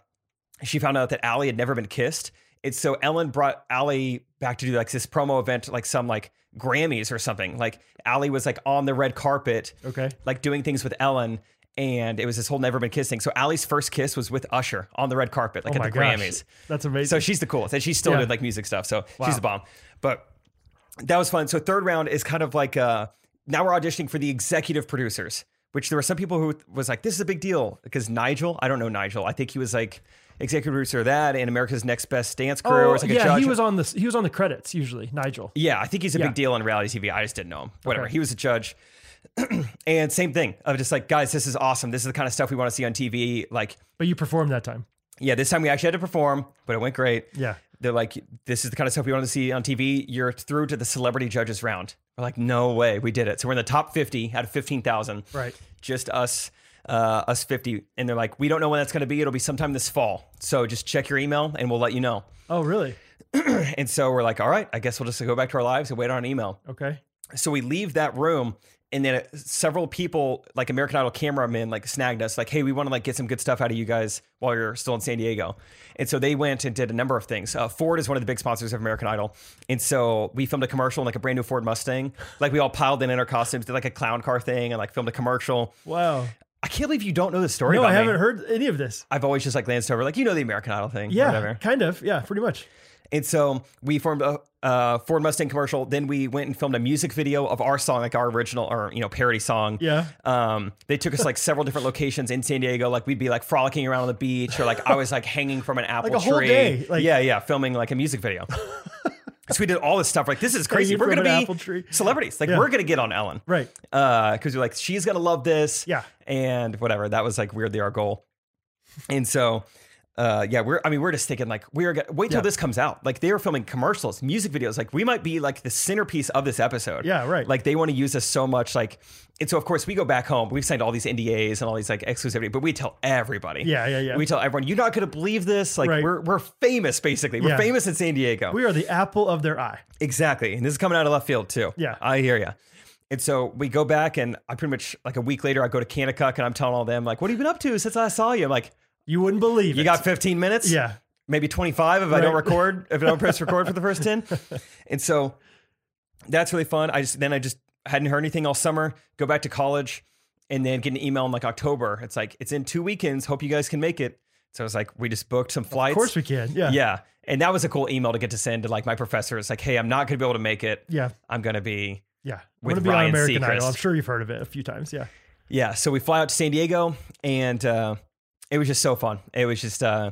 Speaker 1: she found out that Allie had never been kissed. And so Ellen brought Allie back to do like this promo event, like some like Grammys or something. Like Allie was like on the red carpet
Speaker 2: Okay.
Speaker 1: like doing things with Ellen. And it was this whole never been kissing. So Allie's first kiss was with Usher on the red carpet, like
Speaker 2: oh
Speaker 1: at
Speaker 2: my
Speaker 1: the
Speaker 2: gosh.
Speaker 1: Grammys.
Speaker 2: That's amazing.
Speaker 1: So she's the coolest. And she still
Speaker 2: Yeah.
Speaker 1: did like music stuff. So
Speaker 2: Wow.
Speaker 1: she's a bomb. But that was fun. So third round is kind of like uh now we're auditioning for the executive producers, which there were some people who was like, this is a big deal. Because Nigel, I don't know Nigel. I think he was like executive producer of that and America's Next Best Dance Crew.
Speaker 2: oh,
Speaker 1: was like a
Speaker 2: yeah,
Speaker 1: judge.
Speaker 2: he was on this. He was on the credits usually. Nigel.
Speaker 1: Yeah, I think he's a
Speaker 2: Yeah.
Speaker 1: big deal on reality TV. I just didn't know him. Whatever.
Speaker 2: Okay.
Speaker 1: He was a judge. and same thing of just like, guys, this is awesome. This is the kind of stuff we want to see on TV. Like,
Speaker 2: But you performed that time.
Speaker 1: yeah, this time we actually had to perform, but it went great.
Speaker 2: Yeah.
Speaker 1: They're like, this is the kind of stuff we wanted to see on TV. You're through to the celebrity judges round. We're like, no way, we did it. So we're in the top 50 out of 15,000.
Speaker 2: Right.
Speaker 1: Just us, uh, us 50. And they're like, we don't know when that's going to be. It'll be sometime this fall. So just check your email and we'll let you know.
Speaker 2: Oh, really?
Speaker 1: And so we're like, all right, I guess we'll just go back to our lives and wait on an email.
Speaker 2: Okay.
Speaker 1: So we leave that room. And then uh, several people, like American Idol cameramen, like snagged us, like, "Hey, we want to like get some good stuff out of you guys while you're still in San Diego." And so they went and did a number of things. Uh, Ford is one of the big sponsors of American Idol, and so we filmed a commercial in like a brand new Ford Mustang. Like we all piled in in our costumes, did like a clown car thing, and like filmed a commercial.
Speaker 2: Wow.
Speaker 1: I can't believe you don't know the story.
Speaker 2: No,
Speaker 1: about
Speaker 2: I haven't
Speaker 1: Me.
Speaker 2: heard any of this.
Speaker 1: I've always just like glanced over, like you know the American Idol thing,
Speaker 2: Yeah,
Speaker 1: whatever.
Speaker 2: kind of. Yeah, pretty much.
Speaker 1: And so we formed a uh, Ford Mustang commercial. Then we went and filmed a music video of our song, like our original or you know parody song.
Speaker 2: Yeah.
Speaker 1: Um, they took us like several different locations in San Diego. Like we'd be like frolicking around on the beach, or like I was like hanging from an apple
Speaker 2: a
Speaker 1: tree.
Speaker 2: whole day, like-
Speaker 1: yeah, yeah, filming like a music video. so we did all this stuff. Like this is crazy.
Speaker 2: Hanging
Speaker 1: We're
Speaker 2: from
Speaker 1: gonna
Speaker 2: an
Speaker 1: be
Speaker 2: apple tree.
Speaker 1: celebrities. Like
Speaker 2: Yeah.
Speaker 1: we're gonna get on Ellen,
Speaker 2: Right.
Speaker 1: because uh, you're like she's gonna love this.
Speaker 2: Yeah.
Speaker 1: and whatever. That was like weirdly our goal. And so, uh, yeah, we're I mean we're just thinking like we're gonna wait till
Speaker 2: Yeah.
Speaker 1: this comes out. Like they were filming commercials, music videos. Like we might be like the centerpiece of this episode.
Speaker 2: Yeah, right.
Speaker 1: Like they want to use us so much. Like and so of course we go back home. We've signed all these NDAs and all these like exclusivity, but we tell everybody.
Speaker 2: Yeah, yeah, yeah.
Speaker 1: We tell everyone you're not gonna believe this. Like
Speaker 2: Right.
Speaker 1: we're we're famous basically. We're
Speaker 2: Yeah.
Speaker 1: famous in San Diego.
Speaker 2: We are the apple of their eye.
Speaker 1: Exactly. And this is coming out of left field too.
Speaker 2: Yeah.
Speaker 1: I hear you. And so we go back and I pretty much like a week later, I go to Kanakuk and I'm telling all them like, what have you been up to since I saw you? I'm like,
Speaker 2: You wouldn't believe
Speaker 1: you
Speaker 2: it.
Speaker 1: got 15 minutes?
Speaker 2: yeah.
Speaker 1: Maybe 25 if I don't
Speaker 2: Right.
Speaker 1: record, if I don't press record for the first 10. And so that's really fun. I just, then I just hadn't heard anything all summer, go back to college and then get an email in like October. It's like, it's in two weekends. Hope you guys can make it. So it's like, we just booked some flights.
Speaker 2: Of course we can. Yeah.
Speaker 1: Yeah. And that was a cool email to get to send to like my professor. It's like, hey, I'm not going to be able to make it.
Speaker 2: Yeah.
Speaker 1: I'm going to be.
Speaker 2: Yeah.
Speaker 1: With
Speaker 2: I'm gonna be
Speaker 1: Ryan
Speaker 2: on American
Speaker 1: Seacrest.
Speaker 2: Idol. I'm sure you've heard of it a few times. Yeah.
Speaker 1: Yeah. So we fly out to San Diego and uh, it was just so fun. It was just, uh,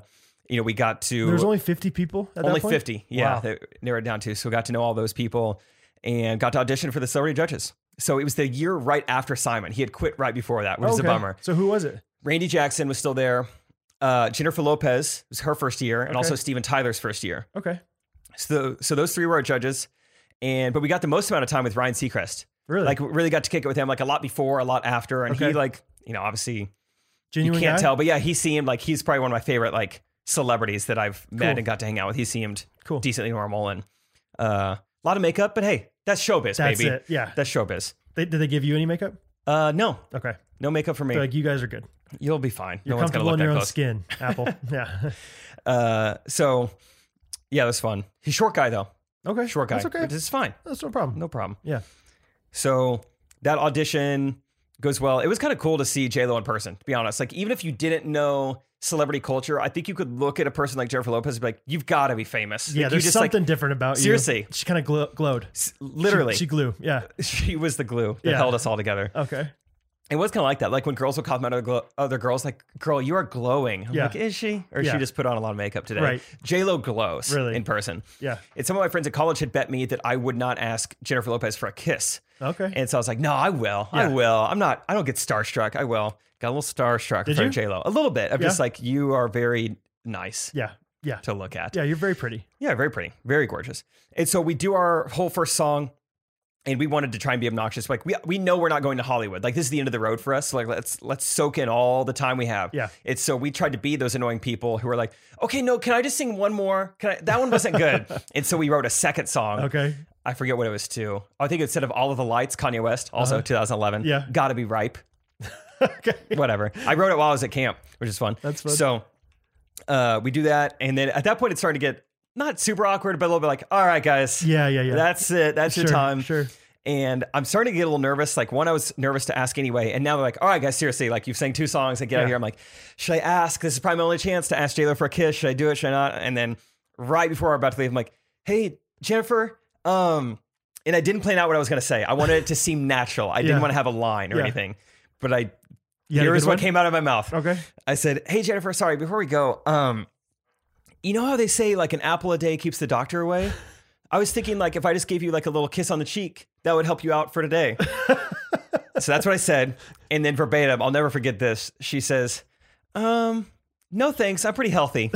Speaker 1: you know, we got to
Speaker 2: There was only 50 people at
Speaker 1: only
Speaker 2: that point?
Speaker 1: 50. Yeah.
Speaker 2: Wow.
Speaker 1: They narrowed it down to. So we got to know all those people and got to audition for the celebrity judges. So it was the year right after Simon. He had quit right before that, which is a
Speaker 2: Okay.
Speaker 1: bummer.
Speaker 2: So who was it?
Speaker 1: Randy Jackson was still there. Uh, Jennifer Lopez was her first year, and
Speaker 2: Okay.
Speaker 1: also Steven Tyler's first year.
Speaker 2: Okay.
Speaker 1: So so those three were our judges, and but we got the most amount of time with Ryan Seacrest.
Speaker 2: Really?
Speaker 1: Like really got to kick it with him like a lot before, a lot after, and
Speaker 2: Okay.
Speaker 1: he like you know obviously you
Speaker 2: Genuine
Speaker 1: can't
Speaker 2: guy?
Speaker 1: tell, but yeah, he seemed like he's probably one of my favorite like celebrities that I've met
Speaker 2: Cool.
Speaker 1: and got to hang out with. He seemed
Speaker 2: Cool.
Speaker 1: decently normal and uh, a lot of makeup, but hey, that's showbiz,
Speaker 2: That's
Speaker 1: baby.
Speaker 2: it. Yeah.
Speaker 1: That's showbiz.
Speaker 2: They, did they give you any makeup?
Speaker 1: Uh, no,
Speaker 2: Okay.
Speaker 1: no makeup for me.
Speaker 2: So, like you guys are good.
Speaker 1: You'll be fine.
Speaker 2: You're
Speaker 1: no one's gonna
Speaker 2: comfortable
Speaker 1: look
Speaker 2: in
Speaker 1: that
Speaker 2: your own
Speaker 1: close.
Speaker 2: skin, Apple. yeah.
Speaker 1: Uh, so yeah, it was fun. He's a short guy though.
Speaker 2: Okay.
Speaker 1: Short guy.
Speaker 2: That's okay.
Speaker 1: But it's fine.
Speaker 2: That's no problem.
Speaker 1: No problem.
Speaker 2: Yeah.
Speaker 1: So that audition goes well. It was kind of cool to see J Lo in person, to be honest. Like, even if you didn't know celebrity culture, I think you could look at a person like Jennifer Lopez and be like, you've got to be famous.
Speaker 2: Yeah,
Speaker 1: Like, you
Speaker 2: there's
Speaker 1: just, like,
Speaker 2: something different about you.
Speaker 1: Seriously.
Speaker 2: She kind of glo- glowed.
Speaker 1: s- literally,
Speaker 2: She,
Speaker 1: she,
Speaker 2: she glue. Yeah.
Speaker 1: was the glue that
Speaker 2: Yeah.
Speaker 1: held us all together.
Speaker 2: Okay.
Speaker 1: It was kind of like that. Like when girls would compliment other, glo- other girls, like, girl, you are glowing. I'm
Speaker 2: Yeah.
Speaker 1: like, is she? Or
Speaker 2: Yeah.
Speaker 1: she just put on a lot of makeup today.
Speaker 2: Right.
Speaker 1: J Lo glows
Speaker 2: Really?
Speaker 1: in person.
Speaker 2: Yeah.
Speaker 1: And some of my friends at college had bet me that I would not ask Jennifer Lopez for a kiss.
Speaker 2: Okay.
Speaker 1: And so I was like, no, I will. I
Speaker 2: Yeah.
Speaker 1: will. I'm not, I don't get starstruck. I will. Got a little starstruck
Speaker 2: Did
Speaker 1: from
Speaker 2: you?
Speaker 1: J-Lo. A little bit. I'm just
Speaker 2: Yeah.
Speaker 1: like, you are very nice
Speaker 2: yeah. Yeah.
Speaker 1: to look at.
Speaker 2: Yeah. You're very pretty.
Speaker 1: Yeah, very pretty. Very gorgeous. And so we do our whole first song and we wanted to try and be obnoxious. Like we, we know we're not going to Hollywood. Like this is the end of the road for us. Like let's, let's soak in all the time we have.
Speaker 2: Yeah.
Speaker 1: It's so we tried to be those annoying people who were like, okay, no, can I just sing one more? Can I, that one wasn't good. and so we wrote a second song.
Speaker 2: Okay.
Speaker 1: I forget what it was to. I think instead of all of the lights, Kanye West, also 2011.
Speaker 2: Uh-huh. Yeah.
Speaker 1: gotta be ripe.
Speaker 2: okay.
Speaker 1: Whatever. I wrote it while I was at camp, which is fun.
Speaker 2: That's fun.
Speaker 1: So uh, we do that, and then at that point, it's starting to get not super awkward, but a little bit like, all right, guys,
Speaker 2: Yeah. Yeah. Yeah.
Speaker 1: that's it, that's
Speaker 2: sure,
Speaker 1: your time.
Speaker 2: Sure.
Speaker 1: And I'm starting to get a little nervous. Like one, I was nervous to ask anyway, and now they're like, all right, guys, seriously, like you've sang two songs and get out
Speaker 2: Yeah.
Speaker 1: of here. I'm like, should I ask? This is probably my only chance to ask J Lo for a kiss. Should I do it? Should I not? And then right before we're about to leave, I'm like, hey, Jennifer, um, and I didn't plan out what I was gonna say. I wanted it to seem natural. I
Speaker 2: Yeah.
Speaker 1: didn't want to have a line or
Speaker 2: Yeah.
Speaker 1: anything. But I
Speaker 2: You had a
Speaker 1: here's
Speaker 2: good
Speaker 1: what
Speaker 2: one?
Speaker 1: came out of my mouth.
Speaker 2: Okay.
Speaker 1: I said, Hey Jennifer, sorry, before we go, um, you know how they say like an apple a day keeps the doctor away? I was thinking like if I just gave you like a little kiss on the cheek, that would help you out for today. so that's what I said. And then verbatim, I'll never forget this. She says, um, no thanks, I'm pretty healthy.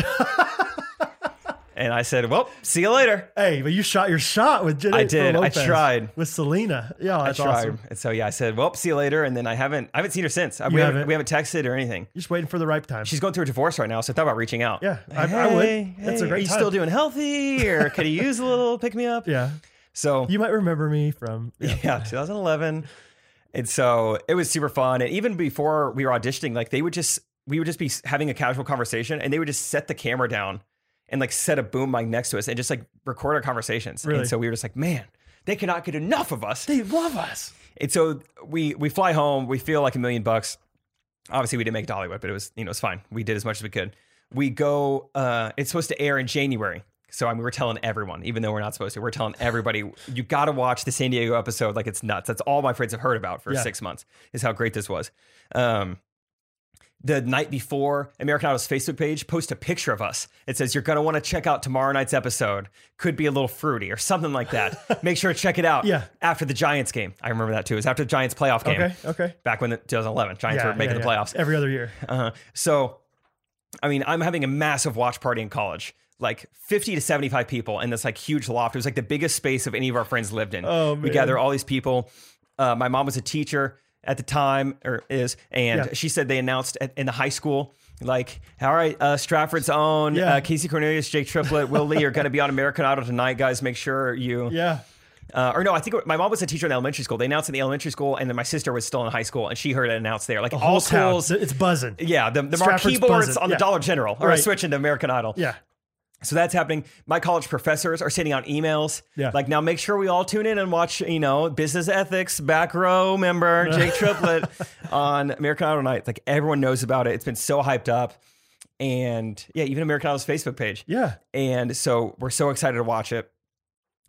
Speaker 1: and I said, well, see you later.
Speaker 2: Hey, but you shot your shot with Jennifer
Speaker 1: I did. I
Speaker 2: Lopez,
Speaker 1: tried.
Speaker 2: with Selena. Yeah, that's
Speaker 1: I tried.
Speaker 2: awesome.
Speaker 1: And so yeah, I said, well, see you later. And then I haven't, I haven't seen her since. I-
Speaker 2: You
Speaker 1: we, haven't,
Speaker 2: haven't?
Speaker 1: we haven't texted or anything.
Speaker 2: Just waiting for the ripe time.
Speaker 1: She's going through a divorce right now, so I thought about reaching out.
Speaker 2: Yeah, I- I would. That's a
Speaker 1: Are
Speaker 2: great
Speaker 1: you
Speaker 2: time."
Speaker 1: still doing healthy, or could you use a little pick me up?
Speaker 2: yeah,
Speaker 1: So
Speaker 2: you might remember me from. Yeah.
Speaker 1: yeah, 2011. And so it was super fun. And even before we were auditioning, like they would just, we would just be having a casual conversation and they would just set the camera down and like set a boom mic next to us and just like record our conversations.
Speaker 2: Really?
Speaker 1: And so we were just like, man, they cannot get enough of us.
Speaker 2: They love us.
Speaker 1: And so we, we fly home, we feel like a million bucks. Obviously we didn't make Dollywood, but it was, you know, it's fine. We did as much as we could. We go, uh, it's supposed to air in January. So I mean, we're telling everyone, even though we're not supposed to, we're telling everybody, you got to watch the San Diego episode. Like it's nuts. That's all my friends have heard about for
Speaker 2: Yeah.
Speaker 1: six months is how great this was. Um, the night before, American Idol's Facebook page post a picture of us. It says, You're going to want to check out tomorrow night's episode. Could be a little fruity or something like that. Make sure to check it out
Speaker 2: Yeah.
Speaker 1: after the Giants game. I remember that too. It was after the Giants playoff game.
Speaker 2: Okay, okay.
Speaker 1: Back when the 2011 Giants
Speaker 2: Yeah,
Speaker 1: were making
Speaker 2: yeah,
Speaker 1: the
Speaker 2: yeah.
Speaker 1: playoffs.
Speaker 2: every other year.
Speaker 1: Uh-huh. So, I mean, I'm having a massive watch party in college, like 50 to 75 people in this like huge loft. It was like the biggest space of any of our friends lived in.
Speaker 2: Oh,
Speaker 1: We
Speaker 2: man.
Speaker 1: gather all these people. Uh, my mom was a teacher at the time, or is, and
Speaker 2: Yeah.
Speaker 1: she said they announced at, in the high school. Like, all right, uh, Stratford's own
Speaker 2: Yeah.
Speaker 1: uh, Casey Cornelius, Jake Triplett, Will Lee are going to be on American Idol tonight, guys. Make sure you
Speaker 2: Yeah,
Speaker 1: uh, or no, I think it- my mom was a teacher in elementary school. They announced it in the elementary school, and then my sister was still in high school, and she heard it announced there. Like all
Speaker 2: whole town.
Speaker 1: schools,
Speaker 2: It's buzzing.
Speaker 1: yeah, the, the
Speaker 2: Stratford's
Speaker 1: marquee boards
Speaker 2: buzzing.
Speaker 1: on
Speaker 2: Yeah.
Speaker 1: the Dollar General are
Speaker 2: Right.
Speaker 1: switching to American Idol.
Speaker 2: Yeah.
Speaker 1: So that's happening. My college professors are sending out emails.
Speaker 2: Yeah.
Speaker 1: Like now make sure we all tune in and watch, you know, business ethics, back row member, Jake Triplett on American Idol Night. Like everyone knows about it. It's been so hyped up. And yeah, even American Idol's Facebook page.
Speaker 2: Yeah.
Speaker 1: And so we're so excited to watch it.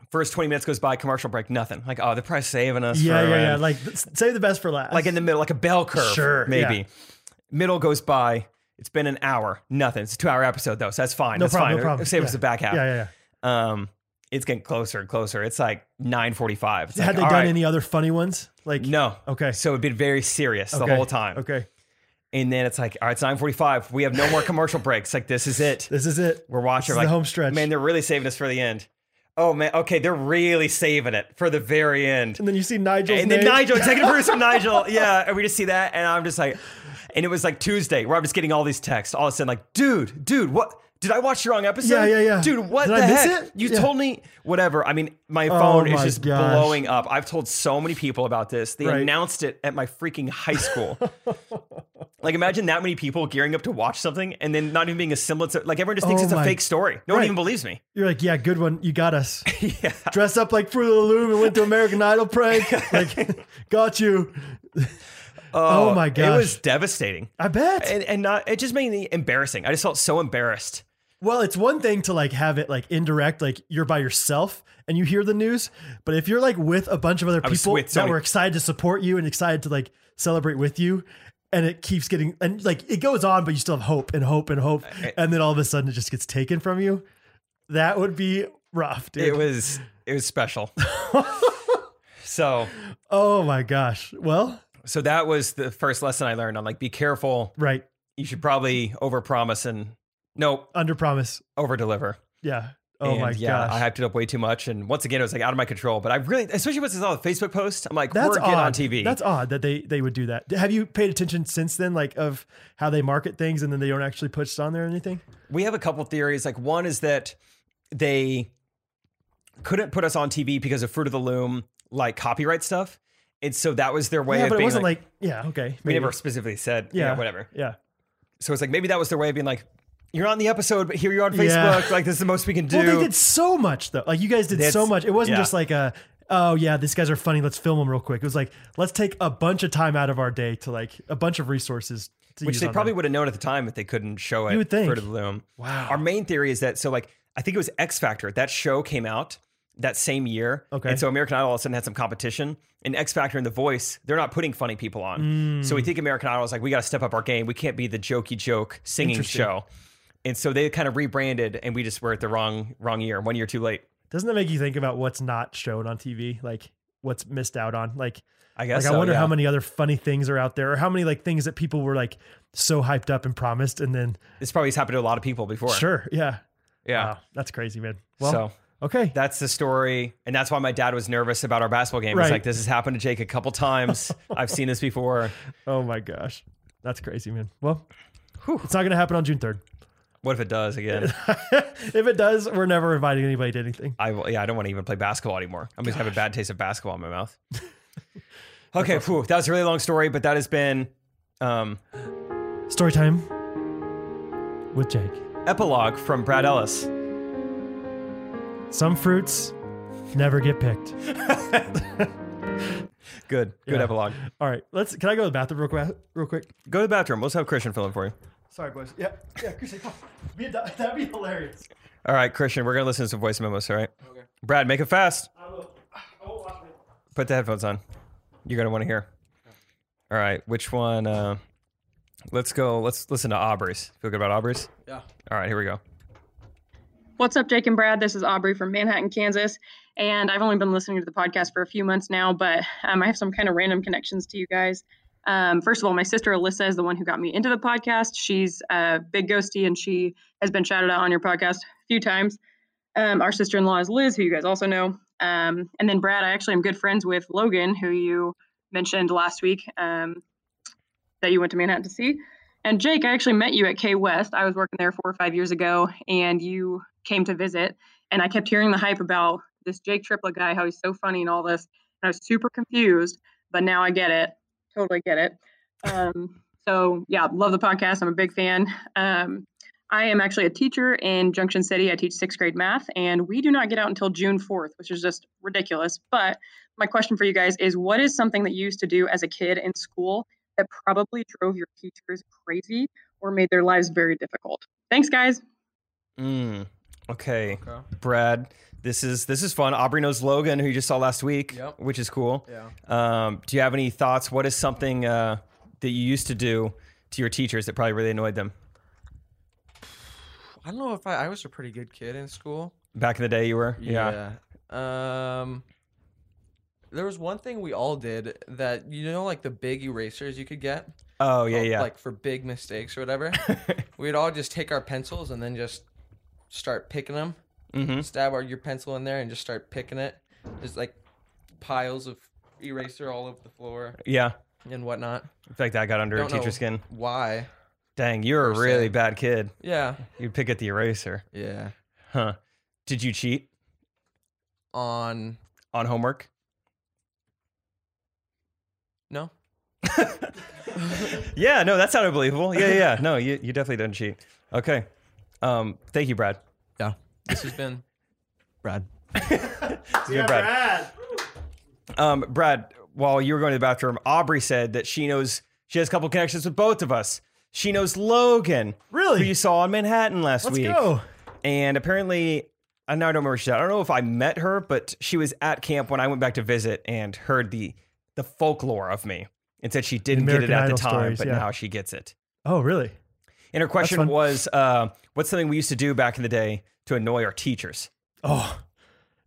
Speaker 1: First 20 minutes goes by, commercial break, nothing. Like, oh, the press saving us.
Speaker 2: Yeah,
Speaker 1: for
Speaker 2: yeah,
Speaker 1: when-
Speaker 2: yeah. Like th- save the best for last.
Speaker 1: like in the middle, like a bell curve.
Speaker 2: Sure,
Speaker 1: Maybe.
Speaker 2: yeah.
Speaker 1: Middle goes by. It's been an hour. Nothing. It's a two hour episode though, so that's fine.
Speaker 2: no
Speaker 1: that's
Speaker 2: problem,
Speaker 1: fine.
Speaker 2: no problem.
Speaker 1: Save us
Speaker 2: Yeah.
Speaker 1: the back half.
Speaker 2: Yeah, yeah, yeah.
Speaker 1: Um it's getting closer and closer. It's like nine forty five. It's
Speaker 2: Had
Speaker 1: like,
Speaker 2: they
Speaker 1: all
Speaker 2: done
Speaker 1: right,
Speaker 2: any other funny ones? Like
Speaker 1: No.
Speaker 2: Okay.
Speaker 1: So it'd been very serious
Speaker 2: okay,
Speaker 1: the whole time.
Speaker 2: Okay.
Speaker 1: And then it's like, all right, it's nine forty five. We have no more commercial breaks. Like this is it.
Speaker 2: This is it.
Speaker 1: We're watching
Speaker 2: This is
Speaker 1: like
Speaker 2: the home stretch.
Speaker 1: Man, they're really saving us for the end. Oh man, okay, they're really saving it for the very end.
Speaker 2: and then you see Nigel.
Speaker 1: and then Nigel, executive producer Nigel, yeah, and we just see that, and I'm just like, and it was like Tuesday where I'm just getting all these texts, all of a sudden like, dude, dude, what? Did I watch the wrong episode?
Speaker 2: Yeah, yeah, yeah.
Speaker 1: Dude, what
Speaker 2: Did
Speaker 1: the
Speaker 2: I miss
Speaker 1: heck?
Speaker 2: it?
Speaker 1: You
Speaker 2: Yeah. Oh
Speaker 1: told me whatever. I mean, my phone is
Speaker 2: my
Speaker 1: just
Speaker 2: gosh.
Speaker 1: blowing up. I've told so many people about this. They
Speaker 2: Right.
Speaker 1: announced it at my freaking high school. like, imagine that many people gearing up to watch something and then not even being a semblance of like everyone just thinks
Speaker 2: Oh
Speaker 1: it's a
Speaker 2: my-
Speaker 1: fake story. No one
Speaker 2: Right.
Speaker 1: even believes me.
Speaker 2: You're like, yeah, good one. You got us.
Speaker 1: yeah.
Speaker 2: Dress up like Fruit of the Loom and went to American Idol prank. Like, got you. Oh, my
Speaker 1: It
Speaker 2: gosh.
Speaker 1: was devastating.
Speaker 2: I bet.
Speaker 1: and, and not it just made me embarrassing. I just felt so embarrassed.
Speaker 2: Well, it's one thing to like have it like indirect, like you're by yourself and you hear the news, but if you're like with a bunch of other
Speaker 1: was
Speaker 2: people
Speaker 1: with
Speaker 2: that
Speaker 1: Sony.
Speaker 2: were excited to support you and excited to like celebrate with you, and it keeps getting and like it goes on, but you still have hope and hope and hope, and then all of a sudden it just gets taken from you. That would be rough, dude.
Speaker 1: It was it was special. so
Speaker 2: oh my gosh. Well,
Speaker 1: so that was the first lesson I learned. I'm like, be careful.
Speaker 2: right,
Speaker 1: You should probably overpromise and no
Speaker 2: under promise.
Speaker 1: overdeliver.
Speaker 2: Yeah. Oh
Speaker 1: and
Speaker 2: my
Speaker 1: yeah,
Speaker 2: gosh.
Speaker 1: I hyped it up way too much. And once again, it was like out of my control. But I really, especially once it's on the Facebook post, I'm like,
Speaker 2: That's
Speaker 1: we're
Speaker 2: odd.
Speaker 1: getting on TV.
Speaker 2: That's odd that they they would do that. Have you paid attention since then, like of how they market things and then they don't actually put it on there or anything?
Speaker 1: we have a couple theories. Like one is that they couldn't put us on TV because of Fruit of the Loom, like copyright stuff. And so that was their way
Speaker 2: yeah,
Speaker 1: of
Speaker 2: but it
Speaker 1: being
Speaker 2: wasn't
Speaker 1: like,
Speaker 2: like, yeah, okay,
Speaker 1: we
Speaker 2: maybe.
Speaker 1: never specifically said, yeah,
Speaker 2: yeah,
Speaker 1: whatever.
Speaker 2: yeah.
Speaker 1: So it's like maybe that was their way of being like, you're on the episode, but here you are on
Speaker 2: Yeah.
Speaker 1: Facebook. Like this is the most we can do.
Speaker 2: Well, they did so much though. Like you guys did
Speaker 1: That's-
Speaker 2: so much. It wasn't
Speaker 1: yeah.
Speaker 2: just like a, oh yeah, these guys are funny. Let's film them real quick. It was like let's take a bunch of time out of our day to like a bunch of resources. To
Speaker 1: which
Speaker 2: use
Speaker 1: they
Speaker 2: on
Speaker 1: probably
Speaker 2: them.
Speaker 1: would have known at the time if they couldn't show it
Speaker 2: You would think.
Speaker 1: for the loom.
Speaker 2: Wow.
Speaker 1: Our main theory is that so like I think it was X Factor. That show came out that same year.
Speaker 2: Okay.
Speaker 1: And so American Idol all of a sudden had some competition. And X Factor and The Voice, they're not putting funny people on. So
Speaker 2: Hmm.
Speaker 1: we think American Idol is like, we gotta step up our game. We can't be the jokey joke singing
Speaker 2: Interesting.
Speaker 1: show. And so they kind of rebranded and we just were at the wrong wrong year, one year too late.
Speaker 2: Doesn't that make you think about what's not shown on TV? Like what's missed out on. Like,
Speaker 1: I
Speaker 2: like
Speaker 1: guess.
Speaker 2: I
Speaker 1: so,
Speaker 2: wonder how
Speaker 1: yeah.
Speaker 2: many other funny things are out there, or how many like things that people were like so hyped up and promised, and then
Speaker 1: This probably has happened to a lot of people before.
Speaker 2: sure, yeah,
Speaker 1: Yeah.
Speaker 2: Wow, that's crazy, man. Well,
Speaker 1: so
Speaker 2: okay,
Speaker 1: that's the story, and that's why my dad was nervous about our basketball game.
Speaker 2: Right.
Speaker 1: He's like, "This has happened to Jake a couple times. I've seen this before.
Speaker 2: oh my gosh, that's crazy, man. Well, it's not gonna happen on June third.
Speaker 1: What if it does again?
Speaker 2: if it does, we're never inviting anybody to anything.
Speaker 1: I will, yeah, I don't want to even play basketball anymore. I'm just have a bad taste of basketball in my mouth. okay, phew, that was a really long story, but that has been um,
Speaker 2: Story time with Jake.
Speaker 1: epilogue from Brad Ellis.
Speaker 2: Some fruits never get picked.
Speaker 1: Good, good
Speaker 2: Yeah.
Speaker 1: epilogue.
Speaker 2: All right, let's. Can I go to the bathroom real quick? Real quick.
Speaker 1: Go to the bathroom. Let's have Christian fill in for you.
Speaker 2: Sorry, boys. Yeah, yeah, Christian, come. Be a, that'd be hilarious.
Speaker 1: All right, Christian, we're gonna listen to some voice memos. All right. Okay. Brad, make it fast.
Speaker 2: I will. I won't watch it.
Speaker 1: Put the headphones on. You're gonna want to hear. All right, which one? Uh, let's go. Let's listen to Aubrey's. Feel good about Aubrey's?
Speaker 4: Yeah.
Speaker 1: All right, here we go.
Speaker 6: What's up, Jake and Brad? This is Aubrey from Manhattan, Kansas. And I've only been listening to the podcast for a few months now, but um, I have some kind of random connections to you guys. Um, first of all, my sister Alyssa is the one who got me into the podcast. She's a big ghosty and she has been shouted out on your podcast a few times. Um, our sister in law is Liz, who you guys also know. Um, and then Brad, I actually am good friends with Logan, who you mentioned last week um, that you went to Manhattan to see. And Jake, I actually met you at K West. I was working there four or five years ago, and you came to visit. And I kept hearing the hype about this Jake Tripla guy, how he's so funny and all this. And I was super confused, but now I get it. Totally get it. Um, so yeah, love the podcast. I'm a big fan. Um, I am actually a teacher in Junction City. I teach sixth grade math, and we do not get out until June 4th, which is just ridiculous. But my question for you guys is what is something that you used to do as a kid in school that probably drove your teachers crazy or made their lives very difficult? Thanks, guys.
Speaker 1: Mm, okay,
Speaker 4: Okay.
Speaker 1: Brad. This is this is fun. Aubrey knows Logan, who you just saw last week,
Speaker 4: Yep.
Speaker 1: which is cool.
Speaker 4: Yeah.
Speaker 1: Um, do you have any thoughts? What is something uh, that you used to do to your teachers that probably really annoyed them
Speaker 4: I don't know if I, I was a pretty good kid in school.
Speaker 1: back in the day? You were,
Speaker 4: Yeah. Um, there was one thing we all did that you know, like the big erasers you could get,
Speaker 1: Oh yeah, yeah.
Speaker 4: like for big mistakes or whatever. We'd all just take our pencils and then just start picking them,
Speaker 1: Mhm.
Speaker 4: stab our your pencil in there and just start picking it. There's like piles of eraser all over the floor
Speaker 1: yeah.
Speaker 4: and whatnot.
Speaker 1: In fact, I got under a
Speaker 4: Don't know
Speaker 1: teacher's skin.
Speaker 4: Why?
Speaker 1: Dang, you're a
Speaker 4: First
Speaker 1: really
Speaker 4: thing.
Speaker 1: bad kid.
Speaker 4: Yeah.
Speaker 1: You'd pick at the eraser,
Speaker 4: Yeah.
Speaker 1: huh? Did you cheat
Speaker 4: On
Speaker 1: on homework?
Speaker 4: no.
Speaker 1: Yeah, no, that sounded believable. Yeah, yeah. No, you you definitely didn't cheat. Okay. Um, thank you, Brad.
Speaker 4: Yeah. This has been Brad.
Speaker 1: It's been Brad. Um, Brad, while you were going to the bathroom, Aubrey said that she knows she has a couple connections with both of us. She knows Logan, who
Speaker 2: Really?
Speaker 1: you saw in Manhattan last
Speaker 2: Let's
Speaker 1: week,
Speaker 2: go.
Speaker 1: and apparently, I now don't remember where she's at. I don't know if I met her, but she was at camp when I went back to visit and heard the the folklore of me and said she didn't get
Speaker 2: American
Speaker 1: it at
Speaker 2: Idol
Speaker 1: the time,
Speaker 2: stories,
Speaker 1: but
Speaker 2: yeah.
Speaker 1: now she gets it.
Speaker 2: Oh, really?
Speaker 1: And her question
Speaker 2: fun.
Speaker 1: was, uh, "What's something we used to do back in the day to annoy our teachers?"
Speaker 2: Oh,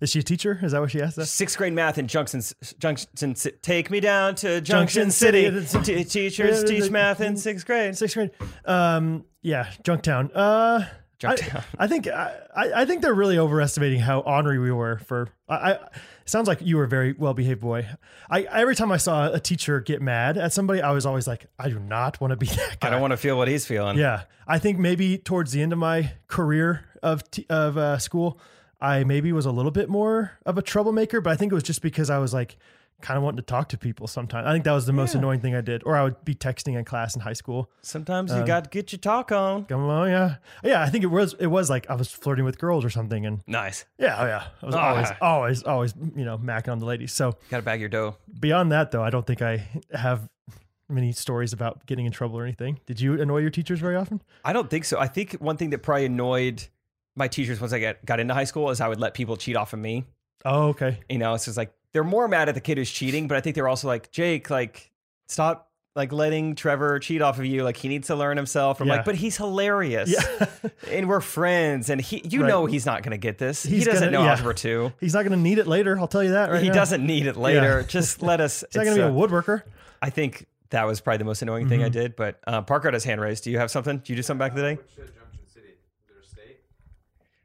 Speaker 2: is she a teacher? Is that what she asked us?
Speaker 1: sixth grade math in Junction, Junction, Ci- take me down to Junction,
Speaker 2: Junction
Speaker 1: City. T-
Speaker 2: City.
Speaker 1: teachers
Speaker 2: Yeah,
Speaker 1: teach
Speaker 2: the-
Speaker 1: math in sixth grade.
Speaker 2: Sixth grade. Um, yeah, Junktown. Uh,
Speaker 1: Junktown.
Speaker 2: I, I think I, I I think they're really overestimating how ornery we were. For I, I sounds like you were a very well behaved boy. I every time I saw a teacher get mad at somebody, I was always like, I do not want to be that guy.
Speaker 1: I don't want to feel what he's feeling.
Speaker 2: Yeah, I think maybe towards the end of my career of t- of uh, school, I maybe was a little bit more of a troublemaker, but I think it was just because I was like kind of wanting to talk to people sometimes. I think that was the most annoying thing I did, or I would be texting in class in high school.
Speaker 1: Sometimes
Speaker 2: Um,
Speaker 1: you got to get your talk on.
Speaker 2: Come on, yeah, yeah. I think it was it was like I was flirting with girls or something, and
Speaker 1: Nice.
Speaker 2: yeah, oh, yeah, I was
Speaker 1: Ah.
Speaker 2: always always always you know macking on the ladies. So
Speaker 1: Got to bag your dough.
Speaker 2: beyond that, though, I don't think I have many stories about getting in trouble or anything. Did you annoy your teachers very often?
Speaker 1: I don't think so. I think one thing that probably annoyed my teachers once I got, got into high school is I would let people cheat off of me.
Speaker 2: Oh, okay.
Speaker 1: You know, it's just like they're more mad at the kid who's cheating, but I think they're also like, Jake, like, stop like letting Trevor cheat off of you. Like he needs to learn himself. I'm
Speaker 2: Yeah.
Speaker 1: like, but he's hilarious.
Speaker 2: Yeah.
Speaker 1: and we're friends. And he, you
Speaker 2: Right.
Speaker 1: know, he's not going to get this. he
Speaker 2: He's
Speaker 1: doesn't
Speaker 2: gonna-
Speaker 1: know
Speaker 2: yeah.
Speaker 1: algebra two.
Speaker 2: He's not going to need it later. I'll tell you that right
Speaker 1: he
Speaker 2: now.
Speaker 1: doesn't need it later. Just let us.
Speaker 2: He's not
Speaker 1: it's,
Speaker 2: going to be
Speaker 1: uh,
Speaker 2: a woodworker.
Speaker 1: I think that was probably the most annoying thing I did. But uh, Parker had his hand raised. Do you have something? Did you do something back in the day?
Speaker 5: Which uh, Junction City? Is there a state?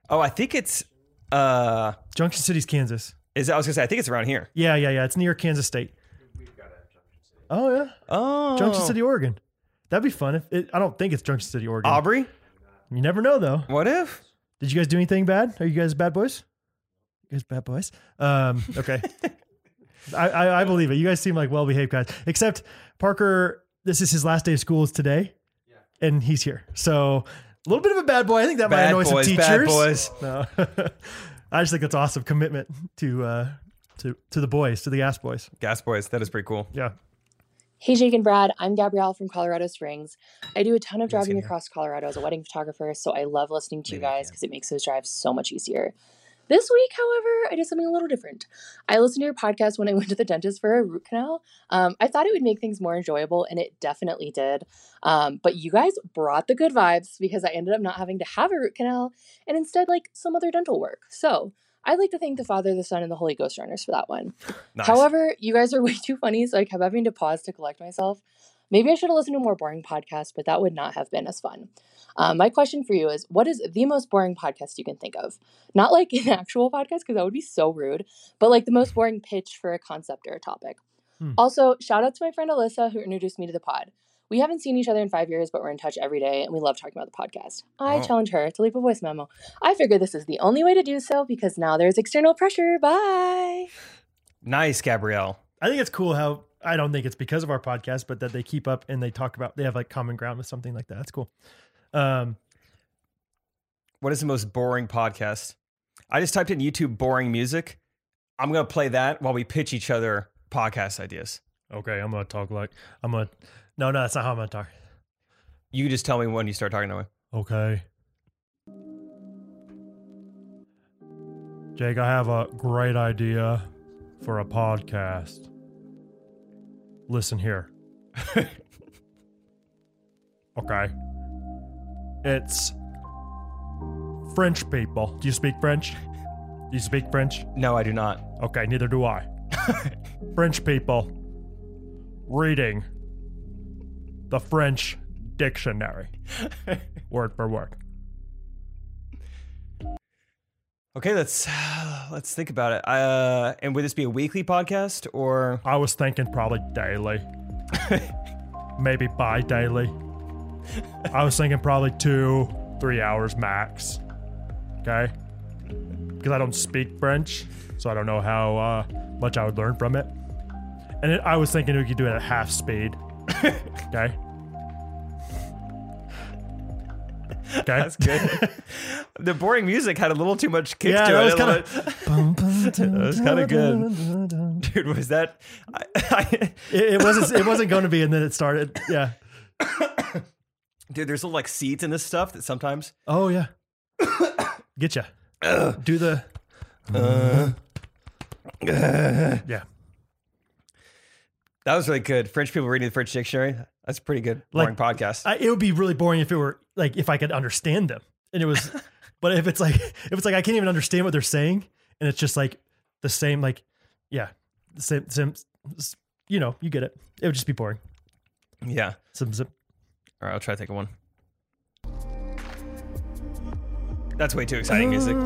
Speaker 1: Oh, I think it's. Uh,
Speaker 2: Junction City's Kansas.
Speaker 1: is I was gonna say I think it's around here.
Speaker 2: Yeah, yeah, yeah. It's near Kansas State.
Speaker 5: We've got a Junction City.
Speaker 2: Oh yeah,
Speaker 1: Oh,
Speaker 2: Junction City, Oregon. That'd be fun. If it, I don't think it's Junction City, Oregon.
Speaker 1: Aubrey.
Speaker 2: you never know though.
Speaker 1: What if?
Speaker 2: Did you guys do anything bad? Are you guys bad boys? You guys bad boys? Um, okay. I, I, I believe it. You guys seem like well behaved guys. Except Parker, this is his last day of school is today. And he's here. So a little bit of a bad boy. I think that might
Speaker 1: Bad
Speaker 2: annoy
Speaker 1: boys,
Speaker 2: some teachers.
Speaker 1: bad boys.
Speaker 2: No. I just think that's awesome commitment to uh to to the boys, to the ass boys.
Speaker 1: Gas boys. That is pretty cool.
Speaker 2: Yeah.
Speaker 7: Hey, Jake and Brad. I'm Gabrielle from Colorado Springs. I do a ton of
Speaker 1: Yes,
Speaker 7: driving
Speaker 1: yeah.
Speaker 7: across Colorado as a wedding photographer, so I love listening to you
Speaker 1: Maybe I
Speaker 7: guys
Speaker 1: can.
Speaker 7: because it makes those drives so much easier. This week, however, I did something a little different. I listened to your podcast when I went to the dentist for a root canal. Um, I thought it would make things more enjoyable, and it definitely did. Um, but you guys brought the good vibes because I ended up not having to have a root canal and instead, like, some other dental work. So I'd like to thank the Father, the Son, and the Holy Ghost runners for that one.
Speaker 1: Nice.
Speaker 7: However, you guys are way too funny, so I kept having to pause to collect myself. Maybe I should have listened to a more boring podcast, but that would not have been as fun. Um, my question for you is what is the most boring podcast you can think of? Not like an actual podcast, because that would be so rude, but like the most boring pitch for a concept or a topic.
Speaker 2: Hmm.
Speaker 7: Also, shout out to my friend Alyssa, who introduced me to the pod. We haven't seen each other in five years, but we're in touch every day, and we love talking about the podcast. I
Speaker 1: Oh.
Speaker 7: challenge her to leave a voice memo. I figure this is the only way to do so because now there's external pressure. Bye.
Speaker 1: nice, Gabrielle.
Speaker 2: I think it's cool how I don't think it's because of our podcast, but that they keep up and they talk about they have like common ground with something like that. That's cool. Um
Speaker 1: What is the most boring podcast? I just typed in YouTube boring music. I'm gonna play that while we pitch each other podcast ideas.
Speaker 2: Okay, I'm gonna talk like I'm gonna. No, no, that's not how I'm gonna talk.
Speaker 1: You just tell me when you start talking that way.
Speaker 2: Okay. Jake, I have a great idea for a podcast. Listen here. okay. It's French people. Do you speak French? Do you speak French?
Speaker 1: No, I do not.
Speaker 2: Okay, neither do I. French people reading the French dictionary, word for word.
Speaker 1: Okay, let's let's think about it. Uh, and would this be a weekly podcast or
Speaker 2: I was thinking probably daily, maybe bi daily. I was thinking probably two, three hours max. Okay? Because I don't speak French, so I don't know how uh, much I would learn from it. And it, I was thinking we could do it at half speed. okay? Okay.
Speaker 1: that's good? the boring music had a little too much kick
Speaker 2: yeah,
Speaker 1: to
Speaker 2: that
Speaker 1: it.
Speaker 2: was
Speaker 1: I
Speaker 2: kind
Speaker 1: love it.
Speaker 2: of
Speaker 1: That was kinda good. Dude, was that? I, I,
Speaker 2: It, it wasn't. It wasn't going to be, and then it started. Yeah.
Speaker 1: dude, there's little like seeds in this stuff that sometimes.
Speaker 2: Oh yeah. Get ya. Do the. Uh-huh. yeah.
Speaker 1: That was really good. French people reading the French dictionary. That's a pretty good boring
Speaker 2: Like,
Speaker 1: podcast.
Speaker 2: I, it would be really boring if it were like if I could understand them, and it was. but if it's like if it's like I can't even understand what they're saying, and it's just like the same like, yeah, the same same. s- You know, you get it. It would just be boring.
Speaker 1: yeah.
Speaker 2: Sim, sim.
Speaker 1: All right, I'll try to take one. That's way too exciting music.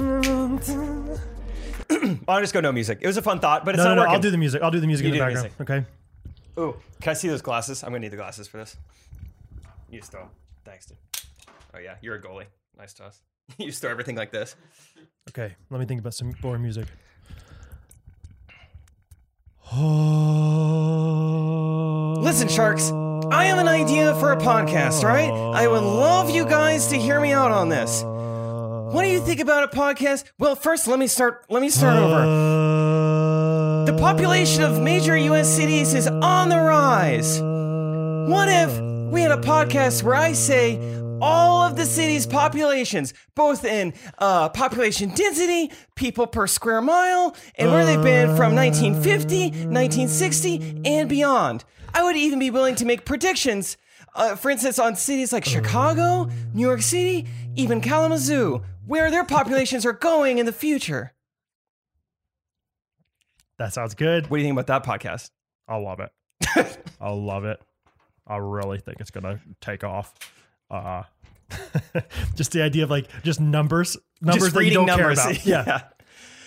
Speaker 1: I'll just go no music. It was a fun thought, but it's
Speaker 2: Uh-huh. No,
Speaker 1: not
Speaker 2: no, no.
Speaker 1: working.
Speaker 2: I'll do the music. I'll do the music
Speaker 1: You
Speaker 2: in the
Speaker 1: do the
Speaker 2: background. Okay.
Speaker 1: Ooh, can I see those glasses? I'm gonna need the glasses for this. You stole. 'em. Thanks, dude. Oh yeah, you're a goalie. Nice toss. you store everything like this.
Speaker 2: Okay, let me think about some boring music. Listen,
Speaker 1: Listen, sharks. I have an idea for a podcast, right? I would love you guys to hear me out on this. What do you think about a podcast? Well, first let me start. Let me start over.
Speaker 2: over.
Speaker 1: The population of major U.S. cities is on the rise. What if we had a podcast where I say all of the city's populations, both in uh, population density, people per square mile, and where they've been from 1950, 1960, and beyond? I would even be willing to make predictions. Uh, for instance, on cities like Chicago, New York City, even Kalamazoo, where their populations are going in the future.
Speaker 2: That sounds good.
Speaker 1: What do you think about that podcast?
Speaker 2: I love it. I love it. I really think it's gonna take off. Uh, just the idea of like just numbers, numbers
Speaker 1: Just
Speaker 2: that you
Speaker 1: reading
Speaker 2: don't
Speaker 1: numbers.
Speaker 2: care about. Yeah.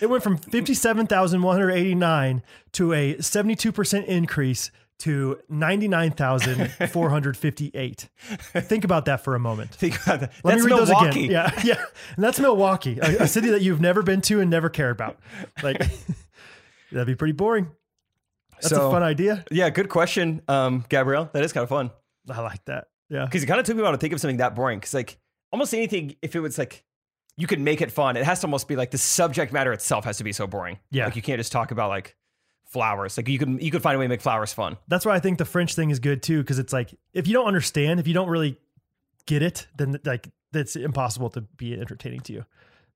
Speaker 2: it went from fifty-seven thousand one hundred eighty-nine to a seventy-two percent increase to ninety-nine thousand four hundred fifty-eight. Think about that for a moment.
Speaker 1: Think about that.
Speaker 2: Let
Speaker 1: That's
Speaker 2: me read
Speaker 1: Milwaukee.
Speaker 2: those again. Yeah, yeah, and that's Milwaukee, a, a city that you've never been to and never cared about. Like that'd be pretty boring. That's
Speaker 1: So-
Speaker 2: a fun idea.
Speaker 1: Yeah, good question, um, Gabrielle. That is kind of fun
Speaker 2: I like that. Yeah.
Speaker 1: because it kind of took me a while to think of something that boring. Because like almost anything, if it was like you could make it fun, it has to almost be like the subject matter itself has to be so boring.
Speaker 2: Yeah.
Speaker 1: like you can't just talk about like flowers. Like you can you could find a way to make flowers fun.
Speaker 2: That's why I think the French thing is good too, because it's like if you don't understand, if you don't really get it, then like that's impossible to be entertaining to you.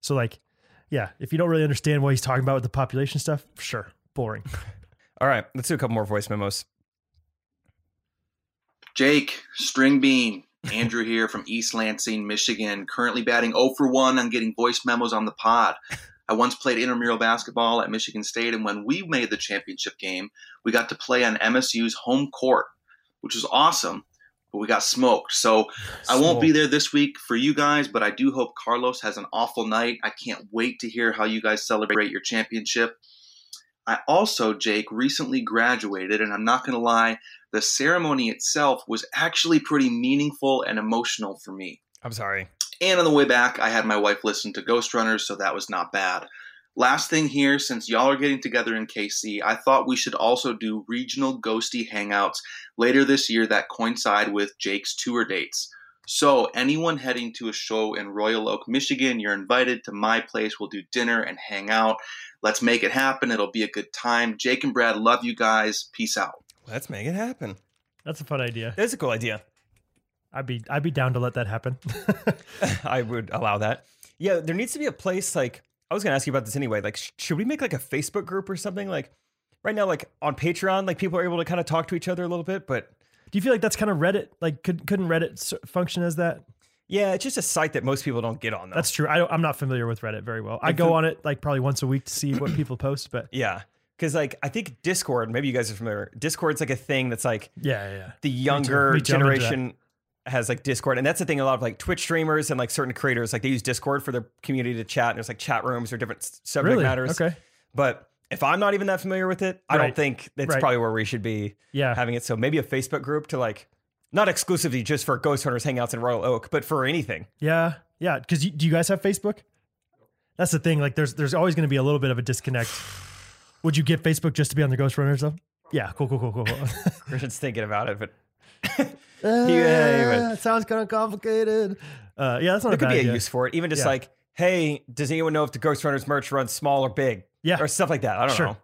Speaker 2: So like, yeah, if you don't really understand what he's talking about with the population stuff, sure, boring.
Speaker 1: All right, let's do a couple more voice memos.
Speaker 8: Jake, string bean. Andrew here from East Lansing, Michigan, currently batting 0 for 1 on getting voice memos on the pod. I once played intramural basketball at Michigan State, and when we made the championship game, we got to play on MSU's home court, which was awesome, but we got smoked. So I won't be there this week for you guys, but I do hope Carlos has an awful night. I can't wait to hear how you guys celebrate your championship. I also, Jake, recently graduated, and I'm not going to lie, the ceremony itself was actually pretty meaningful and emotional for me.
Speaker 1: I'm sorry.
Speaker 8: And on the way back, I had my wife listen to Ghost Runners, so that was not bad. Last thing here, since y'all are getting together in KC, I thought we should also do regional ghosty hangouts later this year that coincide with Jake's tour dates. So, anyone heading to a show in Royal Oak, Michigan, you're invited to my place. We'll do dinner and hang out. Let's make it happen. It'll be a good time. Jake and Brad love you guys. Peace out.
Speaker 1: Let's make it happen.
Speaker 2: That's a fun idea.
Speaker 1: That's a cool idea.
Speaker 2: I'd be I'd be down to let that happen.
Speaker 1: I would allow that. Yeah, there needs to be a place like I was going to ask you about this anyway. Like, sh- should we make like a Facebook group or something? Like, right now, like on Patreon, like people are able to kind of talk to each other a little bit, but
Speaker 2: Do you feel like that's kind of Reddit? Like, could, couldn't Reddit s- function as that?
Speaker 1: yeah, it's just a site that most people don't get on. Though.
Speaker 2: That's true. I don't, I'm not familiar with Reddit very well. I go on it like probably once a week to see what people post, but
Speaker 1: yeah, because like I think Discord. Maybe you guys are familiar. Discord's like a thing that's like
Speaker 2: yeah, yeah, yeah.
Speaker 1: the younger
Speaker 2: Me too. I'm into that.
Speaker 1: generation has like Discord, and that's the thing. A lot of like Twitch streamers and like certain creators, like they use Discord for their community to chat. And there's like chat rooms or different s- subject
Speaker 2: Really?
Speaker 1: matters.
Speaker 2: Okay.
Speaker 1: But if I'm not even that familiar with it, I don't
Speaker 2: Right.
Speaker 1: think that's
Speaker 2: Right.
Speaker 1: probably where we should be
Speaker 2: Yeah.
Speaker 1: having it. So maybe a Facebook group to like, not exclusively just for Ghost Hunters Hangouts in Royal Oak, but for anything.
Speaker 2: Yeah, yeah. Because do you guys have Facebook? That's the thing. Like, there's there's always going to be a little bit of a disconnect. Would you get Facebook just to be on the Ghost Runners though? Yeah, cool, cool, cool, cool. cool.
Speaker 1: Richard's thinking about it, but
Speaker 2: Ah, sounds kind of complicated. Uh, yeah, that's not
Speaker 1: there
Speaker 2: a
Speaker 1: could
Speaker 2: bad
Speaker 1: be a
Speaker 2: idea.
Speaker 1: use for it. Even just
Speaker 2: Yeah.
Speaker 1: like, hey, does anyone know if the Ghost Runners merch runs small or big?
Speaker 2: Yeah.
Speaker 1: Or stuff like that. I don't
Speaker 2: Sure.
Speaker 1: know.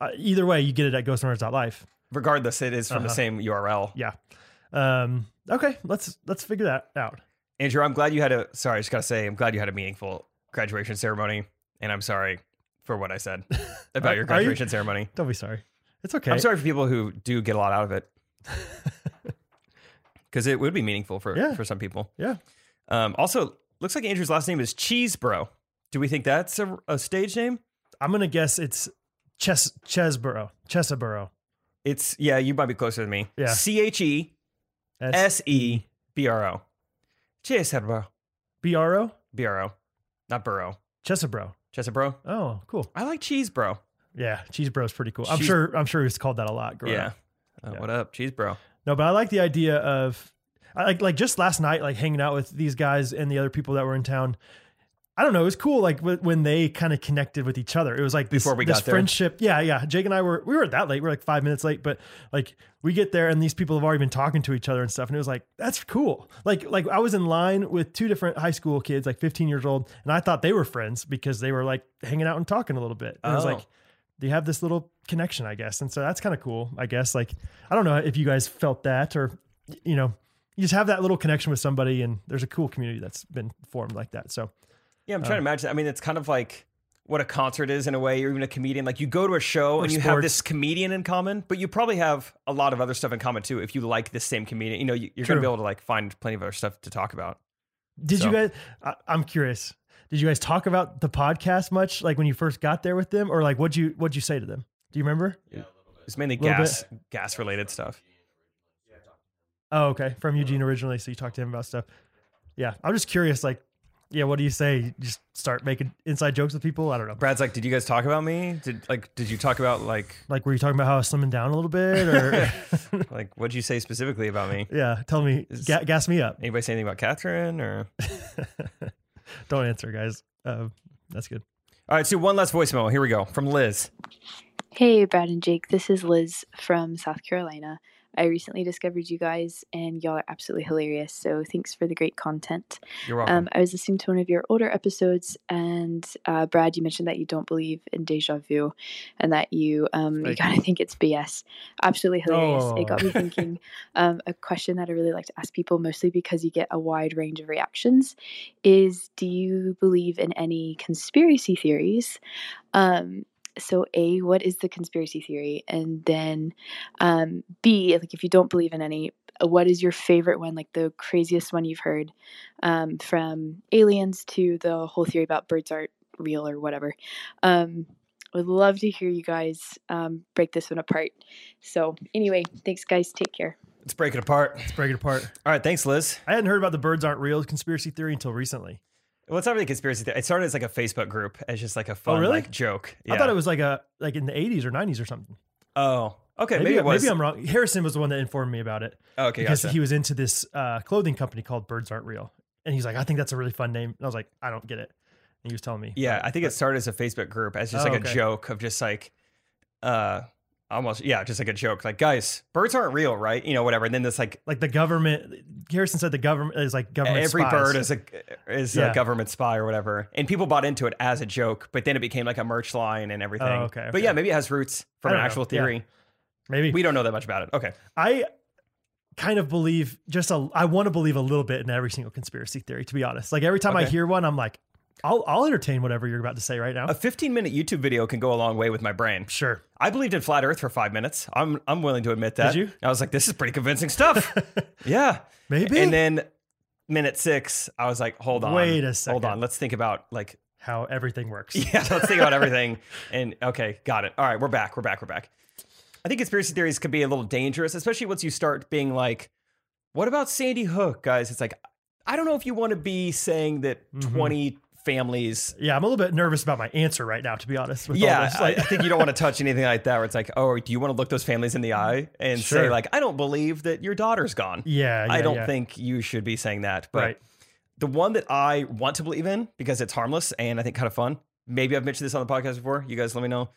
Speaker 2: Uh, either way, you get it at ghostrunners.life.
Speaker 1: Regardless, it is from the
Speaker 2: Uh-huh.
Speaker 1: same URL.
Speaker 2: Yeah. Um, okay, let's let's figure that out.
Speaker 1: Andrew, I'm glad you had a. Sorry, I just gotta say, I'm glad you had a meaningful graduation ceremony, and I'm sorry for what I said about your
Speaker 2: Are- are you-
Speaker 1: graduation ceremony.
Speaker 2: Don't be sorry. It's okay.
Speaker 1: I'm sorry for people who do get a lot out of it, because it would be meaningful for
Speaker 2: Yeah.
Speaker 1: for some people.
Speaker 2: Yeah.
Speaker 1: Um, also, looks like Andrew's last name is Cheese Bro. Do we think that's a, a stage name?
Speaker 2: I'm gonna guess it's Ches Chesborough. Chesaborough.
Speaker 1: It's yeah. You might be closer than me.
Speaker 2: Yeah.
Speaker 1: C H E
Speaker 2: S
Speaker 1: S E B R O. Cheese Bro.
Speaker 2: B R O.
Speaker 1: B R O. Not Burrow.
Speaker 2: Chesaborough.
Speaker 1: Chesa Bro.
Speaker 2: Oh, cool.
Speaker 1: I like Cheese Bro.
Speaker 2: Yeah, Cheese Bro's pretty cool. I'm
Speaker 1: Cheese-
Speaker 2: sure I'm sure he's called that a lot growing
Speaker 1: Yeah.
Speaker 2: up.
Speaker 1: Uh,
Speaker 2: Yeah.
Speaker 1: What up, Cheese Bro?
Speaker 2: No, but I like the idea of I like like just last night like hanging out with these guys and the other people that were in town. I don't know. It was cool, like wh- when they kind of connected with each other. It was like this,
Speaker 1: Before we
Speaker 2: this
Speaker 1: got there.
Speaker 2: friendship. Yeah, yeah. Jake and I were we were that late. We are like five minutes late, but like we get there and these people have already been talking to each other and stuff. And it was like that's cool. Like like I was in line with two different high school kids, like 15 years old, and I thought they were friends because they were like hanging out and talking a little bit. And I was
Speaker 1: Oh.
Speaker 2: like, they have this little connection, I guess. And so that's kind of cool, I guess. Like, I don't know if you guys felt that or, you know, you just have that little connection with somebody and there's a cool community that's been formed like that. So Um,
Speaker 1: Yeah, I'm trying to imagine. I mean, it's kind of like what a concert is in a way, or even a comedian. Like you go to a show
Speaker 2: Or
Speaker 1: and you have
Speaker 2: sports.
Speaker 1: this comedian in common, but you probably have a lot of other stuff in common too. If you like this same comedian, you know you, you're going
Speaker 2: True.
Speaker 1: to be able to like find plenty of other stuff to talk about.
Speaker 2: Did
Speaker 1: So-
Speaker 2: you guys? I, I'm curious. Did you guys talk about the podcast much? Like when you first got there with them, or like what'd you what'd you say to them? Do you remember?
Speaker 1: It's mainly
Speaker 2: Little
Speaker 1: gas gas related stuff.
Speaker 2: Oh, okay. From Eugene originally, so you talked to him about stuff. Yeah, I'm just curious. Like, yeah, what do you say? You just start making inside jokes with people. I don't know.
Speaker 1: Brad's like, did you guys talk about me? Did like did you talk about like
Speaker 2: Like, were you talking about how I was slimming down a little bit, or
Speaker 1: like what'd you say specifically about me?
Speaker 2: yeah? Tell me,
Speaker 1: Is-
Speaker 2: ga- gas me up.
Speaker 1: Anybody say anything about Catherine or?
Speaker 2: don't answer, guys. Um, that's good.
Speaker 1: All right, so one last voicemail. Here we go from Liz.
Speaker 9: Hey, Brad and Jake. This is Liz from South Carolina. I recently discovered you guys, and y'all are absolutely hilarious. So thanks for the great content.
Speaker 1: You're welcome.
Speaker 9: Um, I was listening to one of your older episodes, and uh, Brad, you mentioned that you don't believe in deja vu, and that you um, you
Speaker 4: Fake.
Speaker 9: kind of think it's BS. Absolutely hilarious. It got me
Speaker 2: Oh.
Speaker 9: thinking um, a question that I really like to ask people, mostly because you get a wide range of reactions. Is do you believe in any conspiracy theories? Um, so a what is the conspiracy theory and then um, b like if you don't believe in any what is your favorite one like the craziest one you've heard um, from aliens to the whole theory about birds aren't real or whatever. Um, would love to hear you guys um, break this one apart. So, anyway, thanks, guys. Take care.
Speaker 1: Let's break it apart.
Speaker 2: Let's break it apart.
Speaker 1: All right, thanks, Liz.
Speaker 2: I hadn't heard about the birds aren't real conspiracy theory until recently.
Speaker 1: Well, it's not really a conspiracy theory. It started as like a Facebook group as just like a fun
Speaker 2: really?
Speaker 1: like joke.
Speaker 2: I thought it was like a like in the 80s or 90s or something.
Speaker 1: Oh, okay. Maybe,
Speaker 2: maybe,
Speaker 1: it was.
Speaker 2: maybe I'm wrong. Harrison was the one that informed me about it
Speaker 1: oh, okay,
Speaker 2: because
Speaker 1: gotcha.
Speaker 2: he was into this uh, clothing company called Birds Aren't Real, and he's like, I think that's a really fun name. And I was like, I don't get it. And he was telling me,
Speaker 1: yeah, I think it started as a Facebook group as just
Speaker 2: Oh,
Speaker 1: like a
Speaker 2: okay.
Speaker 1: joke of just like, uh, almost yeah, just like a joke. Like, guys, birds aren't real, right? You know, whatever. And then this like
Speaker 2: like the government. Harrison said the government is like government.
Speaker 1: every
Speaker 2: spies.
Speaker 1: bird is a is
Speaker 2: Yeah.
Speaker 1: a government spy or whatever. And people bought into it as a joke, but then it became like a merch line and everything.
Speaker 2: Oh, okay,
Speaker 1: But
Speaker 2: okay.
Speaker 1: yeah, maybe it has roots from
Speaker 2: I
Speaker 1: an
Speaker 2: don't know.
Speaker 1: actual
Speaker 2: Yeah.
Speaker 1: theory.
Speaker 2: maybe
Speaker 1: We don't know that much about it. Okay.
Speaker 2: I kind of believe just a I want to believe a little bit in every single conspiracy theory to be honest. Like every time I
Speaker 1: Okay.
Speaker 2: hear one I'm like I'll I'll entertain whatever you're about to say right now.
Speaker 1: A 15 minute YouTube video can go a long way with my brain.
Speaker 2: sure.
Speaker 1: I believed in flat Earth for five minutes. I'm I'm willing to admit that.
Speaker 2: Did you?
Speaker 1: I was like, this is pretty convincing stuff. yeah.
Speaker 2: Maybe.
Speaker 1: And then minute six, I was like, hold on,
Speaker 2: Wait a
Speaker 1: hold
Speaker 2: second.
Speaker 1: on, let's think about like
Speaker 2: how everything works.
Speaker 1: yeah, let's think about everything. And okay, got it. All right, we're back, we're back, we're back. I think conspiracy theories can be a little dangerous, especially once you start being like, what about Sandy Hook, guys? It's like, I don't know if you want to be saying that
Speaker 2: Mhm.
Speaker 1: twenty families.
Speaker 2: Yeah, I'm a little bit nervous about my answer right now to be honest with all
Speaker 1: Yeah,
Speaker 2: this.
Speaker 1: I,
Speaker 2: Like,
Speaker 1: I think you don't want to touch anything like that. Where it's like, oh, do you want to look those families in the eye and say
Speaker 2: Sure.
Speaker 1: like, I don't believe that your daughter's gone.
Speaker 2: yeah, yeah,
Speaker 1: I don't
Speaker 2: yeah.
Speaker 1: think you should be saying that. But
Speaker 2: right.
Speaker 1: the one that I want to believe in because it's harmless and I think kind of fun. Maybe I've mentioned this on the podcast before. You guys let me know.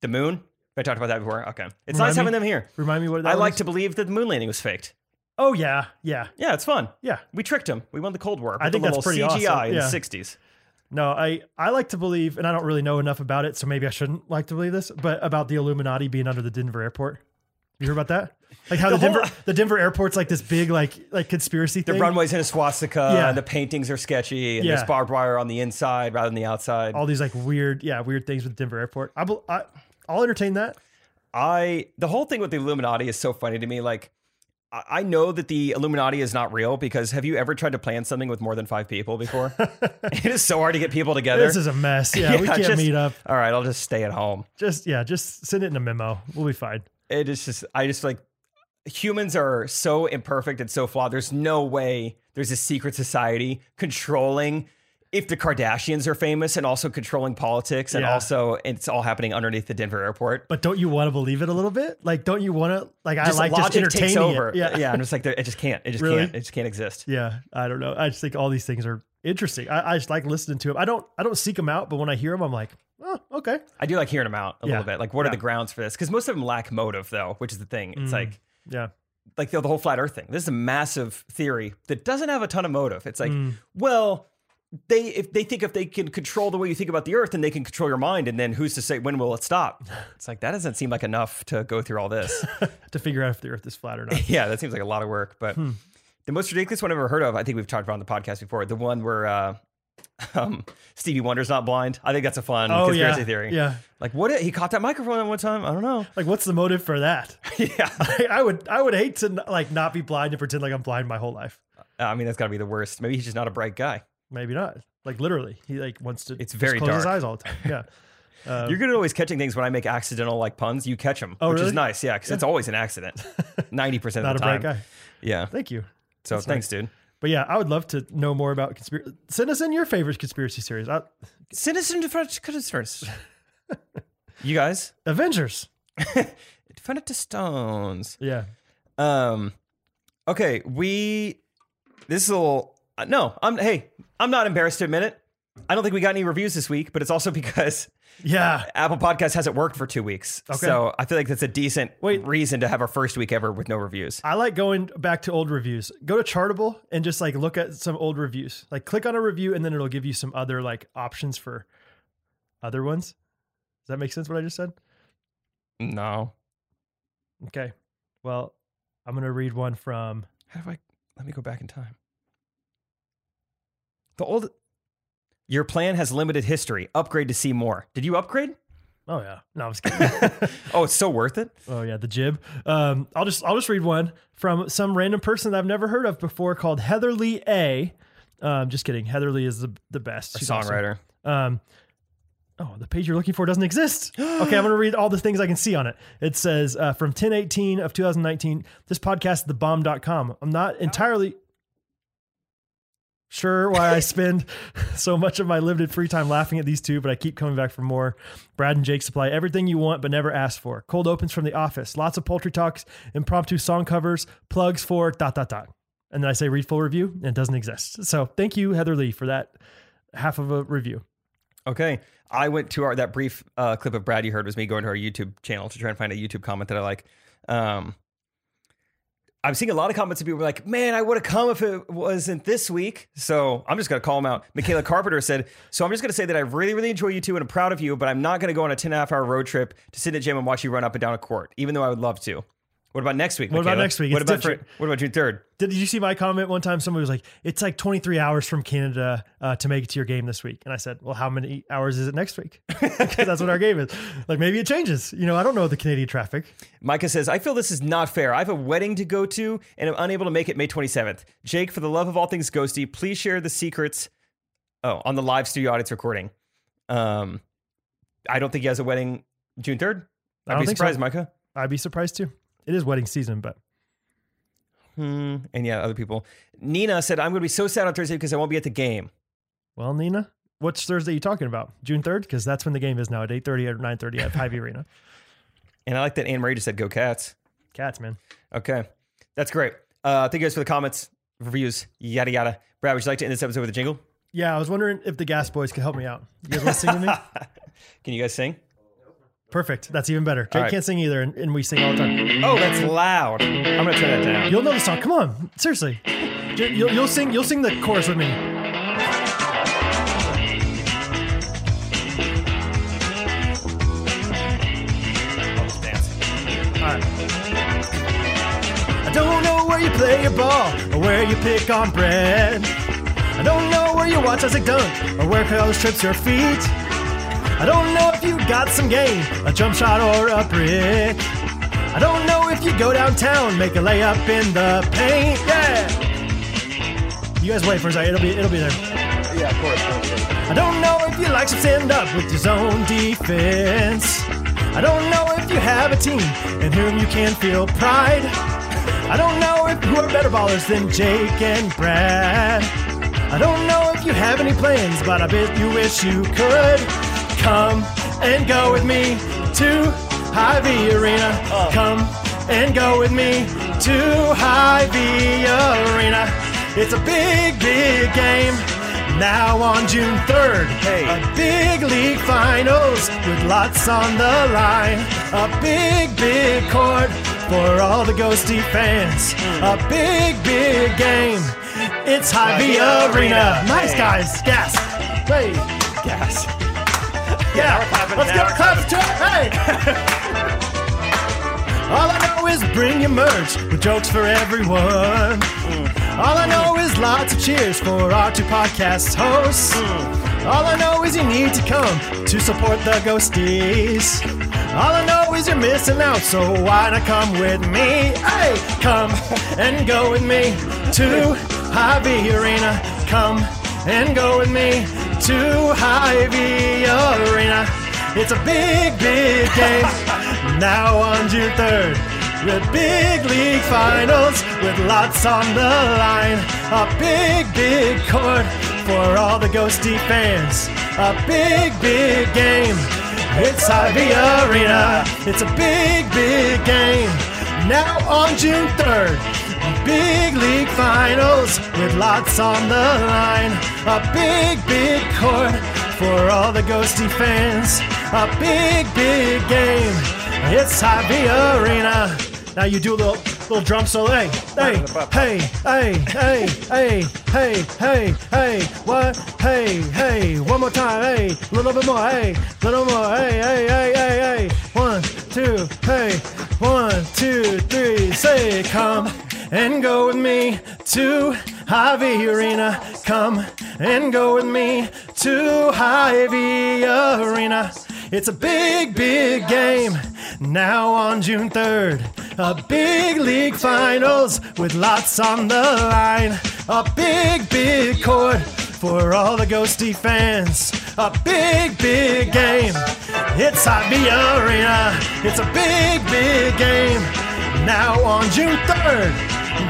Speaker 1: The moon. I talked about that before. Okay. It's
Speaker 2: Remind
Speaker 1: nice having
Speaker 2: me.
Speaker 1: them here.
Speaker 2: Remind me what that
Speaker 1: I
Speaker 2: one
Speaker 1: like
Speaker 2: is?
Speaker 1: to believe that the moon landing was faked.
Speaker 2: Oh yeah, yeah.
Speaker 1: Yeah, it's fun.
Speaker 2: Yeah.
Speaker 1: We tricked them. We won the Cold War.
Speaker 2: I
Speaker 1: with the
Speaker 2: think that's
Speaker 1: little
Speaker 2: pretty awesome.
Speaker 1: CGI in the
Speaker 2: Yeah.
Speaker 1: 60s.
Speaker 2: No, I I like to believe and I don't really know enough about it, so maybe I shouldn't like to believe this, but about the Illuminati being under the Denver airport. You hear about that? Like how the,
Speaker 1: The whole-
Speaker 2: Denver the Denver airport's like this big like like conspiracy
Speaker 1: The
Speaker 2: thing.
Speaker 1: runway's in a swastika
Speaker 2: Yeah.
Speaker 1: and the paintings are sketchy and
Speaker 2: Yeah.
Speaker 1: there's barbed wire on the inside rather than the outside.
Speaker 2: all these like weird, yeah, weird things with Denver Airport. I, bel- I I'll entertain that.
Speaker 1: I the whole thing with the Illuminati is so funny to me. Like, I I know that the Illuminati is not real because have you ever tried to plan something with more than five people before? it is so hard to get people together.
Speaker 2: This is a mess. Yeah, we
Speaker 1: Yeah,
Speaker 2: can't
Speaker 1: just-
Speaker 2: meet up.
Speaker 1: All right, I'll just stay at home.
Speaker 2: Just yeah, just send it in a memo. We'll be fine.
Speaker 1: It is just, I just like humans are so imperfect and so flawed. There's no way there's a secret society controlling if the Kardashians are famous and also controlling politics and
Speaker 2: Yeah.
Speaker 1: also it's all happening underneath the Denver airport.
Speaker 2: But don't you want to believe it a little bit? Like, don't you want to? Like, I
Speaker 1: Just
Speaker 2: like just
Speaker 1: logic
Speaker 2: entertaining
Speaker 1: takes over.
Speaker 2: it. Yeah,
Speaker 1: yeah. I'm just like, it just can't. It just
Speaker 2: Really?
Speaker 1: can't. It just can't exist.
Speaker 2: yeah. I don't know. I just think all these things are interesting. I, I just like listening to them. I don't. I don't seek them out, but when I hear them, I'm like, oh, okay.
Speaker 1: I do like hearing them out a
Speaker 2: Yeah.
Speaker 1: little bit. Like, what
Speaker 2: Yeah.
Speaker 1: are the grounds for this? Because most of them lack motive, though, which is the thing. It's
Speaker 2: Mm.
Speaker 1: like,
Speaker 2: Yeah.
Speaker 1: like the, the whole flat Earth thing. This is a massive theory that doesn't have a ton of motive. It's like,
Speaker 2: Mm.
Speaker 1: well, they if they think if they can control the way you think about the Earth, then they can control your mind, and then who's to say when will it stop? It's like that doesn't seem like enough to go through all this.
Speaker 2: to figure out if the Earth is flat or not.
Speaker 1: yeah, that seems like a lot
Speaker 2: Hmm.
Speaker 1: of work. But the most ridiculous one I've ever heard of, I think we've talked about on the podcast before, the one where uh, um, Stevie Wonder's not blind. I think that's a fun
Speaker 2: Oh yeah,
Speaker 1: conspiracy theory.
Speaker 2: yeah.
Speaker 1: Like what? He caught that microphone at one time. I don't know.
Speaker 2: Like, what's the motive for that?
Speaker 1: yeah.
Speaker 2: I, I would, I would hate to like not be blind and pretend like I'm blind my whole life.
Speaker 1: I mean, that's got to be the worst. Maybe he's just not a bright guy.
Speaker 2: Maybe not. Like literally, he like wants to.
Speaker 1: It's
Speaker 2: just
Speaker 1: very
Speaker 2: close his
Speaker 1: dark.
Speaker 2: eyes all the time. Yeah. Um,
Speaker 1: You're good at always catching things when I make accidental like puns. You catch them,
Speaker 2: Oh,
Speaker 1: which
Speaker 2: really?
Speaker 1: is nice. Yeah, because it's always an accident. Ninety percent
Speaker 2: not
Speaker 1: of the
Speaker 2: a
Speaker 1: time.
Speaker 2: bright guy.
Speaker 1: Yeah.
Speaker 2: Thank you.
Speaker 1: So
Speaker 2: That's
Speaker 1: thanks, dude.
Speaker 2: But yeah, I would love to know more about conspiracy. Send us in your favorite conspiracy series. I,
Speaker 1: Citizen French Christmas. You guys,
Speaker 2: Avengers.
Speaker 1: turn it to stones.
Speaker 2: Yeah.
Speaker 1: Um, okay, we. This is a little. uh, No, I'm. Hey, I'm not embarrassed to admit it. I don't think we got any reviews this week, but it's also because
Speaker 2: Yeah.
Speaker 1: Apple Podcast hasn't worked for two weeks.
Speaker 2: Okay.
Speaker 1: So I feel like that's a decent
Speaker 2: Wait.
Speaker 1: reason to have our first week ever with no reviews.
Speaker 2: I like going back to old reviews. Go to Chartable and just like look at some old reviews. Like click on a review and then it'll give you some other like options for other ones. Does that make sense what I just said?
Speaker 1: No.
Speaker 2: Okay. Well, I'm going to read one from
Speaker 1: How do I? Let me go back in time. The old. Your plan has limited history. Upgrade to see more. Did you upgrade?
Speaker 2: Oh yeah. No, I was kidding.
Speaker 1: Oh, it's so worth it.
Speaker 2: oh yeah, the jib. Um, I'll just I'll just read one from some random person that I've never heard of before called Heather Lee A. Um, just kidding. Heather Lee is the, the best.
Speaker 1: A
Speaker 2: She's awesome.
Speaker 1: songwriter.
Speaker 2: Um, oh, the page you're looking for doesn't exist. Okay, I'm going to read all the things I can see on it. It says uh, from 1018 of 2019, this podcast, thebomb.com. I'm not entirely sure why I spend so much of my limited free time laughing at these two, but I keep coming back for more. Brad and Jake supply everything you want but never ask for. Cold opens from the office, lots of poultry talks, impromptu song covers, plugs for dot dot dot. And then I say read full review and it doesn't exist. So thank you, Heather Lee, for that half of a review.
Speaker 1: Okay. I went to our that brief uh, clip of Brad you heard was me going to our YouTube channel to try and find a YouTube comment that I like. Um, I'm seeing a lot of comments of people like, "Man, I would have come if it wasn't this week." So I'm just gonna call them out. Michaela Carpenter said, "So I'm just gonna say that I really, really enjoy you two and I'm proud of you, but I'm not gonna go on a 10 and a half hour road trip to sit in a gym and watch you run up and down a court, even though I would love to." What about next week?
Speaker 2: What about
Speaker 1: Michaela?
Speaker 2: next week?
Speaker 1: What
Speaker 2: It's
Speaker 1: about
Speaker 2: different.
Speaker 1: Ju- what about June 3rd?
Speaker 2: Did you see my comment one time? Somebody was like, "It's like 23 hours from Canada uh, to make it to your game this week," and I said, "Well, how many hours is it next week? Because that's what our game is. Like maybe it changes. You know, I don't know the Canadian traffic.
Speaker 1: Micah says, I feel this is not fair. I have a wedding to go to and I'm unable to make it May 27th. Jake, for the love of all things ghosty, please share the secrets. Oh, on the live studio audience recording. Um, I don't think he has a wedding June 3rd.
Speaker 2: I
Speaker 1: I'd
Speaker 2: don't
Speaker 1: be
Speaker 2: think
Speaker 1: surprised,
Speaker 2: so.
Speaker 1: Micah.
Speaker 2: I'd be surprised too. It is wedding season, but
Speaker 1: Hmm. And yeah, other people. Nina said, I'm going to be so sad on Thursday because I won't be at the game.
Speaker 2: well, Nina, which Thursday are you talking about? June 3rd, because that's when the game is now at 8:30 or 9:30 at Hy-Vee Arena.
Speaker 1: And I like that Anne Marie just said, Go Cats.
Speaker 2: Cats, man.
Speaker 1: Okay. That's great. Uh, thank you guys for the comments, reviews, yada, yada. Brad, would you like to end this episode with a jingle?
Speaker 2: Yeah, I was wondering if the Gas Boys could help me out. You guys want to sing with me?
Speaker 1: Can you guys sing?
Speaker 2: Perfect. That's even better. Jake
Speaker 1: right.
Speaker 2: can't sing either, and, and we sing all the time.
Speaker 1: Oh, that's loud. I'm going to turn that down.
Speaker 2: You'll know the song. Come on, seriously. J- You'll, you'll sing. You'll sing the chorus with me. Alright. I don't know where you play your ball or where you pick on bread. I don't know where you watch Isaac Dunk or where Carlos trips your feet. I don't know if you got some game, a jump shot or a brick. I don't know if you go downtown, make a layup in the paint. Yeah. You guys wait for a second. It'll be it'll be there. Yeah, of course. I don't know if you like to stand up with your zone defense. I don't know if you have a team in whom you can feel pride. I don't know if you are better ballers than Jake and Brad. I don't know if you have any plans, but I bet you wish you could come and go with me to Hy-Vee Arena. Come and go with me to Hy-Vee Arena. It's a big, big game. Now on June 3rd,
Speaker 1: Hey.
Speaker 2: a big league finals with lots on the line. A big, big court for all the Ghosty fans. A big, big game. It's Hy-Vee
Speaker 1: Hy-Vee
Speaker 2: Arena.
Speaker 1: Arena.
Speaker 2: Nice,
Speaker 1: Hey.
Speaker 2: guys. Gas. Hey. Gas. Yeah. Let's go. Clap to it. Hey. All I know is bring your merch with jokes for everyone.
Speaker 10: All I know is lots of cheers for our two podcast hosts. All I know is you need to come to support the ghosties. All I know is you're missing out, so why not come with me? Hey, come and go with me to Hy-Vee Arena. Come and go with me to Hy-Vee Arena. It's a big, big game. Now on June 3rd, with big league finals with lots on the line. A big, big court for all the ghosty fans. A big, big game. It's Ivy Arena. It's a big, big game. Now on June 3rd, big league finals with lots on the line. A big, big court for all the ghosty fans. A big, big game. It's Ivy Arena. Now you do a little little drum solo. Hey, hey, hey, hey, hey, hey, hey, hey, hey, what? Hey, hey, one more time. Hey, a little bit more. Hey, little more. Hey, hey, hey, hey, hey. One, two, hey. One, two, three. Say, come and go with me to Ivy Arena. Come and go with me to Ivy Arena. It's a big, big game now on June 3rd. A big league finals with lots on the line. A big, big court for all the ghosty fans. A big, big game. It's Ivy Arena. It's a big, big game now on June 3rd.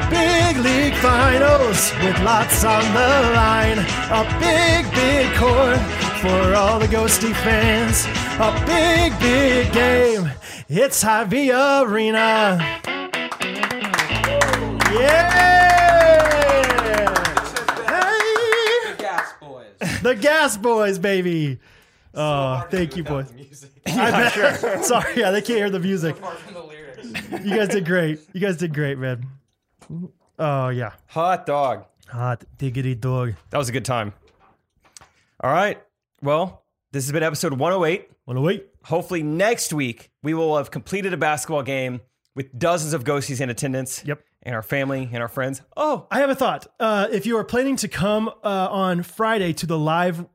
Speaker 10: Big League Finals with lots on the line. A big, big court for all the ghosty fans. A big, big game. It's Hy-Vee Arena. Yeah! Hey!
Speaker 11: Gas boys.
Speaker 10: The Gas Boys, baby. Oh, thank you, boys. I bet. Sorry, yeah, they can't hear the music. You guys did great. You guys did great, man. Oh yeah,
Speaker 1: Hot dog.
Speaker 10: hot diggity dog.
Speaker 1: That was a good time. All right. Well, this has been episode 108.
Speaker 10: Wanna wait?
Speaker 1: Hopefully, next week we will have completed a basketball game with dozens of ghosties in attendance.
Speaker 10: Yep.
Speaker 1: And our family and our friends. Oh,
Speaker 10: I have a thought. Uh, if you are planning to come uh, on Friday to the live,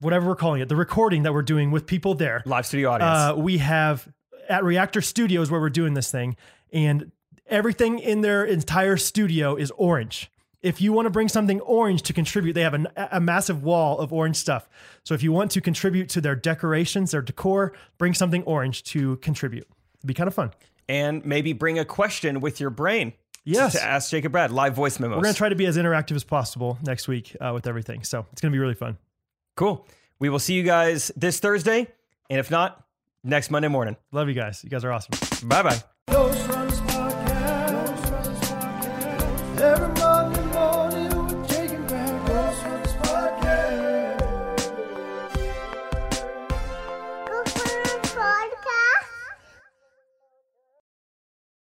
Speaker 10: whatever we're calling it, the recording that we're doing with people there,
Speaker 1: live studio audience.
Speaker 10: uh, we have at Reactor Studios where we're doing this thing, and everything in their entire studio is orange. If you want to bring something orange to contribute, they have an, a massive wall of orange stuff. So if you want to contribute to their decorations, their decor, bring something orange to contribute. It'd be kind of fun.
Speaker 1: and maybe bring a question with your brain.
Speaker 10: Yes.
Speaker 1: To ask Jacob Brad, live voice memos.
Speaker 10: We're going to try to be as interactive as possible next week uh, with everything. So it's going to be really fun.
Speaker 1: Cool. We will see you guys this Thursday. And if not, next Monday morning.
Speaker 10: Love you guys. You guys are awesome.
Speaker 1: Bye bye.
Speaker 10: Ghost Runners Podcast. Every